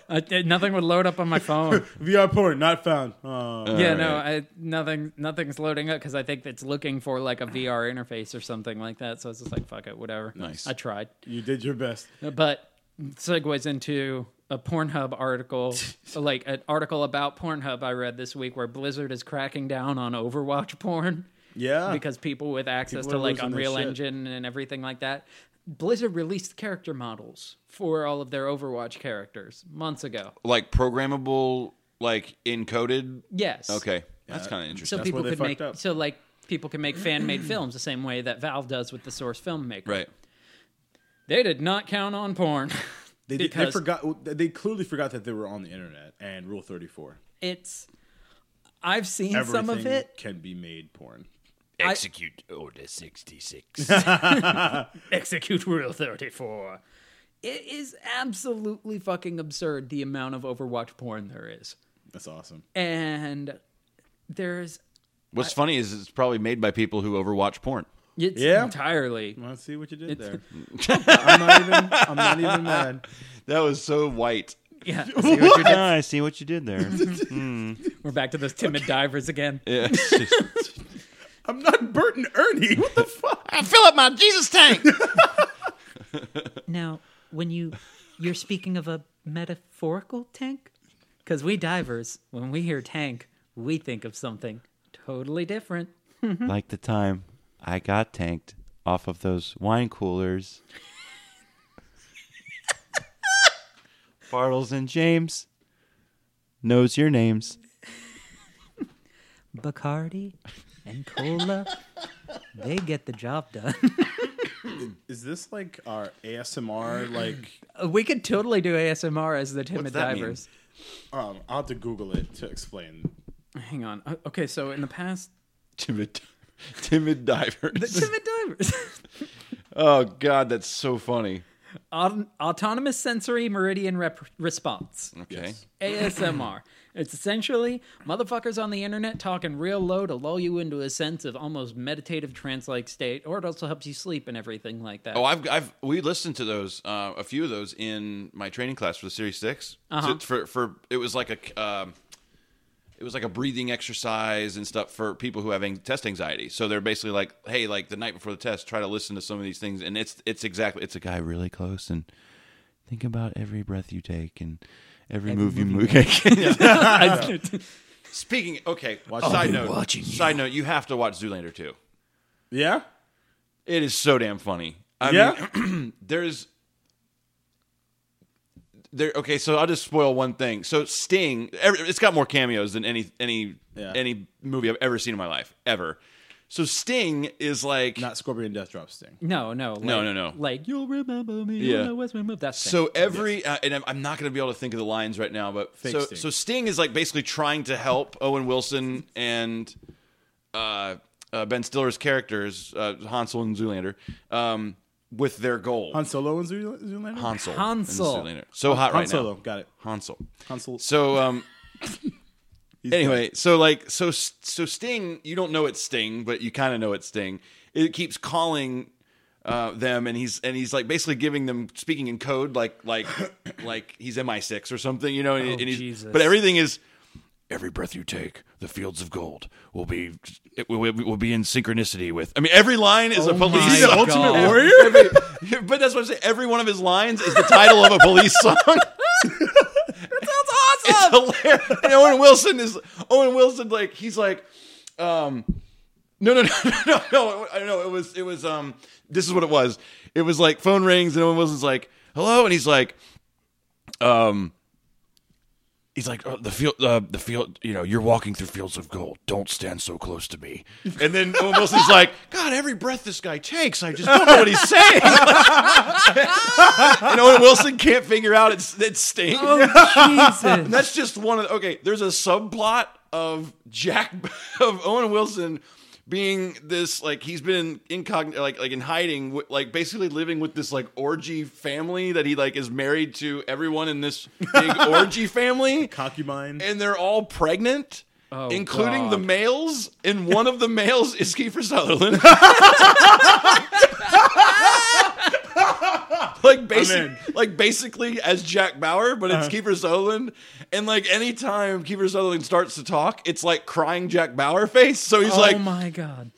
Speaker 3: Uh, th- nothing would load up on
Speaker 2: <laughs>
Speaker 3: my phone.
Speaker 2: VR porn not found. Oh.
Speaker 3: yeah, no,
Speaker 4: Alright.
Speaker 3: I, nothing. Nothing's loading up because I think it's looking for like a VR interface or something like that. So it's just like fuck it, whatever.
Speaker 4: Nice.
Speaker 3: I tried,
Speaker 2: You did your best.
Speaker 3: but segues into a Pornhub
Speaker 2: <laughs>
Speaker 3: article, like an article about Pornhub I read this week where Blizzard is cracking down on Overwatch porn
Speaker 2: Yeah.
Speaker 3: because people with access
Speaker 2: People
Speaker 3: to
Speaker 2: are
Speaker 3: like
Speaker 2: losing their
Speaker 3: Unreal
Speaker 2: shit.
Speaker 3: Engine and everything like that. Blizzard released character models for all of their Overwatch characters months ago.
Speaker 4: Like programmable, like encoded.
Speaker 3: Yes.
Speaker 4: Okay, that's kind of
Speaker 3: so
Speaker 4: interesting.
Speaker 2: That's
Speaker 3: people
Speaker 2: where they
Speaker 3: could make
Speaker 2: fucked up.
Speaker 3: so like people can make fan made <clears throat> films the same way that Valve does with the source filmmaker.
Speaker 4: right.
Speaker 3: They did not count on porn. <laughs>
Speaker 2: They, did, they
Speaker 3: because
Speaker 2: forgot. They clearly forgot that they were on the internet and Rule Thirty Four.
Speaker 3: it's I've seen
Speaker 2: Everything
Speaker 3: some of it.
Speaker 2: can be made porn.
Speaker 4: <laughs> Execute Order 66.
Speaker 3: Execute Rule 34. It is absolutely fucking absurd the amount of Overwatch porn there is.
Speaker 2: That's awesome.
Speaker 3: And there's
Speaker 4: <laughs> What's funny is it's probably made by people who overwatch porn.
Speaker 3: it's
Speaker 2: Yeah.
Speaker 4: <laughs>
Speaker 3: entirely
Speaker 2: Well, let's see what you did
Speaker 3: <laughs>
Speaker 2: there. I'm not even. I'm not even mad.
Speaker 4: That was so white.
Speaker 3: yeah.
Speaker 4: <laughs>
Speaker 5: I see what you did there.
Speaker 3: We're back to those timid divers again.
Speaker 5: <laughs>
Speaker 4: Yeah. <laughs>
Speaker 2: I'm not Bert and Ernie. What the fuck?
Speaker 4: I fill up my Jesus tank.
Speaker 3: Now, when you you're speaking of a metaphorical tank, because we divers, when we hear tank, we think of something totally different.
Speaker 5: like the time I got tanked off of those
Speaker 4: <laughs>
Speaker 5: wine coolers. Bartles and James knows your names.
Speaker 3: Bacardi and cola, they get the job done.
Speaker 2: Is this like our ASMR? Like, <clears throat>
Speaker 3: Uh, we could totally do ASMR as the timid
Speaker 4: What's that mean?
Speaker 3: divers.
Speaker 2: um, I'll have to Google it to explain.
Speaker 3: Hang on. O- Okay, so in the past,
Speaker 4: timid, timid
Speaker 3: the <laughs>
Speaker 4: divers.
Speaker 3: timid divers.
Speaker 4: Oh God, that's so funny.
Speaker 3: <laughs> Aut- autonomous sensory meridian rep- response.
Speaker 4: Okay.
Speaker 3: ASMR. It's essentially motherfuckers on the internet talking real low to lull you into a sense of almost meditative trance like state, or it also helps you sleep and everything like that.
Speaker 4: Oh, I've, I've we listened to those uh, a few of those in my training class for the Series 6
Speaker 3: Uh-huh.
Speaker 4: To- for for it was like a um, it was like a breathing exercise and stuff for people who have ang- test anxiety. So they're basically like, hey, like the night before the test, try to listen to some of these things, and it's it's exactly it's a guy
Speaker 5: Guy really close and think about every breath you take and every, move you make.
Speaker 3: <laughs> I-
Speaker 4: <laughs> Speaking. Okay. side note. Side note. You have to watch Zoolander too.
Speaker 2: Yeah.
Speaker 4: It is so damn funny. I
Speaker 2: Yeah.
Speaker 4: Mean, <clears throat> there's. There. Okay. So I'll just spoil one thing. So Sting. Every, it's got more cameos than any any
Speaker 2: Yeah.
Speaker 4: any movie I've ever seen in my life ever. So Sting is like.
Speaker 2: Not Scorpion Death Drop Sting.
Speaker 3: no, no, like,
Speaker 4: No, no, no.
Speaker 3: Like you'll remember me.
Speaker 4: Yeah.
Speaker 3: You'll know as we move. That's
Speaker 4: <laughs> so every uh, and I'm- I'm not going to be able to think of the lines right now, but
Speaker 2: Fake
Speaker 4: so
Speaker 2: Sting.
Speaker 4: so Sting is like basically trying to help Owen Wilson and uh, uh, Ben Stiller's characters, uh, Hansel and Zoolander, um, with their goal.
Speaker 2: Han Solo and Zool- Zoolander.
Speaker 4: Hansel.
Speaker 3: Hansel.
Speaker 4: and Zoolander. So hot
Speaker 2: Han
Speaker 4: right
Speaker 2: Solo.
Speaker 4: now.
Speaker 2: Oh, Got it.
Speaker 4: Hansel.
Speaker 2: Hansel.
Speaker 4: So um
Speaker 2: <laughs> he's
Speaker 4: anyway, so like so so Sting, you don't know it's Sting, but you kind of know it's Sting. It keeps calling uh, them and he's and he's like basically giving them speaking in code like like <coughs> like he's MI6 or something, you know, and,
Speaker 3: Oh,
Speaker 4: and he's
Speaker 3: Jesus.
Speaker 4: but everything is every breath you take, the fields of gold will be it will, will be in synchronicity with. I mean, every line is a
Speaker 3: Oh
Speaker 4: police.
Speaker 3: my
Speaker 4: He's the
Speaker 3: God.
Speaker 4: ultimate warrior. Every- but that's what I'm saying. Every one of his lines is the title of a police <laughs> song. It's hilarious. And Owen Wilson is Owen Wilson. Like he's like, um, no, <laughs> no, no, no, no, no. I don't know. It was, it was. Um, this is what it was. It was like phone rings, and Owen Wilson's like, "Hello," and he's like, um. He's like oh, the field, uh, the field. You know, you're walking through fields of gold. Don't stand so close to me. And then <laughs> Owen Wilson's like, "God, every breath this guy takes, I just don't know what he's saying." <laughs> and Owen Wilson can't figure out it's it's Sting.
Speaker 3: Oh
Speaker 4: And <laughs>
Speaker 3: Jesus!
Speaker 4: <laughs> that's just one of the, okay. There's a subplot of Jack of Owen Wilson being this like he's been incognito, like like in hiding, wi- like basically living with this like orgy family that he like is married to everyone in this big orgy family,
Speaker 2: Concubine.
Speaker 4: and they're all pregnant.
Speaker 3: Oh,
Speaker 4: including
Speaker 3: God.
Speaker 4: the males, and one of the males is
Speaker 3: <laughs>
Speaker 4: Kiefer Sutherland. <laughs> like basic,
Speaker 2: in.
Speaker 4: like basically as Jack Bauer, but
Speaker 3: Uh-huh.
Speaker 4: it's Kiefer Sutherland. And like anytime Kiefer Sutherland starts to talk, it's like crying Jack Bauer face. So he's
Speaker 3: oh
Speaker 4: like,
Speaker 3: my god,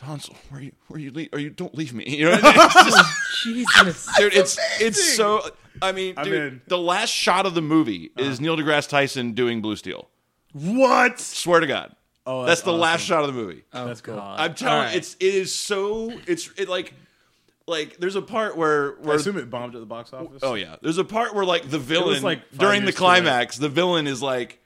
Speaker 4: Hansel, where you where you leave? Or you don't leave me. <laughs> You know, what I mean? It's <laughs> just-
Speaker 3: Oh,
Speaker 4: <laughs>
Speaker 3: Jesus.
Speaker 4: dude, it's it's so. I mean,
Speaker 2: I'm
Speaker 4: dude,
Speaker 2: in.
Speaker 4: the last shot of the movie
Speaker 3: Uh-huh.
Speaker 4: is Neil deGrasse Tyson doing Blue Steel.
Speaker 2: what?
Speaker 4: Swear to God.
Speaker 2: Oh,
Speaker 4: that's,
Speaker 2: that's Uh,
Speaker 4: the last shot of the movie.
Speaker 3: Oh
Speaker 2: That's cool.
Speaker 3: god.
Speaker 4: I'm telling
Speaker 3: All right.
Speaker 4: it's it is so it's it like like there's a part where
Speaker 2: I
Speaker 4: where
Speaker 2: assume it bombed at the box office.
Speaker 4: oh yeah there's a part where like the villain
Speaker 2: like, five
Speaker 4: during the
Speaker 2: years too late.
Speaker 4: climax the villain is like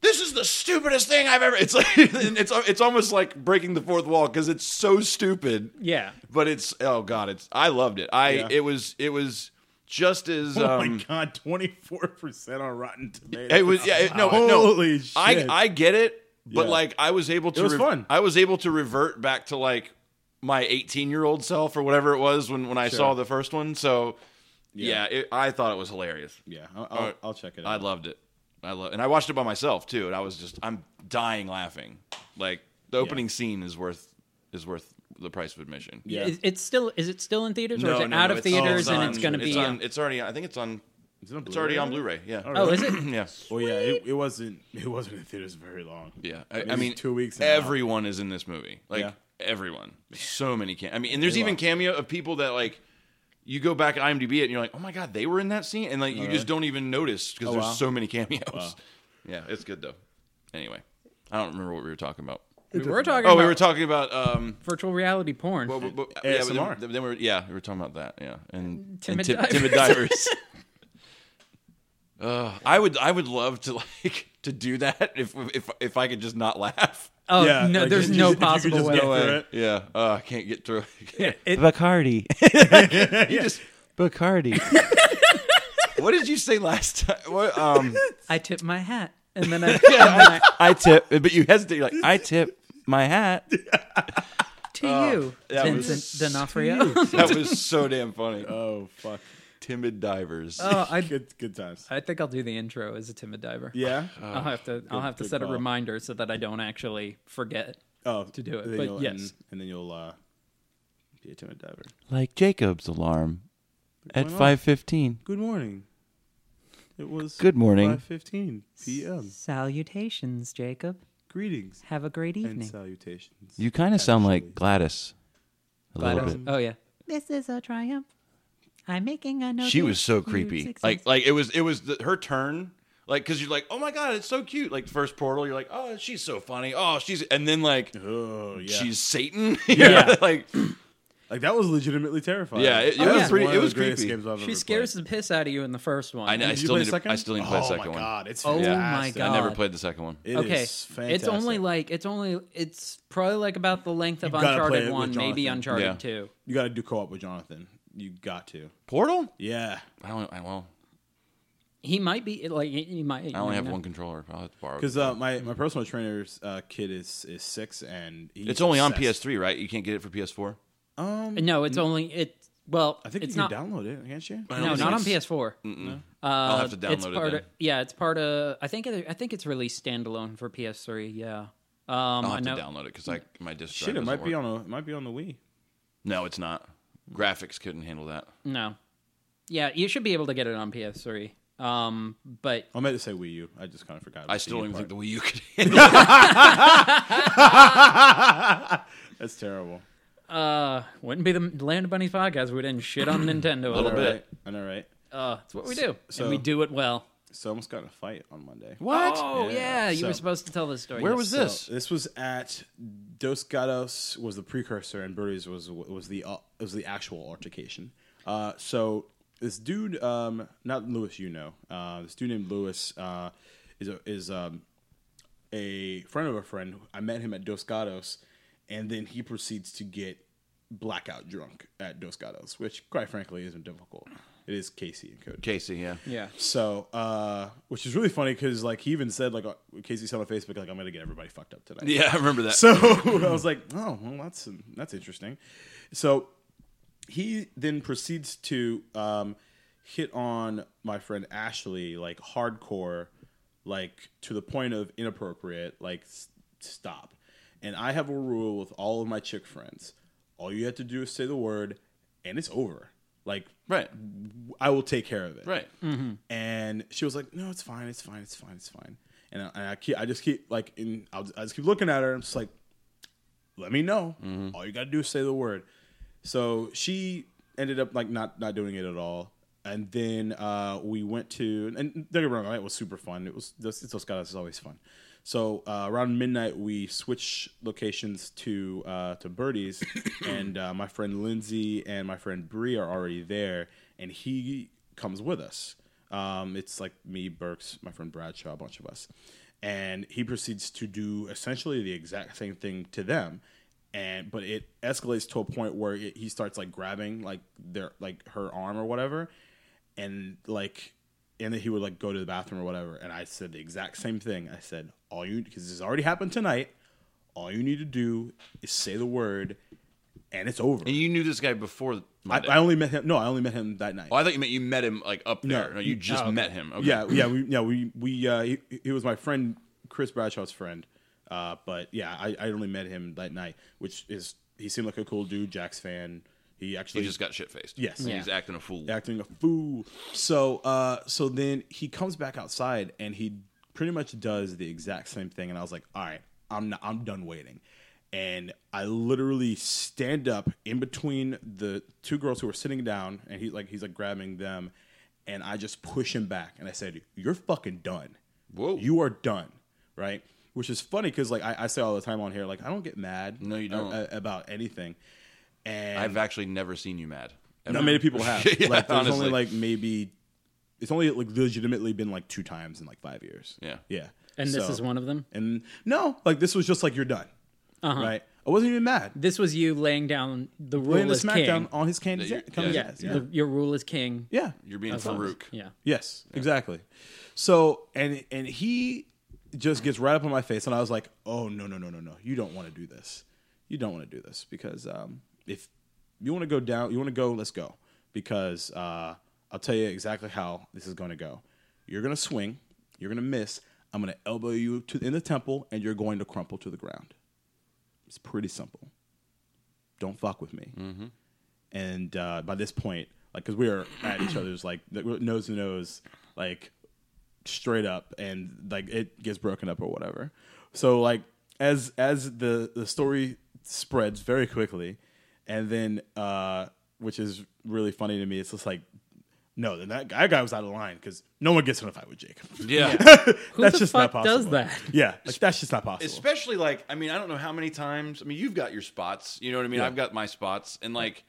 Speaker 4: this is the stupidest thing I've ever <laughs> it's like and it's it's almost like breaking the fourth wall because it's so stupid
Speaker 3: Yeah.
Speaker 4: but it's oh god it's I loved it I
Speaker 2: Yeah.
Speaker 4: it was it was just as
Speaker 2: Oh
Speaker 4: um
Speaker 2: my god, twenty four percent on Rotten Tomatoes.
Speaker 4: it was yeah it, no no
Speaker 2: Holy shit!
Speaker 4: I I get it, but
Speaker 2: Yeah.
Speaker 4: like I was able to
Speaker 2: was fun.
Speaker 4: I was able to revert back to like my 18 year old self or whatever it was when when I saw the first one. So yeah, it, I thought it was hilarious.
Speaker 2: yeah, I'll, I'll, I'll check it
Speaker 4: I
Speaker 2: out.
Speaker 4: loved it. I love and I watched it by myself too, and I was just I'm dying laughing. Like the opening scene is worth is worth the price of admission.
Speaker 2: yeah,
Speaker 3: Is- it's still is it still in theaters or is it
Speaker 4: no,
Speaker 3: out
Speaker 4: no,
Speaker 3: of theaters and
Speaker 4: on-
Speaker 3: it's going to be uh,
Speaker 4: on, it's already I think it's on
Speaker 2: Is it on
Speaker 4: it's already on
Speaker 2: Blu-ray?
Speaker 4: Blu-ray. Yeah.
Speaker 3: Oh, is it?
Speaker 4: <clears throat> yeah.
Speaker 2: Well, yeah, it, it wasn't. It wasn't in theaters very long.
Speaker 4: Yeah, I, I
Speaker 2: Maybe
Speaker 4: mean,
Speaker 2: two weeks and out.
Speaker 4: Everyone is in this movie. Like
Speaker 2: Yeah.
Speaker 4: everyone. So many cam. I mean, and there's even
Speaker 2: lot.
Speaker 4: cameo of people that like you go back to IMDb it and you're like, oh my god, they were in that scene, and like you just don't even notice because there's
Speaker 2: Oh, wow.
Speaker 4: so many cameos. <laughs> Yeah, it's good though. Anyway, I don't remember what we were talking about.
Speaker 3: we were talking
Speaker 4: <laughs> Oh,
Speaker 3: about
Speaker 4: we were talking about um.
Speaker 2: Uh,
Speaker 3: virtual reality porn.
Speaker 4: What, what- what- yeah, but
Speaker 2: ASMR.
Speaker 4: Then, then we were, yeah, we were talking about that. Yeah, and
Speaker 3: Timid
Speaker 4: and
Speaker 3: divers.
Speaker 4: timid divers. <laughs> uh, I would, I would love to <laughs> like to do that if if if I could just not laugh.
Speaker 3: oh
Speaker 2: yeah,
Speaker 3: no,
Speaker 2: like,
Speaker 3: there's
Speaker 2: if you
Speaker 3: no
Speaker 2: just- if you could
Speaker 3: possible
Speaker 2: just
Speaker 3: way.
Speaker 2: get through it.
Speaker 4: Yeah, uh, I can't get through. <laughs> it.
Speaker 5: Bacardi.
Speaker 4: you just,
Speaker 5: Bacardi.
Speaker 4: what did you say last time? What, um,
Speaker 3: I tip my hat and then
Speaker 2: <laughs>
Speaker 3: I, and then I
Speaker 4: I tip, <laughs> but you hesitate. You're like, I tip my hat.
Speaker 3: to
Speaker 2: Oh,
Speaker 3: you,
Speaker 4: that was-
Speaker 3: Vincent D'Onofrio.
Speaker 4: <laughs> That was so damn funny.
Speaker 2: Oh fuck!
Speaker 4: Timid divers.
Speaker 3: oh,
Speaker 2: <laughs>
Speaker 3: I
Speaker 2: Good good times.
Speaker 3: I think I'll do the intro as a timid diver.
Speaker 2: Yeah. <sighs>
Speaker 3: I'll have to I'll have to
Speaker 2: good
Speaker 3: set a
Speaker 2: call.
Speaker 3: reminder so that I don't actually forget.
Speaker 2: Oh,
Speaker 3: to do it,
Speaker 2: then
Speaker 3: but
Speaker 2: you'll-
Speaker 3: yes.
Speaker 2: and, and then you'll uh, be a timid diver.
Speaker 5: like Jacob's alarm at
Speaker 2: Why not?
Speaker 5: 5:15.
Speaker 2: Good morning. It was
Speaker 5: Good morning.
Speaker 2: Five fifteen p.m.
Speaker 3: Salutations, Jacob.
Speaker 2: Greetings
Speaker 3: Have a great
Speaker 2: and salutations.
Speaker 5: You kind of sound like Gladys a little bit.
Speaker 3: Oh yeah.
Speaker 6: This is a triumph. I'm making a note.
Speaker 4: she was so creepy. Like, like it was, it was the, her turn. Like, cause you're like, oh my god, it's so cute. Like first portal, you're like, oh, she's so funny. Oh, she's, and then like,
Speaker 2: Oh yeah,
Speaker 4: she's Satan. <laughs>
Speaker 3: Yeah.
Speaker 4: yeah, like,
Speaker 2: like that was legitimately terrifying.
Speaker 4: Yeah, it- it
Speaker 2: That
Speaker 3: was
Speaker 2: one
Speaker 4: pretty-
Speaker 2: of
Speaker 4: it
Speaker 2: the
Speaker 4: was
Speaker 2: greatest
Speaker 4: creepy.
Speaker 2: games I've
Speaker 3: She
Speaker 2: ever
Speaker 3: scares
Speaker 2: played.
Speaker 3: the piss out of you in the first one.
Speaker 4: I, know, I
Speaker 2: Did you
Speaker 4: still
Speaker 2: play the
Speaker 4: need to,
Speaker 2: second
Speaker 4: I
Speaker 2: one?
Speaker 4: still need to play
Speaker 2: oh
Speaker 4: the second
Speaker 2: my
Speaker 4: one.
Speaker 2: god, it's
Speaker 3: Oh my
Speaker 2: fantastic.
Speaker 4: I never
Speaker 3: God.
Speaker 4: played the second one.
Speaker 2: It
Speaker 3: okay.
Speaker 2: is
Speaker 3: It's only
Speaker 2: fantastic.
Speaker 3: like it's only it's probably like about the length of
Speaker 2: You gotta play it
Speaker 3: Uncharted
Speaker 2: with
Speaker 3: one, maybe
Speaker 2: Jonathan.
Speaker 3: Uncharted
Speaker 4: Yeah.
Speaker 3: two.
Speaker 2: you got to do co-op with Jonathan. You got to.
Speaker 4: Portal?
Speaker 2: Yeah,
Speaker 4: I don't. I well,
Speaker 3: He might be like he- he might.
Speaker 4: I only have one controller. I'll have to borrow. it.
Speaker 2: because uh, my my personal trainer's uh, kid is is six and he's
Speaker 4: It's only on
Speaker 2: obsessed.
Speaker 4: PS3, right? You can't get it for PS4.
Speaker 2: Um,
Speaker 3: No, it's only it. Well,
Speaker 2: I think
Speaker 3: it's
Speaker 2: you
Speaker 3: not.
Speaker 2: can download it, can't you?
Speaker 4: I
Speaker 3: no,
Speaker 4: don't
Speaker 3: not on
Speaker 4: think it's-
Speaker 3: PS4.
Speaker 4: Mm-mm.
Speaker 3: Uh,
Speaker 4: I'll have to
Speaker 3: it's
Speaker 4: download it
Speaker 3: part
Speaker 4: then.
Speaker 3: Of, yeah, it's part of. I think it, I think it's released standalone for PS3. Yeah. Um,
Speaker 4: I'll
Speaker 3: I
Speaker 4: have
Speaker 3: know.
Speaker 4: to download it because I my disc drive
Speaker 2: Shit, it
Speaker 4: doesn't
Speaker 2: might be
Speaker 4: work.
Speaker 2: on a, it might be on the Wii.
Speaker 4: No, it's not. Graphics couldn't handle that.
Speaker 3: No. Yeah, you should be able to get it on PS3. Um, but
Speaker 2: I meant to say Wii U. I just kind of forgot.
Speaker 4: I still don't even think the
Speaker 2: part.
Speaker 4: Wii U <laughs> could handle. it.
Speaker 2: that's terrible.
Speaker 3: uh, wouldn't be the Land of Bunnies podcast. if We didn't shit on Nintendo a
Speaker 4: Little
Speaker 2: I know,
Speaker 3: little bit.
Speaker 4: bit.
Speaker 2: right? I know, right?
Speaker 3: Uh, it's what we do,
Speaker 2: so-
Speaker 3: and we do it well.
Speaker 2: So I almost got in a fight on Monday.
Speaker 4: What?
Speaker 3: Oh yeah, you were
Speaker 2: so-
Speaker 3: supposed to tell this story.
Speaker 4: Where
Speaker 3: Yes.
Speaker 4: was
Speaker 2: So,
Speaker 4: this?
Speaker 2: this was at Dos Gatos was the precursor, and Birdies was was the uh, was the actual altercation. Uh, so this dude, um, not Lewis, you know, uh, this dude named Lewis uh, is a, is um, a friend of a friend. I met him at Dos Gatos, and then he proceeds to get blackout drunk at Dos Gatos, which quite frankly isn't difficult. It is Casey and Cody.
Speaker 4: Casey, yeah.
Speaker 3: Yeah.
Speaker 2: So, uh, which is really funny because like he even said like uh, Casey said on Facebook like I'm gonna get everybody fucked up today.
Speaker 4: Yeah, I remember
Speaker 2: <laughs>
Speaker 4: that.
Speaker 2: So I was like, oh well, that's that's interesting. So he then proceeds to um, hit on my friend Ashley like hardcore, like to the point of inappropriate. Like s- stop. And I have a rule with all of my chick friends: all you have to do is say the word, and it's over. Like
Speaker 4: right,
Speaker 2: I will take care of it.
Speaker 4: right.
Speaker 2: And she was like, "No, it's fine. It's fine. It's fine. It's fine." And I, and I keep, I just keep like, in, I'll, I just keep looking at her. And I'm just like, "Let me know. All you gotta do is say the word." So she ended up like not not doing it at all. And then uh, we went to, and don't get me wrong, it was super fun. It was this, it's Los Gatos is always fun. So uh, around midnight, we switched locations to uh, to Birdie's, and uh, my friend Lindsay and my friend Bree are already there, and he comes with us. Um, it's like me, Burks, my friend Bradshaw, a bunch of us, and he proceeds to do essentially the exact same thing to them, and but it escalates to a point where it, he starts like grabbing like their like her arm or whatever, and like and then he would like go to the bathroom or whatever and i said the exact same thing i said all you because this has already happened tonight all you need to do is say the word and it's over
Speaker 4: And you knew this guy before
Speaker 2: I,
Speaker 4: Monday.
Speaker 2: I only met him no i only met him that night
Speaker 4: oh, I thought you meant you met him like up there. No,
Speaker 2: No. Oh,
Speaker 4: you just met him. Okay.
Speaker 2: yeah yeah we yeah we we uh he, he was my friend chris bradshaw's friend uh but yeah i i only met him that night which is he seemed like a cool dude jack's fan he actually
Speaker 4: He just got shit faced.
Speaker 2: Yes.
Speaker 4: And he's acting a fool.
Speaker 2: acting a fool. So uh so then he comes back outside and he pretty much does the exact same thing and I was like, "All right, I'm not, I'm done waiting." And I literally stand up in between the two girls who are sitting down and he like he's like grabbing them and I just push him back and I said, "You're fucking done."
Speaker 4: Whoa.
Speaker 2: You are done, right? Which is funny because like I, I say all the time on here, like I don't get mad.
Speaker 4: No, you don't.
Speaker 2: a- a- about anything. And
Speaker 4: I've actually never seen you mad.
Speaker 2: not
Speaker 4: Ever.
Speaker 2: many people have.
Speaker 4: <laughs> Yeah,
Speaker 2: like, there's
Speaker 4: honestly.
Speaker 2: only like maybe it's only like legitimately been like two times in like five years.
Speaker 4: Yeah.
Speaker 2: yeah.
Speaker 3: And this
Speaker 2: So-
Speaker 3: is one of them.
Speaker 2: And no, like this was just like you're done,
Speaker 3: Uh-huh.
Speaker 2: right? I wasn't even mad.
Speaker 3: This was you laying down the rule
Speaker 2: Playing the
Speaker 3: as
Speaker 2: SmackDown
Speaker 3: king.
Speaker 2: on his candy.
Speaker 4: Yeah,
Speaker 2: Yeah, yeah,
Speaker 3: Yeah,
Speaker 2: yeah.
Speaker 3: the- your rule is king.
Speaker 2: yeah.
Speaker 4: You're being
Speaker 3: long as-
Speaker 4: Farouk.
Speaker 3: Yeah.
Speaker 2: Yes, exactly. So and and he just gets right up in my face, and I was like, "Oh no, no, no, no, no! You don't want to do this. You don't want to do this because um, if you want to go down, you want to go. Let's go because uh, I'll tell you exactly how this is going to go. You're going to swing. You're going to miss. I'm going to elbow you to, in the temple, and you're going to crumple to the ground. It's pretty simple. Don't fuck with me."
Speaker 3: Mm-hmm.
Speaker 2: and uh, by this point, like, because we are at each other's like th- we're nose to nose, like straight up, and like it gets broken up or whatever. So like as as the the story spreads very quickly, and then uh, which is really funny to me. It's just like. No, then that guy, that guy was out of line because no one gets in a fight with Jake.
Speaker 4: Yeah.
Speaker 3: Who
Speaker 2: that's
Speaker 3: the
Speaker 2: just
Speaker 3: fuck
Speaker 2: not possible.
Speaker 3: does that?
Speaker 2: Yeah, like, that's just not possible.
Speaker 4: Especially like, I mean, I don't know how many times. I mean, you've got your spots. You know what I mean? I've got my spots, and like,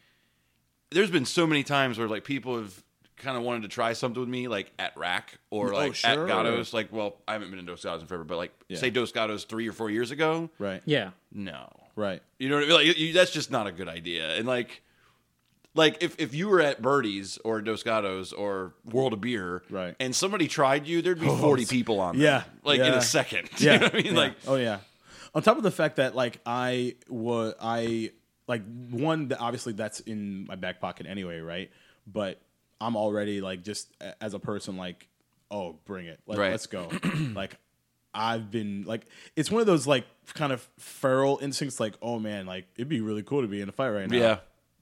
Speaker 4: there's been so many times where like people have kind of wanted to try something with me, like at Rack or
Speaker 2: Oh,
Speaker 4: like
Speaker 2: sure.
Speaker 4: at Gatos. Like, well, I haven't been in Dos Gatos in forever, but like, say Dos Gatos three or four years ago.
Speaker 2: right,
Speaker 3: Yeah.
Speaker 4: No,
Speaker 2: right.
Speaker 4: You know what I mean? Like, you- you, that's just not a good idea. And like, like if, if you were at Birdie's or Dos Gatos or World of Beer,
Speaker 2: Right.
Speaker 4: and somebody tried
Speaker 2: <laughs>
Speaker 4: you, there'd be forty people on, them,
Speaker 2: Yeah,
Speaker 4: like in
Speaker 2: yeah.
Speaker 4: a second. <laughs>
Speaker 2: Yeah.
Speaker 4: you know what I mean?
Speaker 2: yeah.
Speaker 4: Like,
Speaker 2: oh yeah. On top of the fact that like I was I like one that obviously that's in my back pocket anyway, right? But I'm already like just a- as a person like, oh, bring it, Let,
Speaker 4: Right.
Speaker 2: let's go. <clears throat> like I've been like it's one of those like kind of feral instincts, like oh man, like it'd be really cool to be in a fight right now.
Speaker 4: Yeah.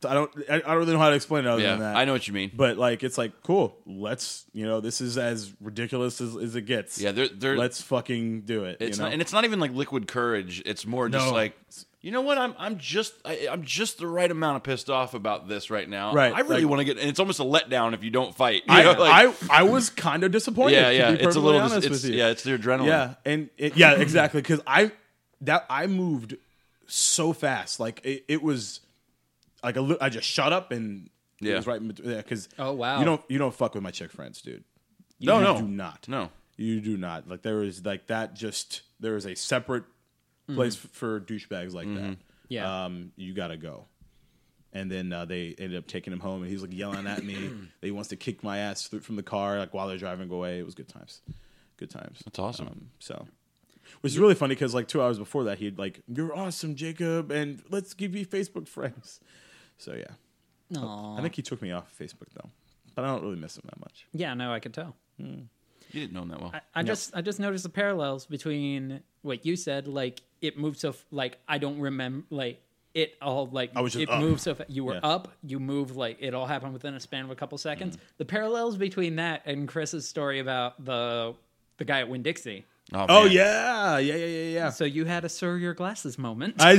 Speaker 2: I don't I I don't really know how to explain it other
Speaker 4: yeah,
Speaker 2: than that.
Speaker 4: I know what you mean.
Speaker 2: But like it's like cool. Let's you know this is as ridiculous as, as it gets.
Speaker 4: Yeah, they're- they're-
Speaker 2: let's fucking do it.
Speaker 4: It's
Speaker 2: you know?
Speaker 4: not, and it's not even like liquid courage. It's more just
Speaker 2: No.
Speaker 4: like, you know what? I'm I'm just I, I'm just the right amount of pissed off about this right now.
Speaker 2: Right,
Speaker 4: I really
Speaker 2: like-
Speaker 4: want to get. And it's almost a letdown if you don't fight. You
Speaker 2: I,
Speaker 4: know, <laughs> like-
Speaker 2: I I was kind of disappointed.
Speaker 4: yeah,
Speaker 2: to
Speaker 4: yeah.
Speaker 2: be
Speaker 4: It's a
Speaker 2: perfectly
Speaker 4: little.
Speaker 2: honest
Speaker 4: It's,
Speaker 2: with you.
Speaker 4: yeah, it's their adrenaline.
Speaker 2: yeah, and it, yeah, exactly. Because I that I moved so fast, like it, it was like a li- I just shut up and it
Speaker 4: Yeah.
Speaker 2: was right. Because
Speaker 3: Oh, wow.
Speaker 2: you don't you don't fuck with my chick friends, dude.
Speaker 4: No,
Speaker 2: you
Speaker 4: no.
Speaker 2: do not.
Speaker 4: No.
Speaker 2: you do not. Like there is like that. Just there is a separate place f- for douchebags like that.
Speaker 3: Mm-hmm. Yeah.
Speaker 2: um, you gotta go. And then uh, they ended up taking him home, and he's like
Speaker 7: <clears throat>
Speaker 2: yelling at me. that he wants to kick my ass through from the car, like while they're driving away. It was good times, good times.
Speaker 7: That's awesome.
Speaker 2: Um, so, which is really funny because like two hours before that, he'd like, "You're awesome, Jacob," and let's give you Facebook friends. So yeah,
Speaker 3: Aw.
Speaker 2: I think he took me off Facebook though, but I don't really miss him that much.
Speaker 3: Yeah, no, I could tell.
Speaker 7: You didn't know him that well.
Speaker 3: I, I just I just noticed the parallels between what you said. Like it moved so f- like I don't remember like it all like
Speaker 2: I was just
Speaker 3: it
Speaker 2: up.
Speaker 3: moved so fa- you were
Speaker 2: Yeah.
Speaker 3: up you moved like it all happened within a span of a couple seconds.
Speaker 2: Mm-hmm.
Speaker 3: The parallels between that and Chris's story about the the guy at Winn Dixie.
Speaker 2: Oh
Speaker 7: man.
Speaker 2: yeah, yeah, yeah, yeah, yeah.
Speaker 3: So you had a sir your glasses moment. <laughs>
Speaker 2: <laughs> I,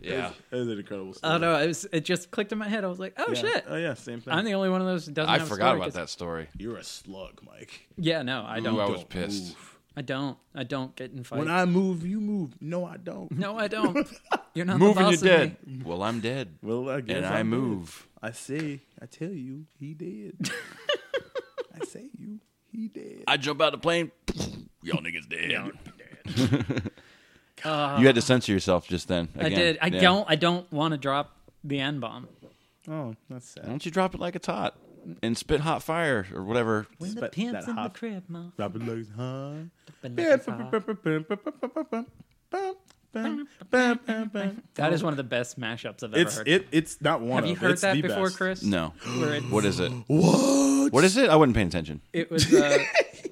Speaker 7: yeah.
Speaker 2: that is an incredible story.
Speaker 3: oh no, it was it just clicked in my head. I was like, oh
Speaker 2: yeah.
Speaker 3: shit.
Speaker 2: Oh yeah, same thing.
Speaker 3: I'm the only one of those that doesn't.
Speaker 7: I
Speaker 3: have a
Speaker 7: forgot
Speaker 3: story
Speaker 7: about
Speaker 3: 'cause-
Speaker 7: that story.
Speaker 2: You're a slug, Mike.
Speaker 3: Yeah, no, I don't.
Speaker 7: Ooh, I was
Speaker 2: Don't
Speaker 7: pissed.
Speaker 2: move.
Speaker 3: I don't. I don't get in fights.
Speaker 2: Mm. When I move, you move. No, I
Speaker 3: <laughs>
Speaker 2: don't.
Speaker 3: no,
Speaker 2: <laughs>
Speaker 3: I don't. You're not
Speaker 7: Move
Speaker 3: the
Speaker 7: and
Speaker 3: boss
Speaker 7: you're
Speaker 3: of me.
Speaker 7: dead. Well, I'm dead.
Speaker 2: Well, I guess
Speaker 7: and I
Speaker 2: I'm dead.
Speaker 7: move.
Speaker 2: I say, I tell you, he did. I say you, he did.
Speaker 7: I jump out of the
Speaker 4: <laughs>
Speaker 7: plane. Y'all niggas dead.
Speaker 4: You had to censor yourself just then.
Speaker 3: I
Speaker 4: again.
Speaker 3: did. I
Speaker 4: Yeah.
Speaker 3: don't. I don't want to drop the n bomb.
Speaker 2: Oh, that's
Speaker 4: Why
Speaker 2: sad.
Speaker 4: don't you drop it like it's hot and spit hot fire or whatever?
Speaker 8: When the
Speaker 2: Spit
Speaker 8: pimp's
Speaker 2: that
Speaker 8: in the
Speaker 2: hop.
Speaker 8: crib, ma.
Speaker 2: Robin Lux, huh?
Speaker 3: That is one of the best mashups I've ever
Speaker 2: It's
Speaker 3: heard.
Speaker 2: it. It's not one.
Speaker 3: Have you
Speaker 2: of,
Speaker 3: heard
Speaker 2: it's
Speaker 3: that
Speaker 2: the
Speaker 3: before,
Speaker 2: best.
Speaker 3: Chris?
Speaker 4: No.
Speaker 3: Where it's,
Speaker 4: What is it?
Speaker 2: <gasps> What?
Speaker 4: What is it? I wasn't paying attention.
Speaker 3: It was.
Speaker 2: <laughs>
Speaker 3: Uh,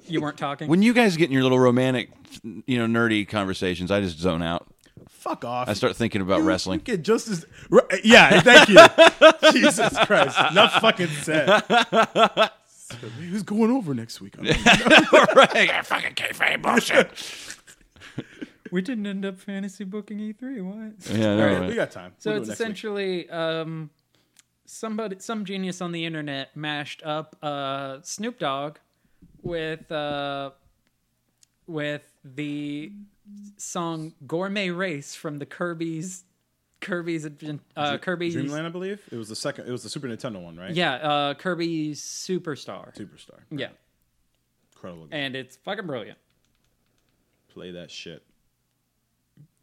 Speaker 3: you weren't talking.
Speaker 4: When you guys get in your little romantic, you know, nerdy conversations, I just zone out.
Speaker 2: Fuck off!
Speaker 4: I start thinking about
Speaker 2: You-
Speaker 4: wrestling.
Speaker 2: You get just as right, yeah. Thank <laughs> you. Jesus Christ! Not fucking <laughs> sad. So, man, Who's going over next <laughs> week? I'm like,
Speaker 4: <laughs> right. I fucking kayfabe bullshit.
Speaker 3: we didn't end up fantasy booking E3. What?
Speaker 4: Yeah, no,
Speaker 2: we
Speaker 4: right.
Speaker 2: got time.
Speaker 3: So
Speaker 2: We'll do
Speaker 3: it's
Speaker 2: it next week.
Speaker 3: essentially um, somebody, some genius on the internet mashed up uh, Snoop Dogg with uh, with the song "Gourmet Race" from the Kirby's Kirby's Advent- uh, Kirby's
Speaker 2: Dreamland, I believe it was the second. It was the Super Nintendo one, right?
Speaker 3: Yeah, uh, Kirby's Superstar.
Speaker 2: Superstar.
Speaker 3: Yeah,
Speaker 2: Incredible. game.
Speaker 3: and it's fucking brilliant.
Speaker 2: Play that shit.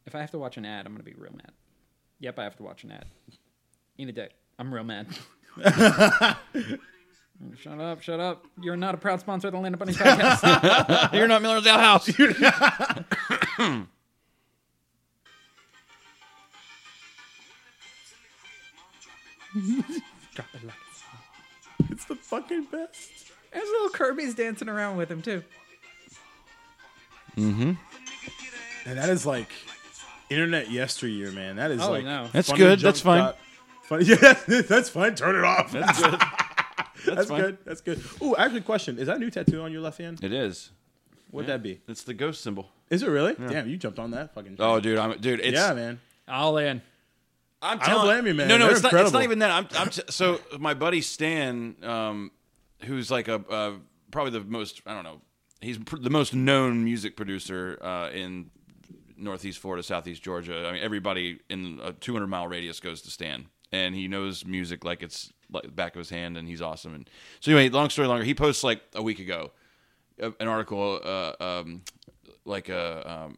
Speaker 3: If I have to watch an ad, I'm gonna be real mad. Yep, I have to watch an ad. Eat a dick. I'm real <laughs> mad. shut up, shut up. You're not a proud sponsor of the Land of Bunnies podcast.
Speaker 4: You're not Miller's Out House.
Speaker 3: Drop it like it's hot.
Speaker 2: It's the fucking best.
Speaker 3: <laughs> There's little Kirby's dancing around with him too.
Speaker 2: And that is like internet yesteryear, man. That is
Speaker 3: Oh,
Speaker 2: like
Speaker 3: no.
Speaker 4: That's
Speaker 2: funny
Speaker 4: good.
Speaker 2: junk
Speaker 4: That's fine.
Speaker 2: dot- funny. <laughs> Yeah, that's fine. Turn it off. That's,
Speaker 4: That's good. fine.
Speaker 2: good. That's good. Ooh, actually, question: Is that new tattoo on your left hand?
Speaker 4: <laughs> It is.
Speaker 2: What'd that be?
Speaker 4: It's the ghost symbol.
Speaker 2: Is it really? Damn, you jumped on that fucking.
Speaker 4: Oh, dude, I'm dude. It's,
Speaker 2: yeah, man.
Speaker 3: All in.
Speaker 4: I'm
Speaker 2: don't
Speaker 4: telling-
Speaker 2: blame you, man.
Speaker 4: No, no,
Speaker 2: They're
Speaker 4: it's not, it's
Speaker 2: incredible.
Speaker 4: not even that. I'm, I'm t- so my buddy Stan, um, who's like a uh, probably the most I don't know, he's pr- the most known music producer uh, in Northeast Florida, Southeast Georgia. I mean, everybody in a 200 mile radius goes to Stan, and he knows music like it's like the back of his hand, and he's awesome. And so anyway, long story longer, he posts like a week ago a- an article, uh, um, like a um,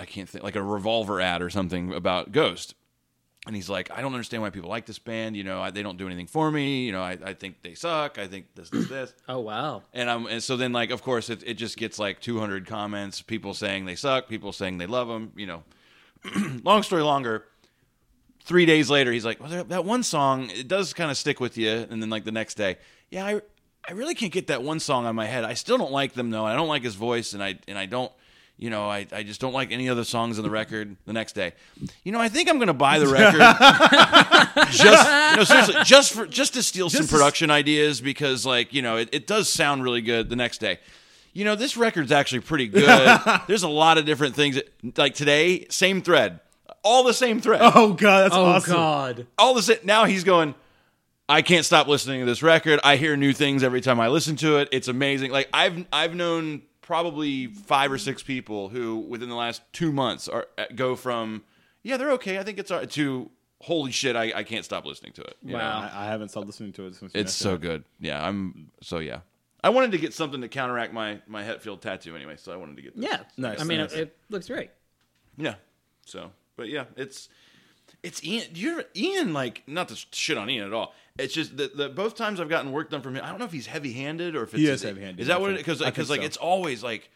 Speaker 4: I can't think like a revolver ad or something about Ghost. And he's like, I don't understand why people like this band. You know, I, they don't do anything for me. You know, I, I think they suck. I think this, this, this.
Speaker 3: Oh wow.
Speaker 4: And I'm, and so then like, of course, it, it just gets like 200 comments. People saying they suck. People saying they love them. You know, <clears throat> long story longer. Three days later, he's like, well, there- that one song it does kind of stick with you. And then like the next day, yeah, I I really can't get that one song on my head. I still don't like them though. I don't like his voice, and I and I don't. You know, I, I just don't like any other songs on the record. The next day, you know, I think I'm going to buy the record <laughs> just no seriously just for just to steal some production ideas because like you know it, it does sound really good the next day you know this record's actually <laughs> pretty good there's a lot of different things that, like today same thread all the same thread
Speaker 2: Oh god, that's
Speaker 3: Oh
Speaker 2: awesome.
Speaker 3: god.
Speaker 4: all the same now he's going i can't stop listening to this record i hear new things every time i listen to it it's amazing like i've i've known probably five or six people who within the last two months are uh, go from yeah they're okay i think it's all right to holy shit i, I can't stop listening to it you know?
Speaker 3: Wow.
Speaker 2: I, I haven't stopped listening to it since. you
Speaker 4: It's
Speaker 2: mentioned
Speaker 4: so good. Yeah, I'm so yeah. I wanted to get something to counteract my my Hetfield tattoo anyway, so I wanted to get this.
Speaker 3: Yeah.
Speaker 2: Nice,
Speaker 3: I mean,
Speaker 2: nice.
Speaker 3: It, it looks great.
Speaker 4: yeah. So, But yeah, it's it's Ian. You're Ian. Like not to shit on Ian at all. It's just that the, both times I've gotten work done from him. I don't know if he's heavy-handed or if it's
Speaker 2: He is heavy-handed,
Speaker 4: Is that
Speaker 2: I
Speaker 4: what?
Speaker 2: think.
Speaker 4: Because
Speaker 2: I
Speaker 4: because
Speaker 2: think
Speaker 4: like
Speaker 2: so.
Speaker 4: it's always like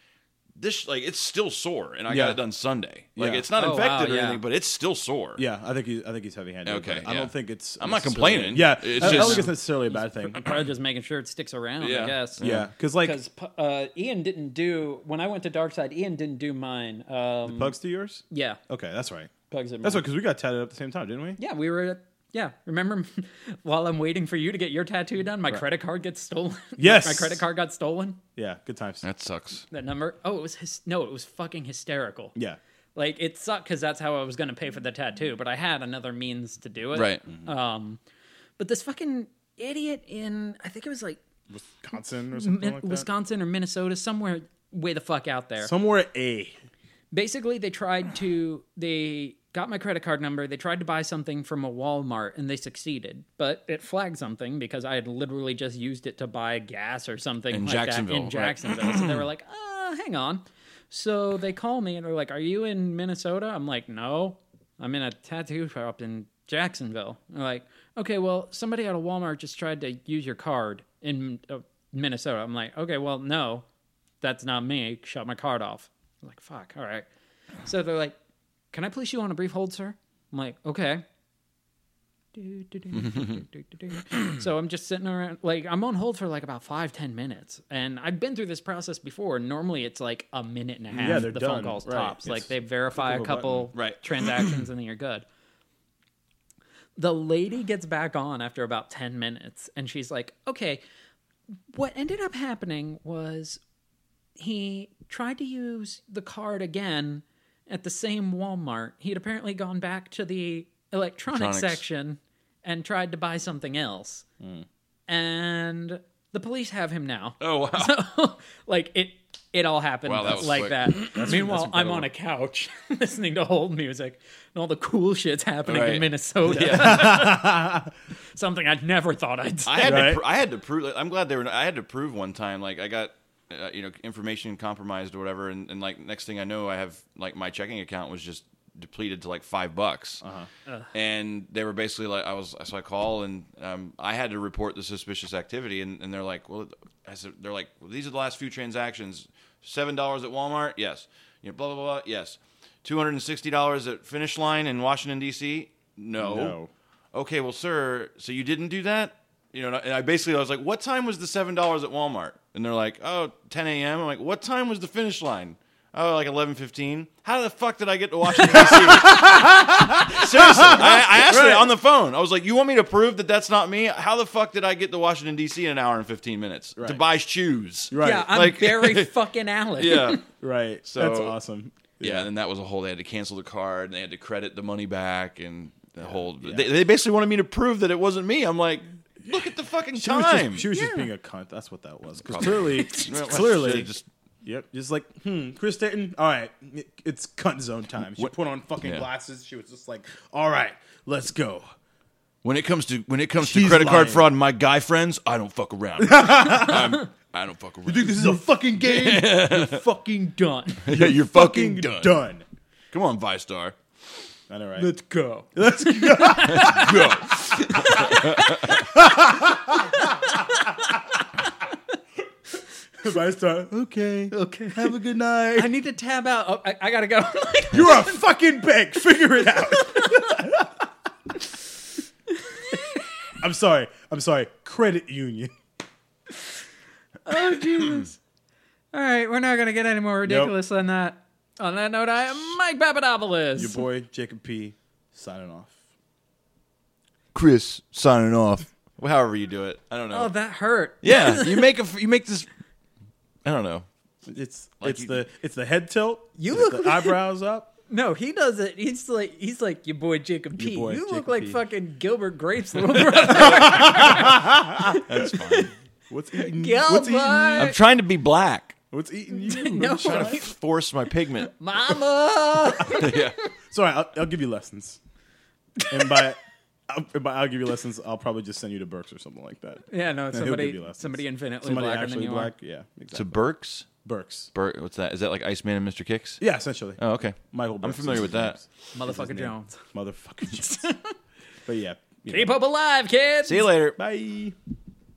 Speaker 4: this. Like it's still sore, and I
Speaker 2: Yeah.
Speaker 4: got it done Sunday. Like
Speaker 2: Yeah.
Speaker 4: it's not
Speaker 3: Oh,
Speaker 4: infected
Speaker 3: wow,
Speaker 4: or
Speaker 3: yeah.
Speaker 4: anything, but it's still sore.
Speaker 2: Yeah, I think he's I think he's heavy handed.
Speaker 4: Okay,
Speaker 2: I
Speaker 4: yeah.
Speaker 2: don't think it's.
Speaker 4: I'm not
Speaker 2: necessarily-
Speaker 4: complaining.
Speaker 2: Yeah,
Speaker 4: It's
Speaker 2: I, I don't
Speaker 4: just-
Speaker 2: think it's necessarily a bad thing.
Speaker 3: Probably just making sure it sticks around. I
Speaker 4: Yeah.
Speaker 3: guess.
Speaker 2: Yeah, because like
Speaker 3: Because uh, Ian didn't do when I went to Dark Side. Ian didn't do mine. Um,
Speaker 2: bugs to yours.
Speaker 3: yeah,
Speaker 2: Okay, that's right.
Speaker 3: bugs in
Speaker 2: That's right
Speaker 3: mine.
Speaker 2: because we got tatted up at the same time, didn't we?
Speaker 3: Yeah, we were. At, yeah, remember <laughs> while I'm waiting for you to get your tattoo done, my credit card gets stolen. <laughs>
Speaker 2: Yes.
Speaker 3: my credit card got stolen.
Speaker 2: Yeah, good times.
Speaker 4: that sucks.
Speaker 3: That number. Oh, it was his, no, it was fucking hysterical.
Speaker 2: Yeah,
Speaker 3: Like it sucked because that's how I was going to pay for the tattoo, but I had another means to do it.
Speaker 4: Right.
Speaker 3: Um, but this fucking idiot in I think it was like
Speaker 2: Wisconsin or something
Speaker 3: Min-
Speaker 2: like that.
Speaker 3: Wisconsin or Minnesota, somewhere way the fuck out there.
Speaker 2: Somewhere A.
Speaker 3: Basically, they tried to they got my credit card number. They tried to buy something from a Walmart and they succeeded, but it flagged something because I had literally just used it to buy gas or something
Speaker 4: In
Speaker 3: like
Speaker 4: Jacksonville,
Speaker 3: that in
Speaker 4: right.
Speaker 3: Jacksonville. so
Speaker 4: <clears throat>
Speaker 3: they were like, "Uh, hang on." So they call me and they're like, "Are you in Minnesota?" I'm like, "No, I'm in a tattoo shop in Jacksonville." And They're like, "Okay, well, somebody at a Walmart just tried to use your card in uh, Minnesota." I'm like, "Okay, well, no, that's not me. Shut my card off." I'm like, "Fuck, all right." So they're like, "Can I place you on a brief hold, sir?" I'm like, "Okay."
Speaker 2: <laughs>
Speaker 3: so I'm just sitting around, like I'm on hold for like about five, ten minutes, and I've been through this process before. and Normally, it's like a minute and a half.
Speaker 2: Yeah, they're
Speaker 3: the phone
Speaker 2: done,
Speaker 3: calls
Speaker 2: right.
Speaker 3: tops. like
Speaker 2: It's
Speaker 3: they verify a
Speaker 2: click of a
Speaker 3: couple <coughs>
Speaker 4: Right.
Speaker 3: transactions and then you're good. The lady gets back on after about ten minutes, and she's like, "Okay, what ended up happening was he tried to use the card again at the same Walmart. He had apparently gone back to the electronics
Speaker 4: Electronics.
Speaker 3: section and tried to buy something else.
Speaker 4: Hmm.
Speaker 3: And the police have him now.
Speaker 4: Oh wow.
Speaker 3: So, <laughs> like it it all happened
Speaker 4: Wow, that was
Speaker 3: like
Speaker 4: quick.
Speaker 3: that.
Speaker 4: <clears throat>
Speaker 3: Meanwhile, I'm on a couch <laughs> listening to old music and all the cool shit's happening
Speaker 4: Right.
Speaker 3: in Minnesota. <laughs> Something I'd never thought I'd <laughs> say.
Speaker 4: I had
Speaker 2: Right?
Speaker 4: to. Pr- I had to prove. I'm glad they were. I had to prove one time. Like I got, uh, you know, information compromised or whatever, and, and like next thing I know, I have like my checking account was just depleted to like five bucks,
Speaker 2: Uh-huh.
Speaker 4: and they were basically like, I was. So I call and um, I had to report the suspicious activity, and, and they're like, well, I said, they're like, well, these are the last few transactions. Seven dollars at Walmart, yes. You know, blah blah blah, yes. Two hundred and sixty dollars at Finish Line in Washington D.C.
Speaker 2: No.
Speaker 4: okay, well, sir, so you didn't do that? You know, and I basically I was like, what time was the seven dollars at Walmart? And they're like, oh, 10 a.m. I'm like, what time was the finish line? Oh, like eleven fifteen. How the fuck did I get to Washington D.C.?
Speaker 2: <laughs>
Speaker 4: Seriously, I, I asked it on the phone. I was like, you want me to prove that that's not me? How the fuck did I get to Washington D.C. in an hour and fifteen minutes to
Speaker 2: Right.
Speaker 4: buy shoes?
Speaker 2: Right.
Speaker 3: Yeah, I'm
Speaker 2: <laughs>
Speaker 4: Like-
Speaker 3: Barry fucking Allen.
Speaker 4: Yeah.
Speaker 2: Right.
Speaker 4: So-
Speaker 2: that's awesome.
Speaker 4: Yeah, and then that was a whole. They had to cancel the card, and they had to credit the money back, and the whole. They, they basically wanted me to prove that it wasn't me. I'm like, look at the fucking
Speaker 2: She was,
Speaker 4: time.
Speaker 2: just, she was just being a cunt. That's what that was. 'Cause clearly, <laughs>
Speaker 4: Well,
Speaker 2: clearly,
Speaker 4: should've just-
Speaker 2: yep. Just like, hmm, Chris Dayton. All right, it's cunt zone time. She put on fucking
Speaker 4: Yeah.
Speaker 2: glasses. She was just like, all right, let's go.
Speaker 4: when it comes to when it comes
Speaker 2: She's
Speaker 4: to credit card
Speaker 2: lying.
Speaker 4: fraud and my guy friends, I don't fuck around. I'm, I don't fuck around.
Speaker 2: Dude, this is a fucking game. <laughs>
Speaker 3: <laughs> Fucking done.
Speaker 4: <laughs> You're, fucking, done.
Speaker 2: done.
Speaker 4: Come on, Vice Star.
Speaker 2: I know, right?
Speaker 3: Let's go.
Speaker 4: <laughs> Go.
Speaker 2: If I start, okay,
Speaker 3: Okay.
Speaker 2: have a good night.
Speaker 3: I <laughs> need to tab out. Oh, I, I gotta go. <laughs>
Speaker 2: You're a fucking pig. Figure it out. <laughs> I'm sorry. I'm sorry. Credit union.
Speaker 3: oh Jesus! All right, we're not gonna get any more ridiculous than that. On that note, I am Mike Papadopoulos.
Speaker 2: Your boy Jacob P. Signing off.
Speaker 4: Chris signing off. However you do it, I don't know.
Speaker 3: oh, that hurt.
Speaker 4: yeah,
Speaker 3: <laughs>
Speaker 4: you make a f- you make this. I don't know.
Speaker 2: It's it's
Speaker 4: you-
Speaker 2: the it's the head tilt.
Speaker 3: You
Speaker 2: it's
Speaker 3: look-
Speaker 2: the eyebrows up.
Speaker 3: No, he does it. He's like he's like your boy Jacob P.
Speaker 2: boy,
Speaker 3: you look
Speaker 2: Jacob
Speaker 3: like
Speaker 2: P.
Speaker 3: fucking Gilbert
Speaker 2: <laughs>
Speaker 3: Grape's little brother.
Speaker 4: That's fine.
Speaker 2: What's eating? What's eating? you?
Speaker 4: I'm
Speaker 3: Gilbert,
Speaker 4: trying to be black.
Speaker 2: What's eating you?
Speaker 3: <laughs> no,
Speaker 4: Trying to force my pigment.
Speaker 2: <laughs>
Speaker 3: Mama.
Speaker 4: yeah.
Speaker 2: Sorry, I'll, I'll give you lessons. And by I'll, and by I'll give you lessons, I'll probably just send you to Burks or something like that.
Speaker 3: yeah, no,
Speaker 2: He'll give
Speaker 3: somebody
Speaker 2: you lessons.
Speaker 3: somebody infinitely
Speaker 2: Somebody
Speaker 3: blacker
Speaker 2: actually
Speaker 3: than you
Speaker 2: black. Yeah,
Speaker 4: To
Speaker 2: exactly.
Speaker 4: Burks?
Speaker 2: Burks.
Speaker 4: Bur- what's that? Is that like Iceman and Mr. Kicks?
Speaker 2: Yeah, essentially.
Speaker 4: Oh, okay.
Speaker 2: Michael.
Speaker 4: I'm
Speaker 2: Burks
Speaker 4: familiar
Speaker 2: is
Speaker 4: with
Speaker 2: his
Speaker 4: that.
Speaker 3: Motherfucker Jones.
Speaker 2: name. Motherfucker. Jones. but yeah. you know.
Speaker 3: Keep up alive, kids.
Speaker 4: See you later.
Speaker 2: Bye.